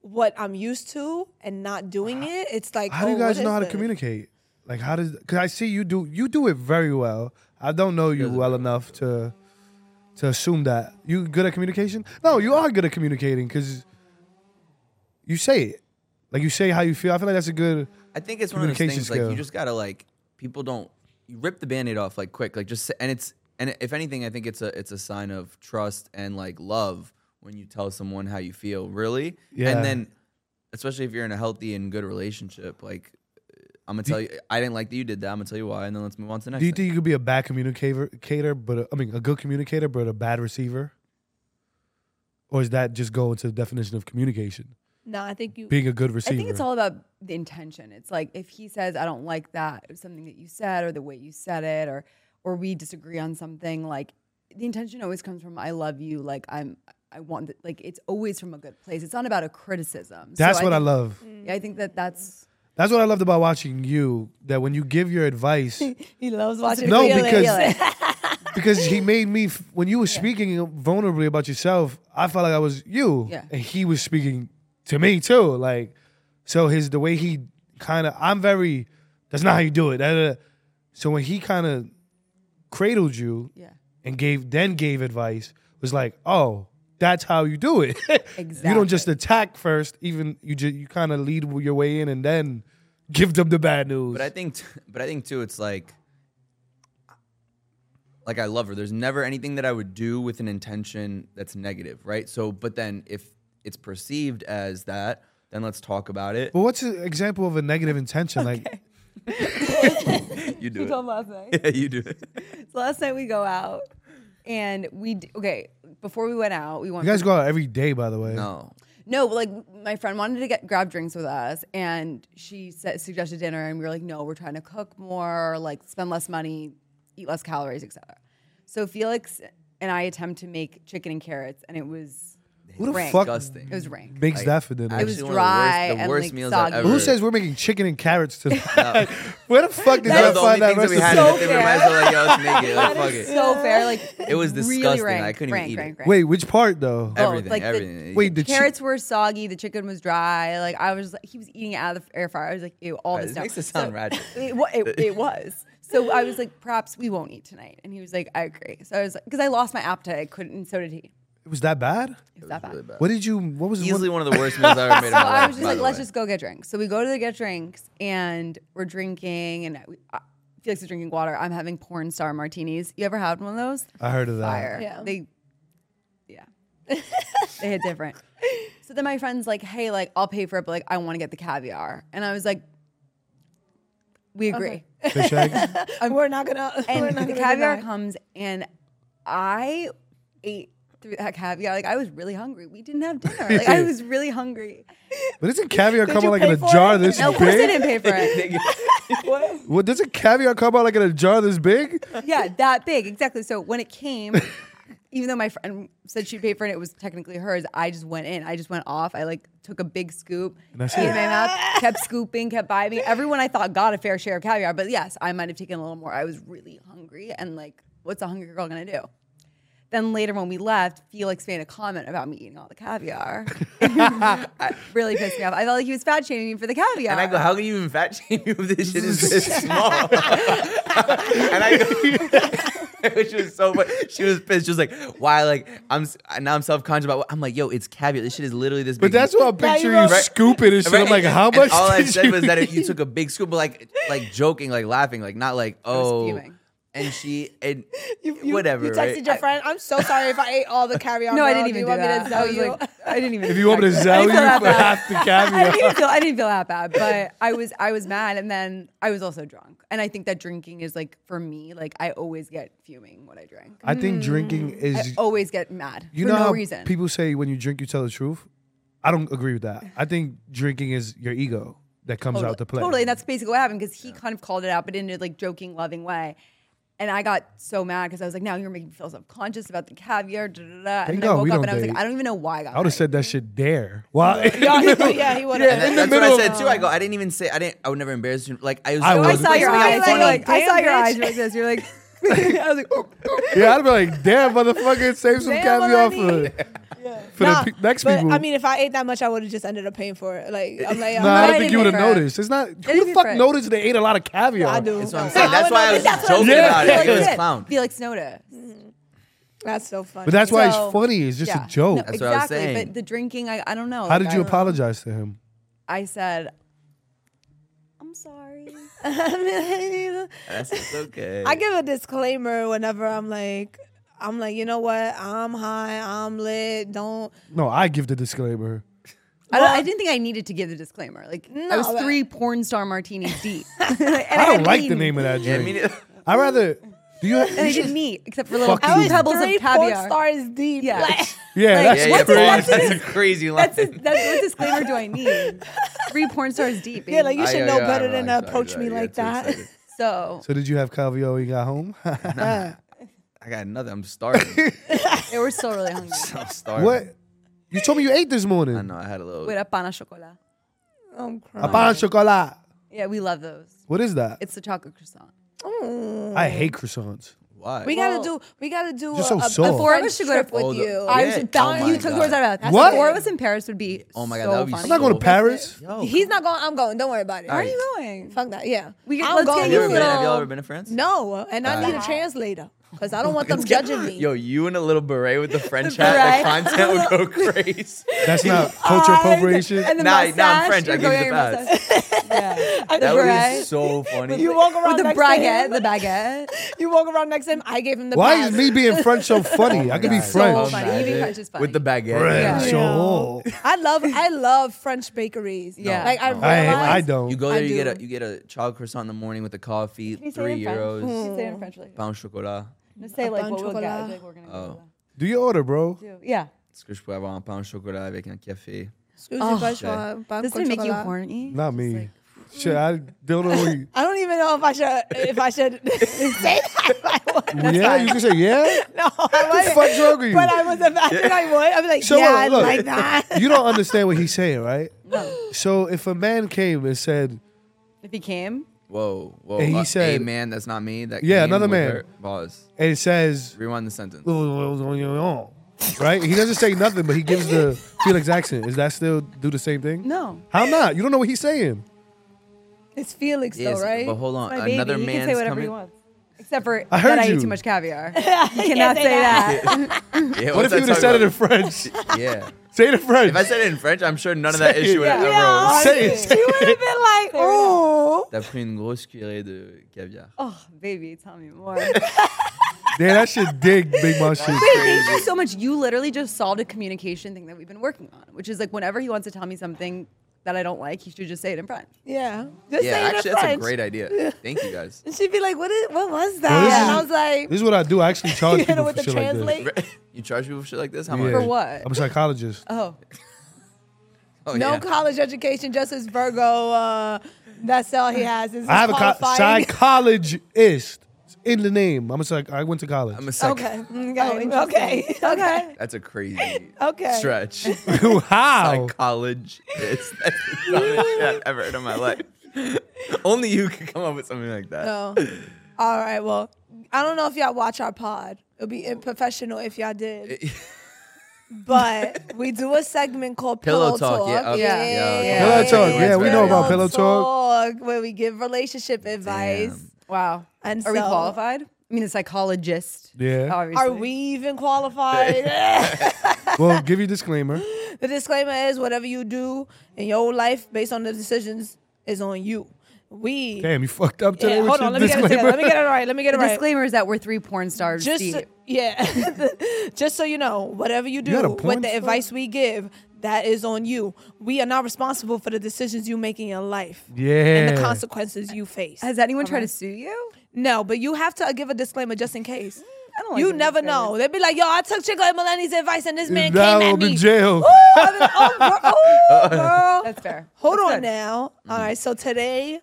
S1: what I'm used to and not doing it. It's like,
S2: How do
S1: oh,
S2: you guys
S1: what
S2: know
S1: is
S2: how to
S1: this?
S2: communicate? Like how does? Cause I see you do you do it very well. I don't know you well enough to to assume that you good at communication. No, you are good at communicating because you say it. Like you say how you feel. I feel like that's a good.
S3: I think it's one of those
S2: Communication
S3: things like
S2: skill.
S3: you just gotta like people don't you rip the band-aid off like quick like just and it's and if anything I think it's a it's a sign of trust and like love when you tell someone how you feel really
S2: Yeah.
S3: and then especially if you're in a healthy and good relationship like I'm gonna tell you I didn't like that you did that I'm gonna tell you why and then let's move on to the next
S2: Do you
S3: thing.
S2: think you could be a bad communicator, cater, but a, I mean a good communicator, but a bad receiver? Or is that just go into the definition of communication?
S1: No, I think you.
S2: Being a good receiver.
S4: I think it's all about the intention. It's like if he says, "I don't like that," or something that you said, or the way you said it, or or we disagree on something. Like the intention always comes from "I love you." Like I'm, I want. th- Like it's always from a good place. It's not about a criticism. So
S2: that's what I
S4: think-
S2: love.
S4: Yeah, I think that that's
S2: That's what I loved about watching you. That when you give your
S4: <laughs>
S2: advice,
S1: <laughs> He loves watching.
S2: No,
S1: Felix.
S2: because- because he made me f- when you were speaking vulnerably about yourself i felt like i was you
S4: Yeah.
S2: and he was speaking to me too like so his the way he kind of i'm very that's not how you do it da, da, da. so when he kind of cradled you
S4: yeah,
S2: and gave then gave advice was like oh that's how you do it <laughs> you don't just
S4: Exactly.
S2: attack first even you just you kind of lead your way in and then give them the bad news
S3: But I think, t- <laughs> but I think too, it's like, like I love her. There's never anything that I would do with an intention that's negative, right? So, but then if it's perceived as that, then let's talk about it.
S2: but what's an example of a negative intention like
S3: You do
S4: Told
S3: it.
S4: last night.
S3: <laughs> Yeah, you do it.
S4: So last night we go out, and we d- okay. Before we went out, we went.
S2: You guys
S4: for-
S2: go out every day, by the way.
S3: No,
S4: No, but like my friend wanted to get grab drinks with us, and she said, suggested dinner, and we were like, no, we're trying to cook more, like spend less money, eat less calories, etc. So Felix and I attempt to make chicken and carrots, and it was
S2: Who the
S4: rank.
S2: fuck
S3: disgusting.
S4: It was rank.
S2: makes
S3: Like,
S2: that for dinner?
S3: actually
S4: was
S3: one of the worst-
S4: dry
S3: The
S4: and,
S3: worst
S4: like,
S3: meals
S4: soggy.
S3: I've ever.
S4: Who
S2: Who says we're making chicken and carrots <laughs> tonight?
S3: <laughs> No.
S2: Where the fuck did y'all
S3: that was the only
S2: find that
S3: things that we
S2: recipe?
S3: had? and They were might as well like, yo, let's make it. Like, fuck it.
S4: So fair, like
S3: It was
S4: Really
S3: disgusting.
S4: rank,
S3: I couldn't even
S4: rank,
S3: eat it.
S4: rank, rank.
S2: Wait, which part though?
S4: Both,
S3: Everything,
S4: like the-
S3: everything.
S2: Wait, the
S4: The
S2: chi-
S4: carrots were soggy. The chicken was dry. Like I was, he was eating it out of the air fryer. I was like, ew, all this
S3: It
S4: stuff.
S3: makes it sound
S4: So-
S3: ratchet.
S4: It, wa-
S3: <laughs>
S4: it, it was. So I was like, perhaps we won't eat tonight. And he was like, I agree. So I was like, because I lost my appetite. I couldn't, and so did he.
S2: it was that bad?
S4: It was that bad.
S3: really bad.
S2: What did you? What was the
S3: Easily
S2: one?
S3: one of the worst meals I ever made in my
S4: So
S3: life.
S4: I was just
S3: by
S4: like,
S3: the
S4: let's
S3: way.
S4: just go get drinks. So we go to the get drinks and we're drinking and we, uh, Felix is drinking water. I'm having porn star martinis. You ever had one of those?
S2: I heard of that.
S4: Fire.
S1: Yeah.
S4: They, yeah. they hit different. So then my friend's like, hey, like, I'll pay for it, but like, I want to get the caviar. And I was like, we agree.
S2: Fish
S4: <laughs>
S2: eggs?
S1: we're not gonna. we're
S4: And
S1: not
S4: the
S1: gonna
S4: caviar
S1: deny.
S4: comes, and I ate through that caviar. Like, I was really hungry. We didn't have dinner. Like, I was really hungry.
S2: But doesn't caviar come
S1: you
S2: out like in
S1: pay
S2: a
S1: for
S2: jar
S1: it?
S2: this
S4: No, of course I
S2: big?
S4: didn't pay for it.
S2: <laughs> Well, doesn't caviar come out like in a jar this big?
S4: yeah, that big. Exactly. So when it came, even though my friend said she'd pay for it, it was technically hers. I just went in. I just went off. I like took a big scoop
S2: that's
S4: in
S2: it.
S4: my mouth, kept scooping, kept vibing. Everyone I thought got a fair share of caviar, but yes, I might have taken a little more. I was really hungry, and like, what's a hungry girl gonna do? Then later when we left, Felix made a comment about me eating all the caviar. <laughs> really pissed me off. I felt like he was fat shaming me for the caviar.
S3: And I go, how can you even fat <laughs> shame you if this
S2: <laughs>
S3: shit is this small? and I go, <laughs> she was so much. She was pissed. She was like, why? Like, I'm s- now I'm self conscious about. What, I'm like, yo, it's caviar. This shit is literally this
S2: But
S3: big.
S2: that's what I picture you
S1: wrote-
S3: Right.
S2: scooping and shit.
S3: Right?
S2: I'm like, how
S3: And
S2: much?
S3: all I
S2: did
S3: said
S2: you
S3: was
S2: <laughs>
S3: that
S2: eat?
S3: it, you took a big scoop, but like, like joking, like laughing, like not like,
S4: was
S3: oh.
S4: fuming.
S3: And she, and
S1: <laughs> You-
S3: whatever.
S1: You texted
S3: right?
S1: your friend. I'm so sorry if I ate all the caviar.
S4: <laughs> no, I
S1: girl.
S4: didn't even
S1: you
S4: do
S1: want me
S4: that.
S1: to
S4: I
S1: tell
S4: was
S1: you?
S4: like, I didn't even.
S2: If you want me to
S4: expect
S2: sell
S4: that. I
S2: you
S4: didn't
S2: for
S4: feel that bad.
S2: half the
S4: I didn't
S2: caviar,
S4: even feel I didn't feel that bad, but I was I was mad, and then I was also drunk, and I think that drinking is like for me, like I always get fuming when I drink.
S2: I think drinking
S4: I
S2: is.
S4: always get mad
S2: You
S4: for
S2: know
S4: no
S2: how
S4: reason.
S2: people say when you drink, you tell the truth. I don't agree with that. I think drinking is your ego that comes
S4: totally,
S2: out to play.
S4: Totally, and that's basically what happened because he kind of called it out, but in a like joking, loving way. And I got so mad because I was like, now you're making me feel self-conscious about the caviar. Da, da, da. And
S2: Thank
S4: then I
S2: God
S4: woke
S2: we
S4: up
S2: don't
S4: and I was
S2: date.
S4: like, I don't even know why I got
S2: I would
S4: mad.
S2: have said that shit there. Why?
S1: <laughs> yeah,
S4: <laughs>
S1: he would- yeah, he would have.
S3: And
S2: the
S3: that, that's what I
S2: middle-
S3: said too. I go, I didn't even say, I didn't, I would never embarrass you. Like, I was,
S2: I
S3: like,
S2: would.
S4: I
S3: was
S4: saw your
S3: being
S4: eyes.
S3: funny.
S4: You're like, I
S1: Damn,
S4: saw your
S1: bitch.
S4: eyes like this. You're
S3: Ah,
S4: like, <laughs> I was like, oh.
S2: <laughs> yeah, I'd be like, damn, motherfucker, save some
S1: Damn,
S2: caviar
S1: Melanie.
S2: for, <laughs> for
S1: Nah,
S2: the pe- next
S1: but,
S2: people.
S1: I mean, if I ate that much, I would have just ended up paying for it. Like, I'm like, I'm
S2: Nah, I
S1: like,
S2: don't think
S4: I didn't
S2: you would have
S4: pay for it.
S2: noticed. It's not.
S4: didn't
S2: Who the
S4: pay for
S2: fuck
S4: it.
S2: noticed they ate a lot of caviar?
S1: I do.
S3: That's what I'm saying. That's
S1: would
S3: why I
S1: not-
S3: was
S1: <laughs> that's
S3: just
S1: what I'm
S3: joking
S1: saying.
S2: Yeah.
S3: about it. It
S4: Felix
S3: was
S4: did.
S3: clown.
S4: Felix noticed.
S1: That's so funny.
S2: But that's why
S1: So-
S2: it's funny. It's just a joke.
S4: No,
S3: That's what I was
S4: exactly.
S3: saying.
S4: But the drinking, I, I don't know.
S2: How
S4: Like,
S2: did
S4: I
S2: you
S4: don't-
S2: apologize to him?
S4: I said, I'm sorry.
S3: That's it's okay.
S1: <laughs> I give a disclaimer whenever I'm like, I'm like, you know what? I'm high. I'm lit. Don't.
S2: No, I give the disclaimer.
S4: I, don't, I didn't think I needed to give the disclaimer. Like I was
S1: No, but-
S4: three porn star martinis
S3: <laughs>
S4: deep.
S2: I don't like the name of that
S3: I
S2: drink.
S3: mean,
S1: <laughs>
S2: I would rather. Do you? <laughs>
S4: And I
S2: you should-
S4: didn't meet except for little
S2: Fuck you.
S4: pebbles
S1: Three
S4: of
S1: porn
S4: caviar.
S1: stars deep.
S3: <laughs>
S4: Yeah.
S1: Like,
S2: yeah,
S4: like,
S2: that's
S3: yeah, yeah,
S4: what's-
S3: bro,
S4: what's
S3: that's
S4: this-
S3: a crazy line.
S4: That's, it. that's what disclaimer do I need? Three porn stars deep. Baby.
S1: yeah, like you
S3: I-
S1: should
S3: I-
S1: know
S3: I- I
S1: better
S3: don't
S1: than
S3: know.
S1: to
S3: I'm sorry,
S1: approach
S3: sorry.
S1: me
S3: I got
S1: like
S3: too
S1: that.
S3: excited.
S4: so.
S2: So did you have caviar when you got home? <laughs>
S3: I got nothing.
S1: <laughs>
S3: I'm starving.
S4: They were still really hungry.
S3: I'm starving.
S2: what? You told me you ate this morning.
S3: I know. I had a little.
S4: With a pan chocolat.
S1: <laughs> I'm
S2: A
S1: crying.
S2: pan chocolat.
S4: Yeah, we love those.
S2: What is that?
S4: It's the chocolate croissant.
S2: I hate croissants.
S3: Why?
S1: We gotta do. We gotta do.
S2: You're
S1: a,
S2: so
S1: a,
S2: soft.
S1: a
S2: Four
S4: of
S1: French
S4: us should go to-
S1: trip with
S3: Oh, the-
S1: you.
S3: I
S4: I
S3: was
S4: was
S3: Yeah. about- Oh you
S4: you
S3: my took
S4: took
S3: God. yours
S4: yours
S3: out
S4: out
S3: of
S4: of
S2: That's What?
S4: Four
S2: it.
S4: of us in Paris would be.
S3: Oh my god,
S4: so
S3: that would be.
S4: funny.
S2: I'm not going to Paris.
S3: Yo,
S1: He's not going. I'm going. Don't worry about it.
S3: All right.
S4: going?
S1: Fuck that. Yeah.
S4: We get-
S1: I'm
S4: let's get
S1: going.
S3: Have you
S4: you
S3: ever been? Have y'all
S4: little-
S3: ever been to France?
S1: No, and I need a translator because I don't want
S2: <laughs>
S1: them judging me.
S3: Yo, you in a little
S1: <laughs>
S3: beret with the French hat, the content would go crazy.
S1: <laughs>
S2: That's not
S1: Oh,
S2: cultural appropriation.
S4: And the
S3: Nah, nah, I'm
S4: mustache,
S3: French, I
S4: you're going
S3: give you
S4: out
S3: the
S4: your mustache. <laughs> yeah.
S3: That would be
S4: beret.
S3: so funny.
S1: you walk around
S4: With the
S1: next
S4: braguette,
S1: bracket.
S4: the <laughs> baguette.
S1: <laughs> You walk around next to him. I gave him the.
S2: Why
S1: pass.
S2: is me being French so funny? I could be
S3: <laughs> God.
S2: French.
S4: funny. Even French is funny.
S3: With the baguette.
S2: French.
S4: Yeah.
S2: oh.
S1: I love I love French bakeries.
S4: Yeah.
S1: like I
S3: No.
S2: I,
S1: realize
S2: I don't.
S3: You go there,
S1: I
S3: you get
S1: do.
S3: a you get a chocolate croissant in the morning with the coffee, three
S1: Mm.
S3: euros, Mm.
S4: Say it in French. Like,
S3: pain au chocolat,
S4: just say
S1: pain
S4: like what we'll get.
S1: chocolat.
S4: Like, we're gonna
S3: Oh.
S2: Do your order, bro.
S4: go. Yeah.
S3: Est-ce que je pourrais avoir un pain au chocolat avec un café?
S1: Excuse me, but you want pan
S4: Doesn't
S1: con
S4: it make you
S1: chocolate?
S4: horny?
S2: Not me. Shit, I don't know.
S1: <laughs>
S2: what you-
S1: I don't even know if I should if I should <laughs> say that. If I would.
S2: yeah, you can say yeah.
S1: <laughs> No, I
S2: What the
S1: wasn't.
S2: fuck's wrong with you?
S1: But I
S2: <laughs>
S1: was imagining I would. I'd be like,
S2: So,
S1: yeah,
S2: uh,
S1: I
S2: look.
S1: like that.
S2: you don't understand what he's saying, right?
S4: No.
S2: So if a man came and said,
S4: If he came,
S3: Whoa, whoa.
S2: And he
S3: uh, hey
S2: said-
S3: man, that's not me. That
S2: Yeah,
S3: came
S2: another
S3: with
S2: man.
S3: her- Pause.
S2: and it says,
S3: Rewind the sentence.
S2: <laughs> right? He doesn't say nothing, but he gives the Felix accent. Is that still do the same thing?
S4: no.
S2: How not? You don't know what he's saying.
S1: It's Felix
S3: Yes,
S1: though, right?
S3: but hold on.
S4: My
S3: Another
S4: baby. He
S3: man's
S4: can say whatever
S3: coming.
S4: he wants. Except for
S2: I heard
S4: that I
S2: you.
S4: ate too much caviar. You cannot say that. <laughs>
S3: Yeah,
S2: What if you would have said it in French?
S3: in <laughs> Yeah.
S2: say it in French. <laughs>
S3: If I said it in French, I'm sure none of that
S2: Say it.
S1: <laughs>
S3: issue would have
S2: Yeah.
S3: ever arose.
S2: say it.
S1: She would have been like, "Oh." ooh.
S3: T'as pris une grosse cuillerée de
S1: <laughs>
S3: caviar.
S4: Oh, baby, tell me
S3: <laughs>
S4: more.
S2: Damn, that shit dig, Big Mom shit.
S4: Thank you so much. You literally just solved a communication thing that we've been working on, which is like whenever he wants to tell me something that I don't like, he should just say it in French.
S1: Yeah. Just
S3: yeah,
S1: say it in
S3: actually, that's a
S1: French. <laughs>
S3: great idea. Thank you guys.
S1: And she'd be like, "What is? What was that?"
S2: Well, this
S1: And I
S2: is-
S1: was like,
S2: This is what I do. I actually charge
S1: "You know
S2: people
S1: what the
S2: for shit like
S1: translate?"
S2: this.
S3: <laughs> You charge people for shit like this? How
S2: Yeah.
S3: much?
S4: For what?
S2: I'm a psychologist.
S4: Oh,
S3: Oh,
S1: no
S3: yeah.
S1: college education, just as Virgo. Uh, that's all he has. Is
S2: I have a co-
S1: qualifying. <laughs>
S2: psychologist It's in the name. I'm a psych. I went to college.
S3: I'm a psych.
S1: Okay.
S4: Oh,
S1: Okay.
S4: interesting.
S1: okay. <laughs> Okay.
S3: That's a crazy
S1: <laughs> Okay.
S3: stretch. <laughs>
S2: <laughs> How?
S3: Psychology. It's <laughs> that's the dumbest shit I've ever heard in my
S1: <laughs>
S3: life. Only you could come up with something like that.
S1: So, all right. Well, I don't know if y'all watch our pod. It'll be unprofessional if y'all did.
S3: <laughs>
S1: But we do a segment called
S3: Pillow
S1: Pillow,
S3: Talk, yeah, okay, yeah, okay.
S2: Pillow Talk, yeah, we know about Pillow
S1: Talk, where we give relationship advice.
S3: Damn.
S4: wow.
S1: And
S4: Are we
S1: so-
S4: qualified? I mean, a psychologist.
S2: Yeah.
S4: Obviously.
S1: Are we even
S3: <laughs>
S1: qualified?
S2: well, give you disclaimer.
S1: the disclaimer is whatever you do in your life based on the decisions is on you. We
S2: Damn, you fucked up today
S1: Yeah,
S2: with
S1: hold
S2: your
S1: on, let me get it
S2: disclaimer.
S1: together. Let me get it right. Let me
S2: <laughs>
S1: get it
S4: The
S1: right.
S4: disclaimer is that we're three porn stars
S1: just
S4: deep.
S1: so, <laughs> yeah <laughs> just so you know whatever you do
S2: had a porn
S1: with the
S2: star?
S1: advice we give that is on you we are not responsible for the decisions you make in your life and
S2: <laughs> Yeah.
S1: the consequences you face
S4: Has anyone tried to sue you?
S1: no but you have to give a disclaimer just in case
S4: Mm, I don't like
S1: you
S4: the
S1: never
S4: disclaimer.
S1: know they'd be like yo i took chico and melani's advice and this man
S2: now
S1: came at
S2: I'm
S1: me <laughs>
S2: in jail.
S1: I'd be like, oh,
S4: <laughs>
S1: girl, oh, girl.
S4: That's <laughs> fair.
S1: hold
S4: That's
S1: on
S4: good.
S1: now all right so today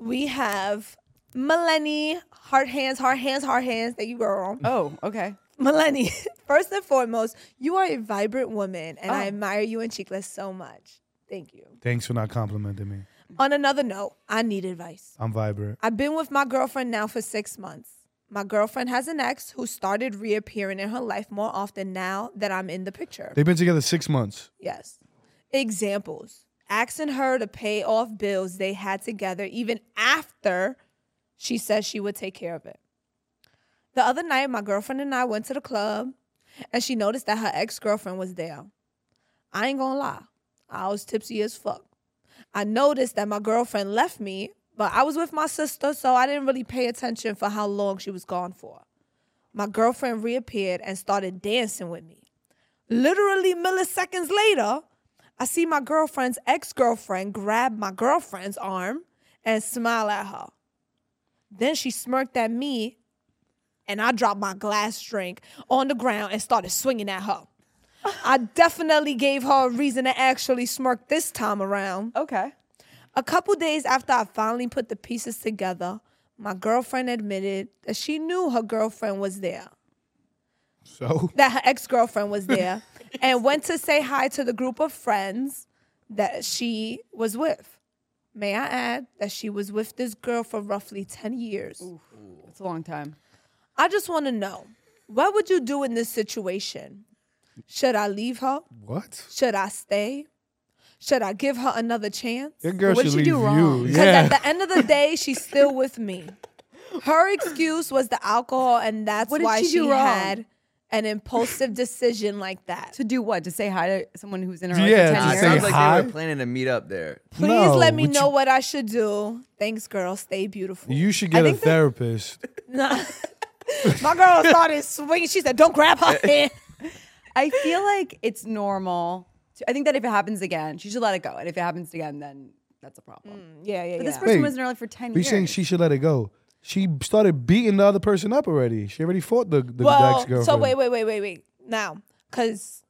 S1: we have Melanie, hard hands, hard hands, hard hands. Thank you, girl.
S4: Oh, okay.
S1: Melanie, <laughs> first and foremost, you are a vibrant woman, and I
S4: Oh.
S1: admire you and Chicless so much. Thank you.
S2: Thanks for not complimenting me.
S1: On another note, I need advice.
S2: I'm vibrant.
S1: I've been with my girlfriend now for six months. My girlfriend has an ex who started reappearing in her life more often now that I'm in the picture.
S2: They've been together six months.
S1: Yes. Examples asking her to pay off bills they had together even after she said she would take care of it. The other night, my girlfriend and I went to the club and she noticed that her ex girlfriend was there. I ain't gonna lie, I was tipsy as fuck. I noticed that my girlfriend left me, but I was with my sister, so I didn't really pay attention for how long she was gone for. My girlfriend reappeared and started dancing with me. Literally milliseconds later, I see my girlfriend's ex girlfriend grab my girlfriend's arm and smile at her. Then she smirked at me, and I dropped my glass drink on the ground and started swinging at her. I definitely gave her a reason to actually smirk this time around.
S4: Okay.
S1: A couple days after I finally put the pieces together, my girlfriend admitted that she knew her girlfriend was there
S2: So <laughs>
S1: that her ex girlfriend was
S4: <laughs>
S1: there and went to say hi to the group of friends that she was with. May I add that she was with this girl for roughly 10 years.
S4: It's a long time.
S1: I just want to know what would you do in this situation? Should I leave her?
S2: what?
S1: Should I stay? Should I give her another chance?
S2: Your girl
S4: What
S2: should
S4: did
S2: leave
S4: she do wrong?
S1: <laughs>
S2: you.
S1: 'Cause
S2: Yeah.
S1: at the end of the day, she's still with me. Her excuse was the alcohol, and that's
S4: What did
S1: why
S4: she do
S1: she
S4: wrong?
S1: had an impulsive decision like that.
S4: To do what? To say hi to someone who's in her life
S2: Yeah,
S4: for 10
S2: to
S3: Nah, it
S4: years?
S2: say
S3: sounds like
S2: hi.
S3: they were planning to meet up there.
S1: Please
S2: No,
S1: let me
S2: would
S1: know
S2: you-
S1: what I should do. Thanks, girl. Stay beautiful.
S2: You should get a
S1: think that-
S2: therapist.
S1: <laughs>
S2: <laughs>
S1: Nah. My girl started swinging. She said, "Don't grab
S2: <laughs>
S1: her hand."
S4: I feel like it's normal. To, I think that if it happens again, she should let it go. And if it happens again, then that's a problem.
S1: Yeah, yeah,
S4: But this
S1: yeah.
S4: person
S2: Wait,
S4: was in her life for 10
S2: Be
S4: years.
S2: saying she should let it go. She started beating the other person up already. She already fought the, the ex
S1: Well,
S2: girlfriend.
S1: so wait, wait, wait, wait, wait. Now, because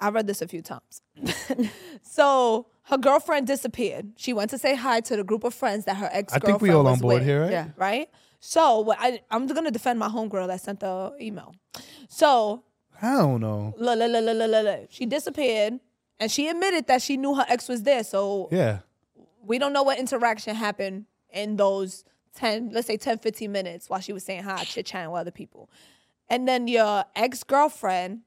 S1: I read this a few times. <laughs> so her girlfriend disappeared. She went to say hi to the group of friends that her ex.
S2: I think we all on board
S1: with.
S2: here, right?
S4: Yeah.
S1: Right. So what I, I'm gonna defend my homegirl that sent the email. So
S2: I don't know.
S1: look, look, look, look, look, look, look. She disappeared, and she admitted that she knew her ex was there. So
S2: Yeah.
S1: we don't know what interaction happened in those 10 let's say 10 15 minutes while she was saying hi chit-chatting with other people and then your ex-girlfriend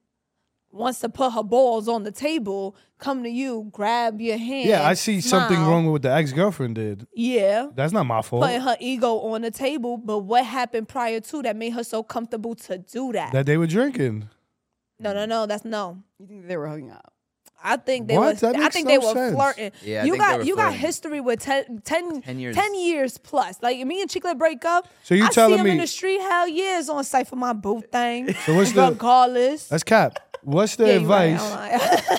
S1: wants to put her balls on the table come to you grab your hand
S2: Yeah, I see something
S1: smile.
S2: wrong with what the ex girlfriend did.
S1: yeah
S2: That's not my fault.
S1: putting her ego on the table but what happened prior to that made her so comfortable to do that
S2: That they were drinking.
S1: no no no that's no
S4: You think they were hooking up?
S1: I think they
S2: What?
S1: was.
S2: That
S1: I
S2: makes
S1: think they
S2: no
S1: were
S2: sense.
S1: flirting.
S3: Yeah, I
S1: you
S3: think
S1: got
S3: they were
S1: you got
S3: flirting.
S1: history with 10, 10,
S3: 10 years.
S1: 10 years plus. Like me and Chiclet break up.
S2: So you
S1: I
S2: telling
S1: see him in
S2: me-
S1: the street? Hell yeah, it's on site for my boo thing.
S2: <laughs> So what's the-
S1: regardless?
S2: That's cap. What's the
S1: Yeah, you right,
S2: advice?
S1: I'm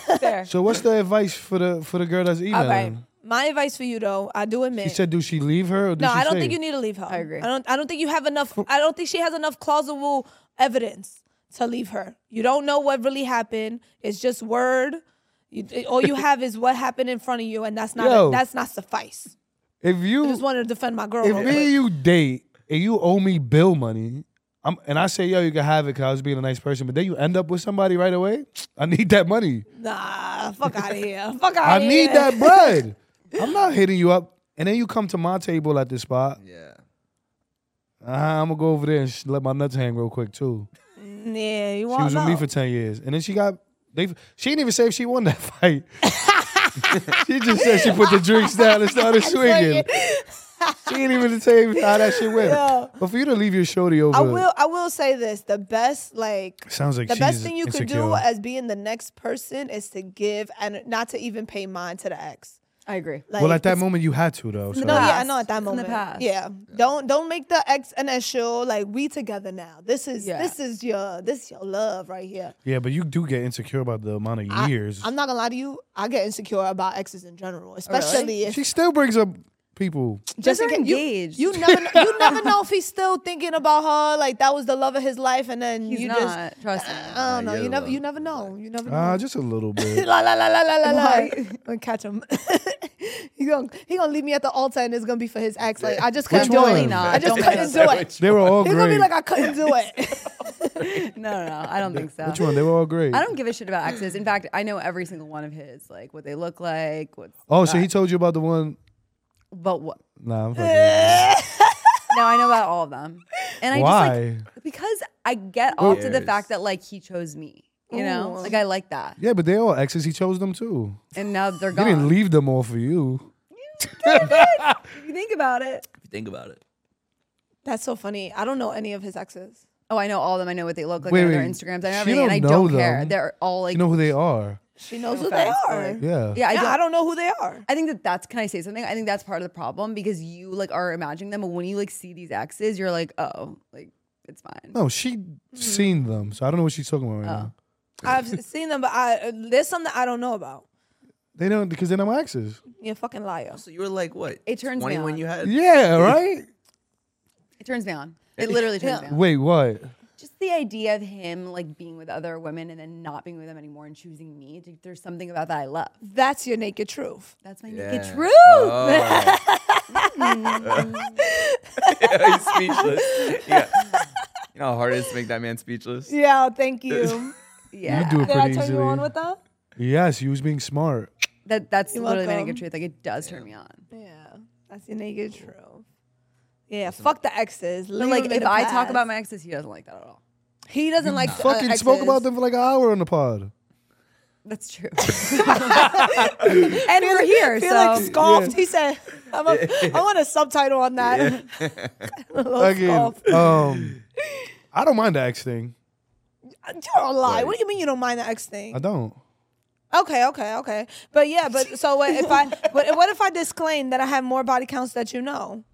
S1: lying. Fair.
S2: so what's the advice for the for the girl that's
S1: <laughs>
S2: emailing?
S1: All right. My advice for you though, I do admit.
S2: She said, "Do she leave her?" Or did
S1: no,
S2: she
S1: I don't
S2: stay?
S1: think you need to leave her. I
S4: agree.
S1: I don't. I don't think you have enough. I don't think she has enough plausible evidence to leave her. You don't know what really happened. It's just word. You, all you have is what happened in front of you, and that's not
S2: Yo.
S1: that's not suffice.
S2: If you
S1: I just wanted to defend my girl.
S2: if
S1: real
S2: me
S1: quick.
S2: and you date and you owe me bill money, I'm, and I say, yo, you can have it because I was being a nice person, but then you end up with somebody right away, I need that money.
S1: Nah, fuck out of here. Fuck out
S2: I
S1: of here.
S2: need that bread. I'm not hitting you up. And then you come to my table at this spot.
S3: Yeah.
S2: Uh, I'm going to go over there and sh- let my nuts hang real quick, too.
S1: <laughs> Yeah, you
S2: She
S1: want
S2: was with me
S1: love.
S2: for 10 years. And then she got, they, she didn't even say if she won
S1: <laughs>
S2: that <laughs> fight. she just said she put the drinks down
S1: <laughs>
S2: and started swinging. she didn't even say how that
S1: <laughs>
S2: shit went. But for you to leave your shorty over.
S1: I will. I will say this: the best, like
S2: Sounds like
S1: the
S2: she's
S1: best thing you could do
S2: insecure.
S1: as being the next person is to give and not to even pay mind to the ex.
S4: I agree.
S1: Like,
S2: well, at that
S1: it's-
S2: moment, you had to, though. So.
S1: No, yeah, I
S4: past.
S1: know at that
S4: It's in the
S1: moment.
S4: past.
S1: Yeah. Don't don't make the ex an issue. Like we together now. This is
S4: Yeah.
S1: this is your this your love right here.
S2: Yeah, but you do get insecure about the amount of
S1: I-
S2: years.
S1: I'm not gonna lie to you. I get insecure about exes in general, especially if
S2: she still brings up people.
S1: just
S4: They're
S1: in case- you-
S4: engaged.
S1: You, never, kn- you
S4: <laughs>
S1: never know if he's still thinking about her. Like that was the love of his life, and then
S4: He's
S1: you
S4: not.
S1: just
S4: trust me.
S1: I don't know.
S3: Nah, you're
S1: You
S3: the
S1: never,
S3: one.
S1: you never know. You never know. <laughs>
S2: Uh, just a little bit.
S1: la la la la la la la.
S4: Why?
S1: <laughs> I'm gonna catch him. he gonna he gonna leave me at the altar, and it's gonna be for his ex. Like I just
S2: Which
S1: couldn't do
S2: one?
S1: it. I just
S4: Don't
S1: couldn't do
S4: mess
S1: it.
S2: they were all
S1: He's gonna be
S2: great.
S1: like I couldn't do it. <laughs>
S4: <laughs> no, no, no. I don't think so.
S2: Which one? They were all great.
S4: I don't give a shit about exes. In fact, I know every single one of his, like what they look like, what's
S2: oh, so he told you about the one?
S4: but what.
S2: Nah, I'm fucking.
S4: No, I know about all of them, and I just
S2: Why?
S4: like because I get off to the fact that like he chose me. You know, like I like that,
S2: yeah, but they're all exes. He chose them too.
S4: and now they're
S2: He didn't
S1: Uh,
S4: gone.
S2: leave them all for you.
S4: If you think about it.
S3: If you think about it.
S1: That's so funny. I don't know any of his exes.
S4: Oh, I know all of them. I know what they look like.
S2: Wait,
S4: I know their
S2: wait.
S4: Instagrams. I know
S2: She
S4: everything, and I
S2: don't know
S4: don't care.
S2: them.
S4: They're all like,
S2: You know who they are.
S1: She knows
S4: no
S1: who
S4: facts,
S1: they are.
S4: like-
S2: Yeah.
S4: yeah, I
S1: yeah,
S4: don't.
S1: I don't know who they <laughs> are.
S4: I think that that's can I say something? I think that's part of the problem because you like are imagining them, but when you like see these exes, you're like, oh, like it's fine.
S2: No, she
S1: Mm-hmm.
S2: seen them, so I don't know what she's talking about right
S1: Oh.
S2: now.
S1: I've seen them, but I there's something I don't know about.
S2: They don't because they're not my exes.
S1: You're a fucking liar.
S3: So you were like what?
S4: It turns me
S3: 20 when
S4: on.
S3: you had
S2: Yeah, right.
S4: It turns me on. It literally turns me on.
S2: Wait, what?
S4: Just the idea of him like being with other women and then not being with them anymore and choosing me. like, There's something about that I love.
S1: That's your naked truth.
S4: That's my
S3: Yeah.
S4: naked truth. <laughs>
S3: Oh. <laughs> yeah, he's speechless. Yeah. You know how hard it is to make that man speechless?
S1: Yeah, thank <laughs> you.
S4: Yeah,
S2: You do it
S1: Did I
S2: pretty
S1: turn
S2: easily.
S1: you on with that?
S2: yes, you was being smart.
S4: that that's literally my
S1: welcome.
S4: naked truth. Like it does turn me on.
S1: Yeah, that's your naked truth. Yeah, fuck the exes.
S4: But like if I talk about my exes, he doesn't like that at all.
S1: he doesn't like uh,
S2: Fucking spoke
S1: exes.
S2: about them for like an hour on the pod.
S4: That's true. <laughs> and we're here,
S1: Felix
S4: so
S1: scoffed. He said, I'm a, <laughs> "I want a subtitle on that." <laughs> A little
S2: Again,
S1: scoff.
S2: um, I don't mind the ex thing.
S1: You don't lie. What do you mean you don't mind the ex thing?
S2: I don't.
S1: Okay, okay, okay. But yeah, but so what
S2: <laughs>
S1: if I? But what if I disclaim that I have more body counts that you know?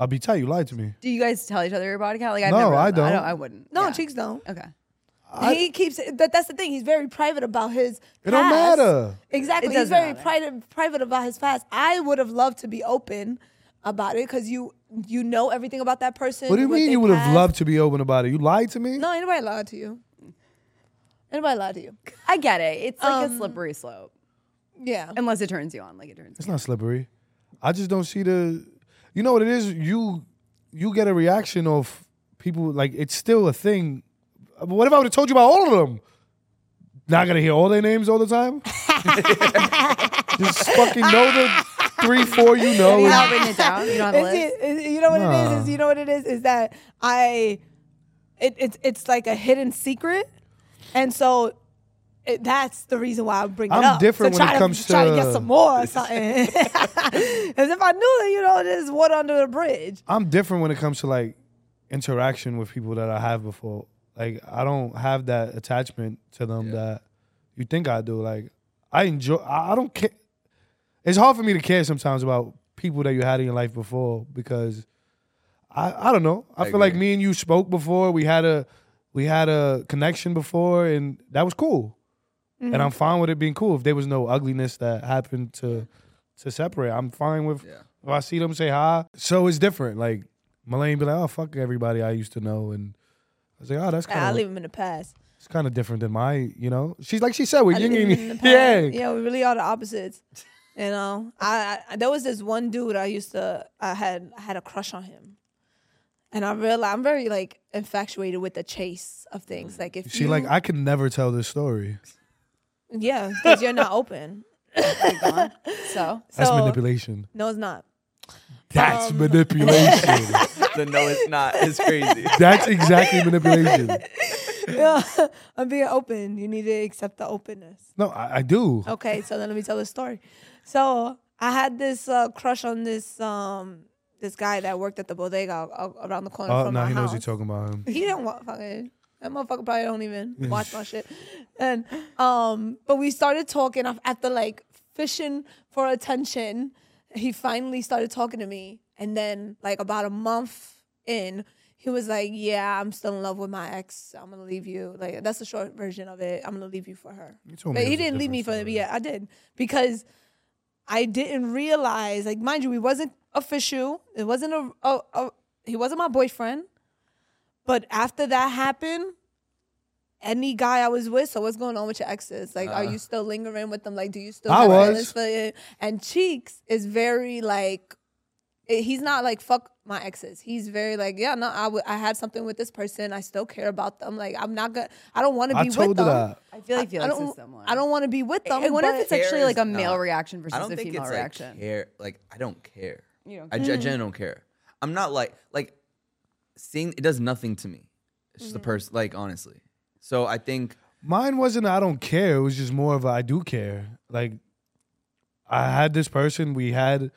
S2: I'll be tight. You lied to me.
S4: Do you guys tell each other your body count? Like I've
S2: No,
S4: never done
S2: I
S4: that. I
S2: don't.
S4: don't. I wouldn't.
S1: No,
S4: Yeah.
S1: cheeks don't.
S4: Okay.
S1: he keeps that. That's the thing. He's very private about his.
S2: It don't
S1: past.
S2: matter.
S1: Exactly.
S4: It
S1: He's
S4: doesn't
S1: very
S4: matter.
S1: private private about his past. I would have loved to be open about it because you you know everything about that person.
S2: What do you mean
S1: they
S2: you would have
S1: past.
S2: loved to be open about it? You lied to me?
S1: No, anybody lied to you. Anybody lied to you?
S4: I get it. It's like a slippery slope.
S1: Yeah.
S4: Unless it turns you on, like it turns.
S2: It's
S4: me on.
S2: not slippery. I just don't see the you know what it is? You you get a reaction of people like it's still a thing. But what if I would have told you about all of them? Not gonna hear all their names all the time? just fucking know the three, four you know.
S4: Have you
S2: and-
S4: not written it down? You don't have a
S1: It's,
S4: list.
S1: it, it- you know what it is,
S2: Nah.
S1: is? You know what it is? Is that I, it, it's it's like a hidden secret, and so it, that's the reason why I bring it
S2: I'm
S1: up.
S2: different when
S1: try
S2: it comes
S1: try to get
S2: to-
S1: some more or
S2: <laughs>
S1: something. <laughs> Because if I knew that, you know, there's water under the bridge.
S2: I'm different when it comes to like interaction with people that I have before. Like I don't have that attachment to them that you think I do. Like I enjoy. I I don't care. It's hard for me to care sometimes about people that you had in your life before because I I don't know. I, feel like
S3: agree.
S2: me and you spoke before. We had a we had a connection before, and that was cool. And I'm fine with it being cool. If there was no ugliness that happened to to separate, I'm fine with.
S3: Yeah.
S2: If I see them say hi, so it's different. Like Mulaney be like, "Oh fuck everybody I used to know," and I was like, "Oh, that's
S1: I
S2: kind
S1: leave
S2: of
S1: him in the past.
S2: it's kind of different than my, you know." She's like she said, "We're
S1: I
S2: yin
S1: leave
S2: and
S1: him in the
S2: yang." <laughs>
S1: past.
S2: yeah,
S1: yeah, we really are the opposites. You know, I, I there was this one dude I used to I had I had a crush on him, and I realized I'm very like infatuated with the chase of things. Like if
S2: She
S1: you,
S2: like, I can never tell this story.
S1: yeah, because you're not open.
S4: Like, gone. so
S2: <laughs> That's
S1: So- um,
S2: manipulation.
S1: No, it's not.
S2: That's
S1: <laughs>
S2: manipulation.
S3: the no, it's not. It's crazy.
S2: That's exactly manipulation.
S1: Yeah, <laughs> I'm being open. You need to accept the openness.
S2: No, I, I do.
S1: Okay, so then let me tell the story. So I had this uh, crush on this um this guy that worked at the bodega uh, around the corner
S2: Oh
S1: from
S2: no,
S1: my
S2: he knows
S1: house.
S2: you're talking about him.
S1: He didn't want fucking. That motherfucker probably don't even watch my shit. And um, but we started talking af- after like fishing for attention. He finally started talking to me, and then like about a month in, he was like, "Yeah, I'm still in love with my ex. I'm gonna leave you." Like that's the short version of it. I'm gonna leave you for her.
S2: You told me
S1: But
S2: it
S1: he
S2: was a
S1: didn't leave
S2: different
S1: me for
S2: story.
S1: Yeah, I did because I didn't realize. Like, mind you, he wasn't official. It wasn't a. a, a he wasn't my boyfriend. But after that happened, any guy I was with, so what's going on with your exes? Like, are you still lingering with them? Like, do you still
S2: Uh. I
S1: have
S2: was.
S1: feelings for it? And Cheeks is very like, eh, he's not like fuck my exes. He's very like, yeah, no, I w- I had something with this person. I still care about them. Like, I'm not gonna. I don't want to
S2: I
S1: be
S2: told
S1: with
S2: her
S1: them.
S2: that.
S4: I feel like
S1: I
S4: Felix is
S1: don't.
S4: similar. Eh,
S1: I don't want to be with them.
S4: I wonder if
S1: but-
S4: it's actually
S3: Care
S4: like
S3: is
S4: a male
S3: not-
S4: reaction
S3: I
S4: versus
S3: don't
S4: a
S3: think
S4: female
S3: it's
S4: reaction.
S3: like
S4: Mm-hmm.
S3: care. Like I don't care.
S4: You don't
S3: I, gen- I genuinely don't care. I'm not like like seeing it does nothing to me. It's
S4: Mm-hmm.
S3: just a person. Like honestly, so I think
S2: Mine wasn't. I don't care. It was just more of a, I do care. Like I had this person. We had.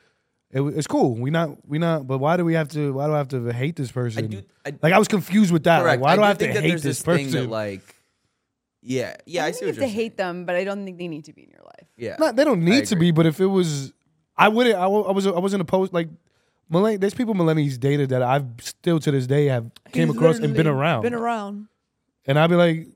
S2: It, wa- it's cool. We not. We not. But why do we have to? Why do I have to hate this person?
S3: do- I-
S2: like I was confused with that. Like,
S3: correct.
S2: why do I have to
S3: think that
S2: hate
S3: there's
S2: this,
S3: this
S2: person?
S3: thing that like. Yeah, yeah, I, see what
S4: I think you have
S3: you're
S4: to
S3: saying.
S4: hate them, but I don't think they need to be in your life.
S3: Yeah,
S2: Not, they don't need to be,
S3: agree.
S2: but if it was, I wouldn't. I, wa- I was. I wasn't opposed. Like, millenn- there's people millennials dated that I've still to this day have came
S1: He's
S2: across and been
S1: literally
S2: around,
S1: Been around.
S2: and I'd be like,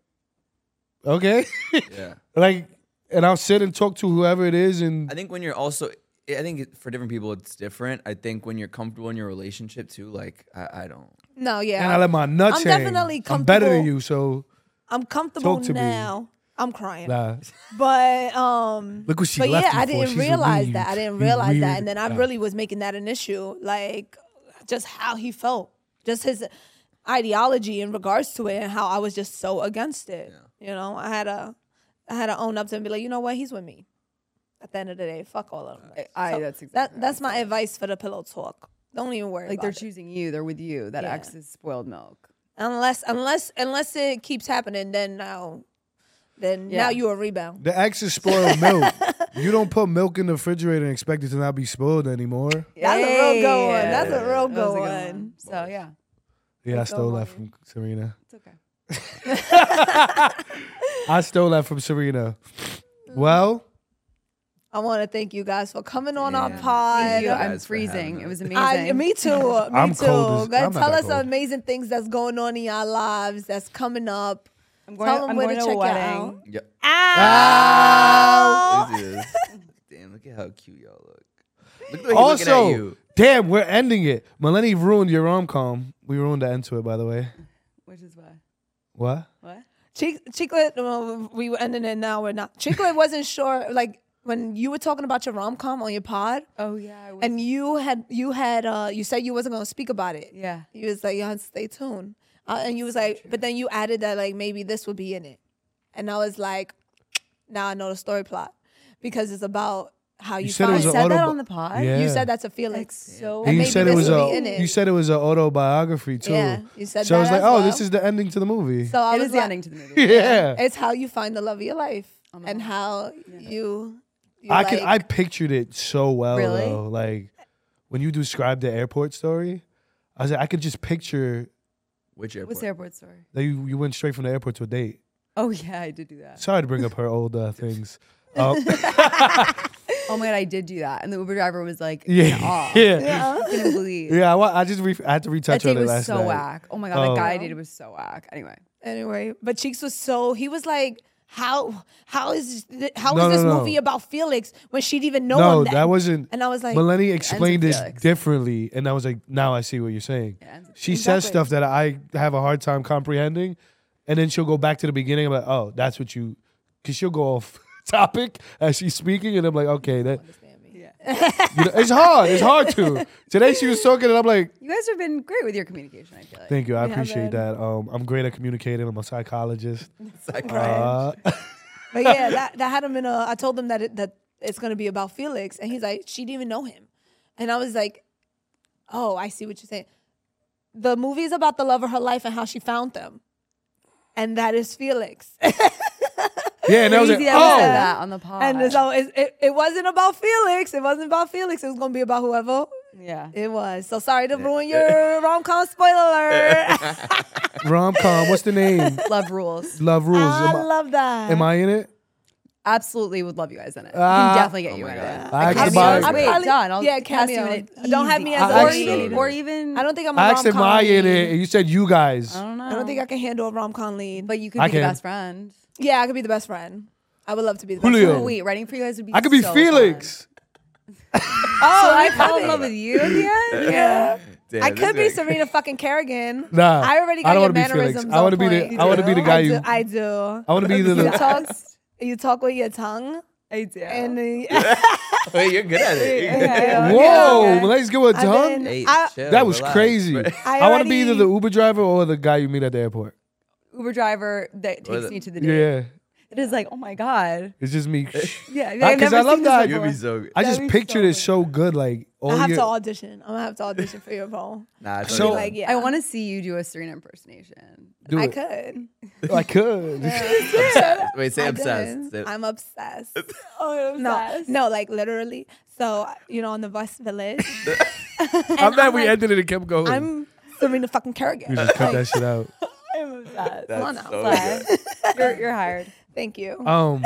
S2: okay, <laughs>
S3: yeah.
S2: like, and I'll sit and talk to whoever it is, and
S3: I think when you're also, I think it- for different people it's different. I think when you're comfortable in your relationship too, like I, I don't.
S1: No, yeah.
S2: and I let my
S1: I'm
S2: nuts. hang.
S1: definitely
S2: I'm better than
S1: comfortable.
S2: you, so
S1: I'm comfortable
S2: Talk to me.
S1: now. I'm crying.
S2: nah.
S1: But um
S2: Look what she
S1: But
S2: left
S1: yeah,
S2: you
S1: I
S2: for.
S1: didn't
S2: She's
S1: realize
S2: relieved.
S1: that. I didn't
S2: You
S1: realize
S2: weird-
S1: that. And then I
S2: Nah.
S1: really was making that an issue. Like just how he felt. Just his ideology in regards to it and how I was just so against it. You know, I had a I had to own up to him and be like, you know what, he's with me. At the end of the day, fuck all of them.
S4: I- that's exactly
S1: that,
S4: how
S1: that's
S4: I
S1: my advice for the pillow talk. Don't even worry.
S4: Like
S1: about
S4: they're
S1: it.
S4: choosing you, they're with you. That
S1: Yeah.
S4: ex is spoiled milk.
S1: unless unless unless it keeps happening then now then
S4: Yeah.
S1: now you a rebound
S2: The ex is
S1: <laughs>
S2: spoiled milk. You don't put milk in the refrigerator and expect it to not be spoiled anymore.
S1: that's a real good one that's
S4: Yeah.
S1: a real
S4: That was
S1: good
S4: a good
S1: one
S4: So yeah,
S2: Yeah, I
S1: That's so
S2: stole that
S1: funny.
S2: from Serena.
S4: it's okay.
S2: I stole that from Serena.
S1: Mm.
S2: Well,
S1: i want to thank you guys for coming on our
S3: Yeah.
S1: pod
S3: Thank
S4: You,
S3: you
S4: I'm
S3: guys for having
S4: freezing.
S3: us.
S4: It was amazing.
S1: I, me too.
S4: <laughs>
S1: Me
S2: I'm
S1: too.
S2: cold as-
S1: Go ahead,
S2: I'm not
S1: tell
S2: that
S1: us
S2: cold.
S1: the amazing things that's going on in your lives that's coming up.
S4: I'm
S1: tell 'em where to
S4: a
S1: check you
S4: wedding.
S1: out.
S3: Yep.
S2: Ah, Oh.
S1: Ow!
S3: This is- <laughs> damn, look at how cute y'all look. Look at looking at
S2: also,
S3: you.
S2: damn, we're ending it. Melanie ruined your rom com. We ruined the end to it, by the way.
S4: Which is why.
S2: What?
S4: What?
S1: Chick- Chiclet, well, we were ending it now. We're not. Chiclet
S4: <laughs>
S1: wasn't sure. Like when you were talking about your rom com on your pod,
S4: Oh yeah. I was,
S1: and you had you had uh you said you wasn't gonna speak about it.
S4: yeah.
S1: You was like, y'all stay tuned. Uh, and you was like, but then you added that like maybe this would be in it. And I was like, now I know the story plot because it's about how you,
S2: You said it
S1: found
S2: was
S4: You
S2: an
S4: said that
S2: autobi-
S4: on the pod.
S2: Yeah.
S1: You said that's a Felix.
S4: So
S2: And you
S1: maybe
S2: said it
S1: this
S2: was
S1: will
S2: a
S1: be in it.
S2: you said it was an autobiography too.
S1: Yeah, you said
S2: so I was
S1: that
S2: like,
S1: as
S2: oh,
S1: well.
S2: this is the ending to the movie.
S1: So I
S4: it
S1: was
S4: is the
S1: like,
S4: ending to the
S1: <laughs>
S4: movie.
S2: <laughs> yeah.
S1: It's how you find the love of your life and how you. you
S2: I
S1: like,
S2: can I pictured it so well
S4: Really?
S2: though. Like when you described the airport story, I was like, I could just picture
S3: Which airport?
S4: What's the airport story?
S2: that you, you went straight from the airport to a date.
S4: Oh yeah, I did do that. <laughs>
S2: Sorry to bring up her old uh, things. Oh,
S4: Oh my god, I did do that, and the Uber driver was like,
S2: yeah,
S4: in awe.
S2: <laughs> yeah,
S4: I couldn't believe.
S2: yeah. I, wa- I just re- I had to
S4: That
S2: retouch
S4: date
S2: on it
S4: was
S2: last
S4: so
S2: night.
S4: whack. Oh my god,
S2: Oh.
S4: that guy I dated was so whack. Anyway,
S1: Anyway, but Cheeks was so he was like, how how is th- how is
S2: No, no,
S1: this
S2: no.
S1: movie about Felix when she'd even know
S2: No,
S1: him? then?
S2: that wasn't.
S1: And I was like,
S2: Melanie explained this
S4: Felix.
S2: differently, and I was like, now I see what you're saying.
S4: ends with-
S2: she says stuff that I have a hard time comprehending, and then she'll go back to the beginning. I'm like, oh, that's what you, because she'll go off <laughs> topic as she's speaking, and I'm like, okay, that. <laughs> You know, it's hard. It's hard to. Today she was talking, and I'm like,
S4: you guys have been great with your communication. I feel like.
S2: thank you, I appreciate that. Um, I'm great at communicating. I'm a psychologist. Uh,
S1: but
S2: <laughs>
S1: yeah, that, that had him in a. I told him that it, that it's gonna be about Felix, and he's like, she didn't even know him, and I was like, oh, I see what you're saying. The movie is about the love of her life and how she found them, and that is Felix. <laughs>
S2: yeah, and I was like,
S4: Crazy that we said
S2: oh,
S4: that on the pod.
S1: and so it, it, it wasn't about Felix. It wasn't about Felix. It was gonna be about whoever
S4: yeah,
S1: it was. So sorry to ruin
S2: <laughs>
S1: your rom com spoiler alert.
S2: rom com. What's the name?
S4: love rules.
S2: Love
S1: <laughs>
S2: rules.
S1: I
S2: Am I,
S1: love that.
S2: am I in it?
S4: Absolutely would love you guys in it.
S2: Ah.
S4: can definitely get
S3: Oh
S4: you
S3: my
S4: in
S3: God.
S4: it.
S2: I asked
S4: Cameos,
S2: about-
S4: wait,
S1: I'd probably-
S4: done. I'll
S1: yeah,
S4: cast you in
S1: cameos.
S4: it.
S1: Don't have me as
S2: a
S4: or
S2: lead.
S4: even, or even.
S1: I don't think I'm a
S2: I asked
S1: rom
S2: if
S1: com.
S2: I in it, and you said you guys.
S4: I don't know.
S1: I don't think I can handle a rom com lead. But
S4: But you could
S2: I
S4: be the
S2: can.
S4: best friend.
S1: yeah, I could be the best friend. I would love to be the best
S2: Julio.
S4: Oh, wait, writing for you guys would be.
S2: I could be
S4: so fun.
S2: Felix.
S4: Oh, I fell in love with you at the
S1: friend.
S4: end.
S3: oh, Damn,
S1: I
S3: this
S1: could be
S3: is-
S1: Serena fucking Kerrigan.
S2: Nah,
S1: I already got
S2: I don't
S1: your
S2: wanna be Felix.
S1: mannerisms.
S2: I wanna
S1: want
S2: be
S1: to
S2: the- I wanna be the guy you-
S1: I do.
S2: I want to be the.
S1: You talk. You talk with your tongue.
S4: I do.
S1: And
S2: <laughs>
S1: the-
S3: <laughs> Wait, you're good at it. You're good.
S2: Oh, Whoa, let's go a tongue.
S1: been-
S3: Hey,
S1: I-
S3: chill,
S2: that was
S3: relax.
S2: crazy. <laughs> I, want to be either the Uber driver or the guy you meet at the airport.
S4: Uber driver that takes
S3: the-
S4: me to the date.
S2: Yeah,
S4: It is like, oh my god.
S2: it's just me.
S4: Yeah, I've
S2: I- Ah, 'cause
S4: never
S2: I love
S4: seen
S2: that.
S4: this
S3: You'd
S4: before.
S3: be so good.
S2: I just
S4: be
S2: pictured
S4: so
S2: it so good, like oh, all
S1: I have
S2: your-
S1: to audition. I'm gonna have to audition for your
S2: <laughs>
S1: role.
S3: Nah, it's
S2: So-
S3: so,
S1: Like yeah,
S4: I want to see you do a Serena impersonation.
S2: Oh, do
S1: I
S2: it.
S1: could.
S2: <laughs> I could. <laughs>
S3: wait, say
S1: I didn't.
S3: obsessed. Say-
S1: I'm obsessed.
S4: Oh,
S1: No, no, like literally. So you know, on the bus
S2: <laughs>
S1: village,
S2: I'm glad we
S1: like-
S2: ended it and kept going.
S1: I'm Serena fucking
S2: we
S1: Kerrigan.
S2: just cut that shit out.
S4: I'm obsessed.
S3: That's
S1: on now.
S3: so
S4: Bye. <laughs> you're, you're hired.
S1: Thank <laughs> you.
S2: Um,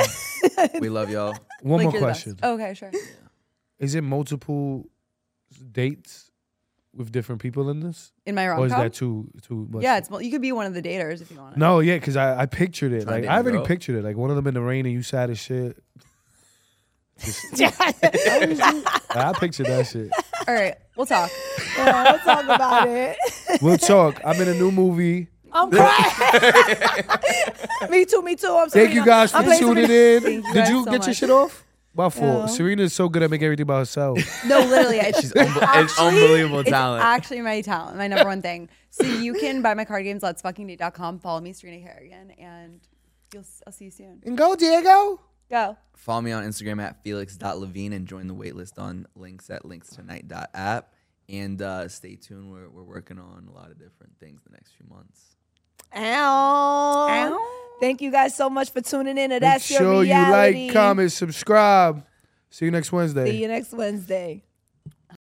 S3: good. We love
S1: <laughs>
S3: y'all.
S2: one more
S4: Like, you're the best.
S2: question:
S4: Okay, sure.
S2: Is it multiple dates with different people in this,
S4: In my
S2: or
S4: rom
S2: is
S4: com.
S2: that too too much?
S4: Yeah, it's mul- you could be one of the daters if you want.
S2: No, yeah, because I, I pictured it.
S3: Trying
S2: Like
S3: to
S2: I already
S3: grow.
S2: pictured it. Like one of them in the rain and you sad as shit.
S1: <laughs>
S2: I pictured that shit. <laughs>
S4: All right, we'll talk.
S1: Let's talk about it.
S2: We'll talk. I'm in a new movie.
S1: I'm crying. <laughs> me too. Me too. I'm sorry.
S2: Thank you guys for
S1: I'm playing
S2: tuning in.
S4: you
S2: Did
S4: guys
S2: you
S4: so
S2: get your
S4: much.
S2: shit off? My fault. Serena is so good at making everything by herself.
S4: <laughs> No, literally,
S2: <laughs>
S4: I,
S3: She's unbe- an unbelievable
S4: it's
S3: talent.
S4: actually my talent, my number one thing. So you can buy my card games. Let's fucking date.com. Follow me, Serena Harrigan, and you'll, I'll see you soon.
S2: and go, Diego.
S4: Go.
S3: Follow me on Instagram at felix.levine and join the waitlist on links at linkstonight.app. And uh, stay tuned. We're, we're working on a lot of different things the next few months.
S1: Ow. Thank you guys so much for tuning in. to
S2: Make
S1: That's
S2: sure
S1: your
S2: you
S1: reality.
S2: like, comment, subscribe. See you next Wednesday.
S1: See you next Wednesday.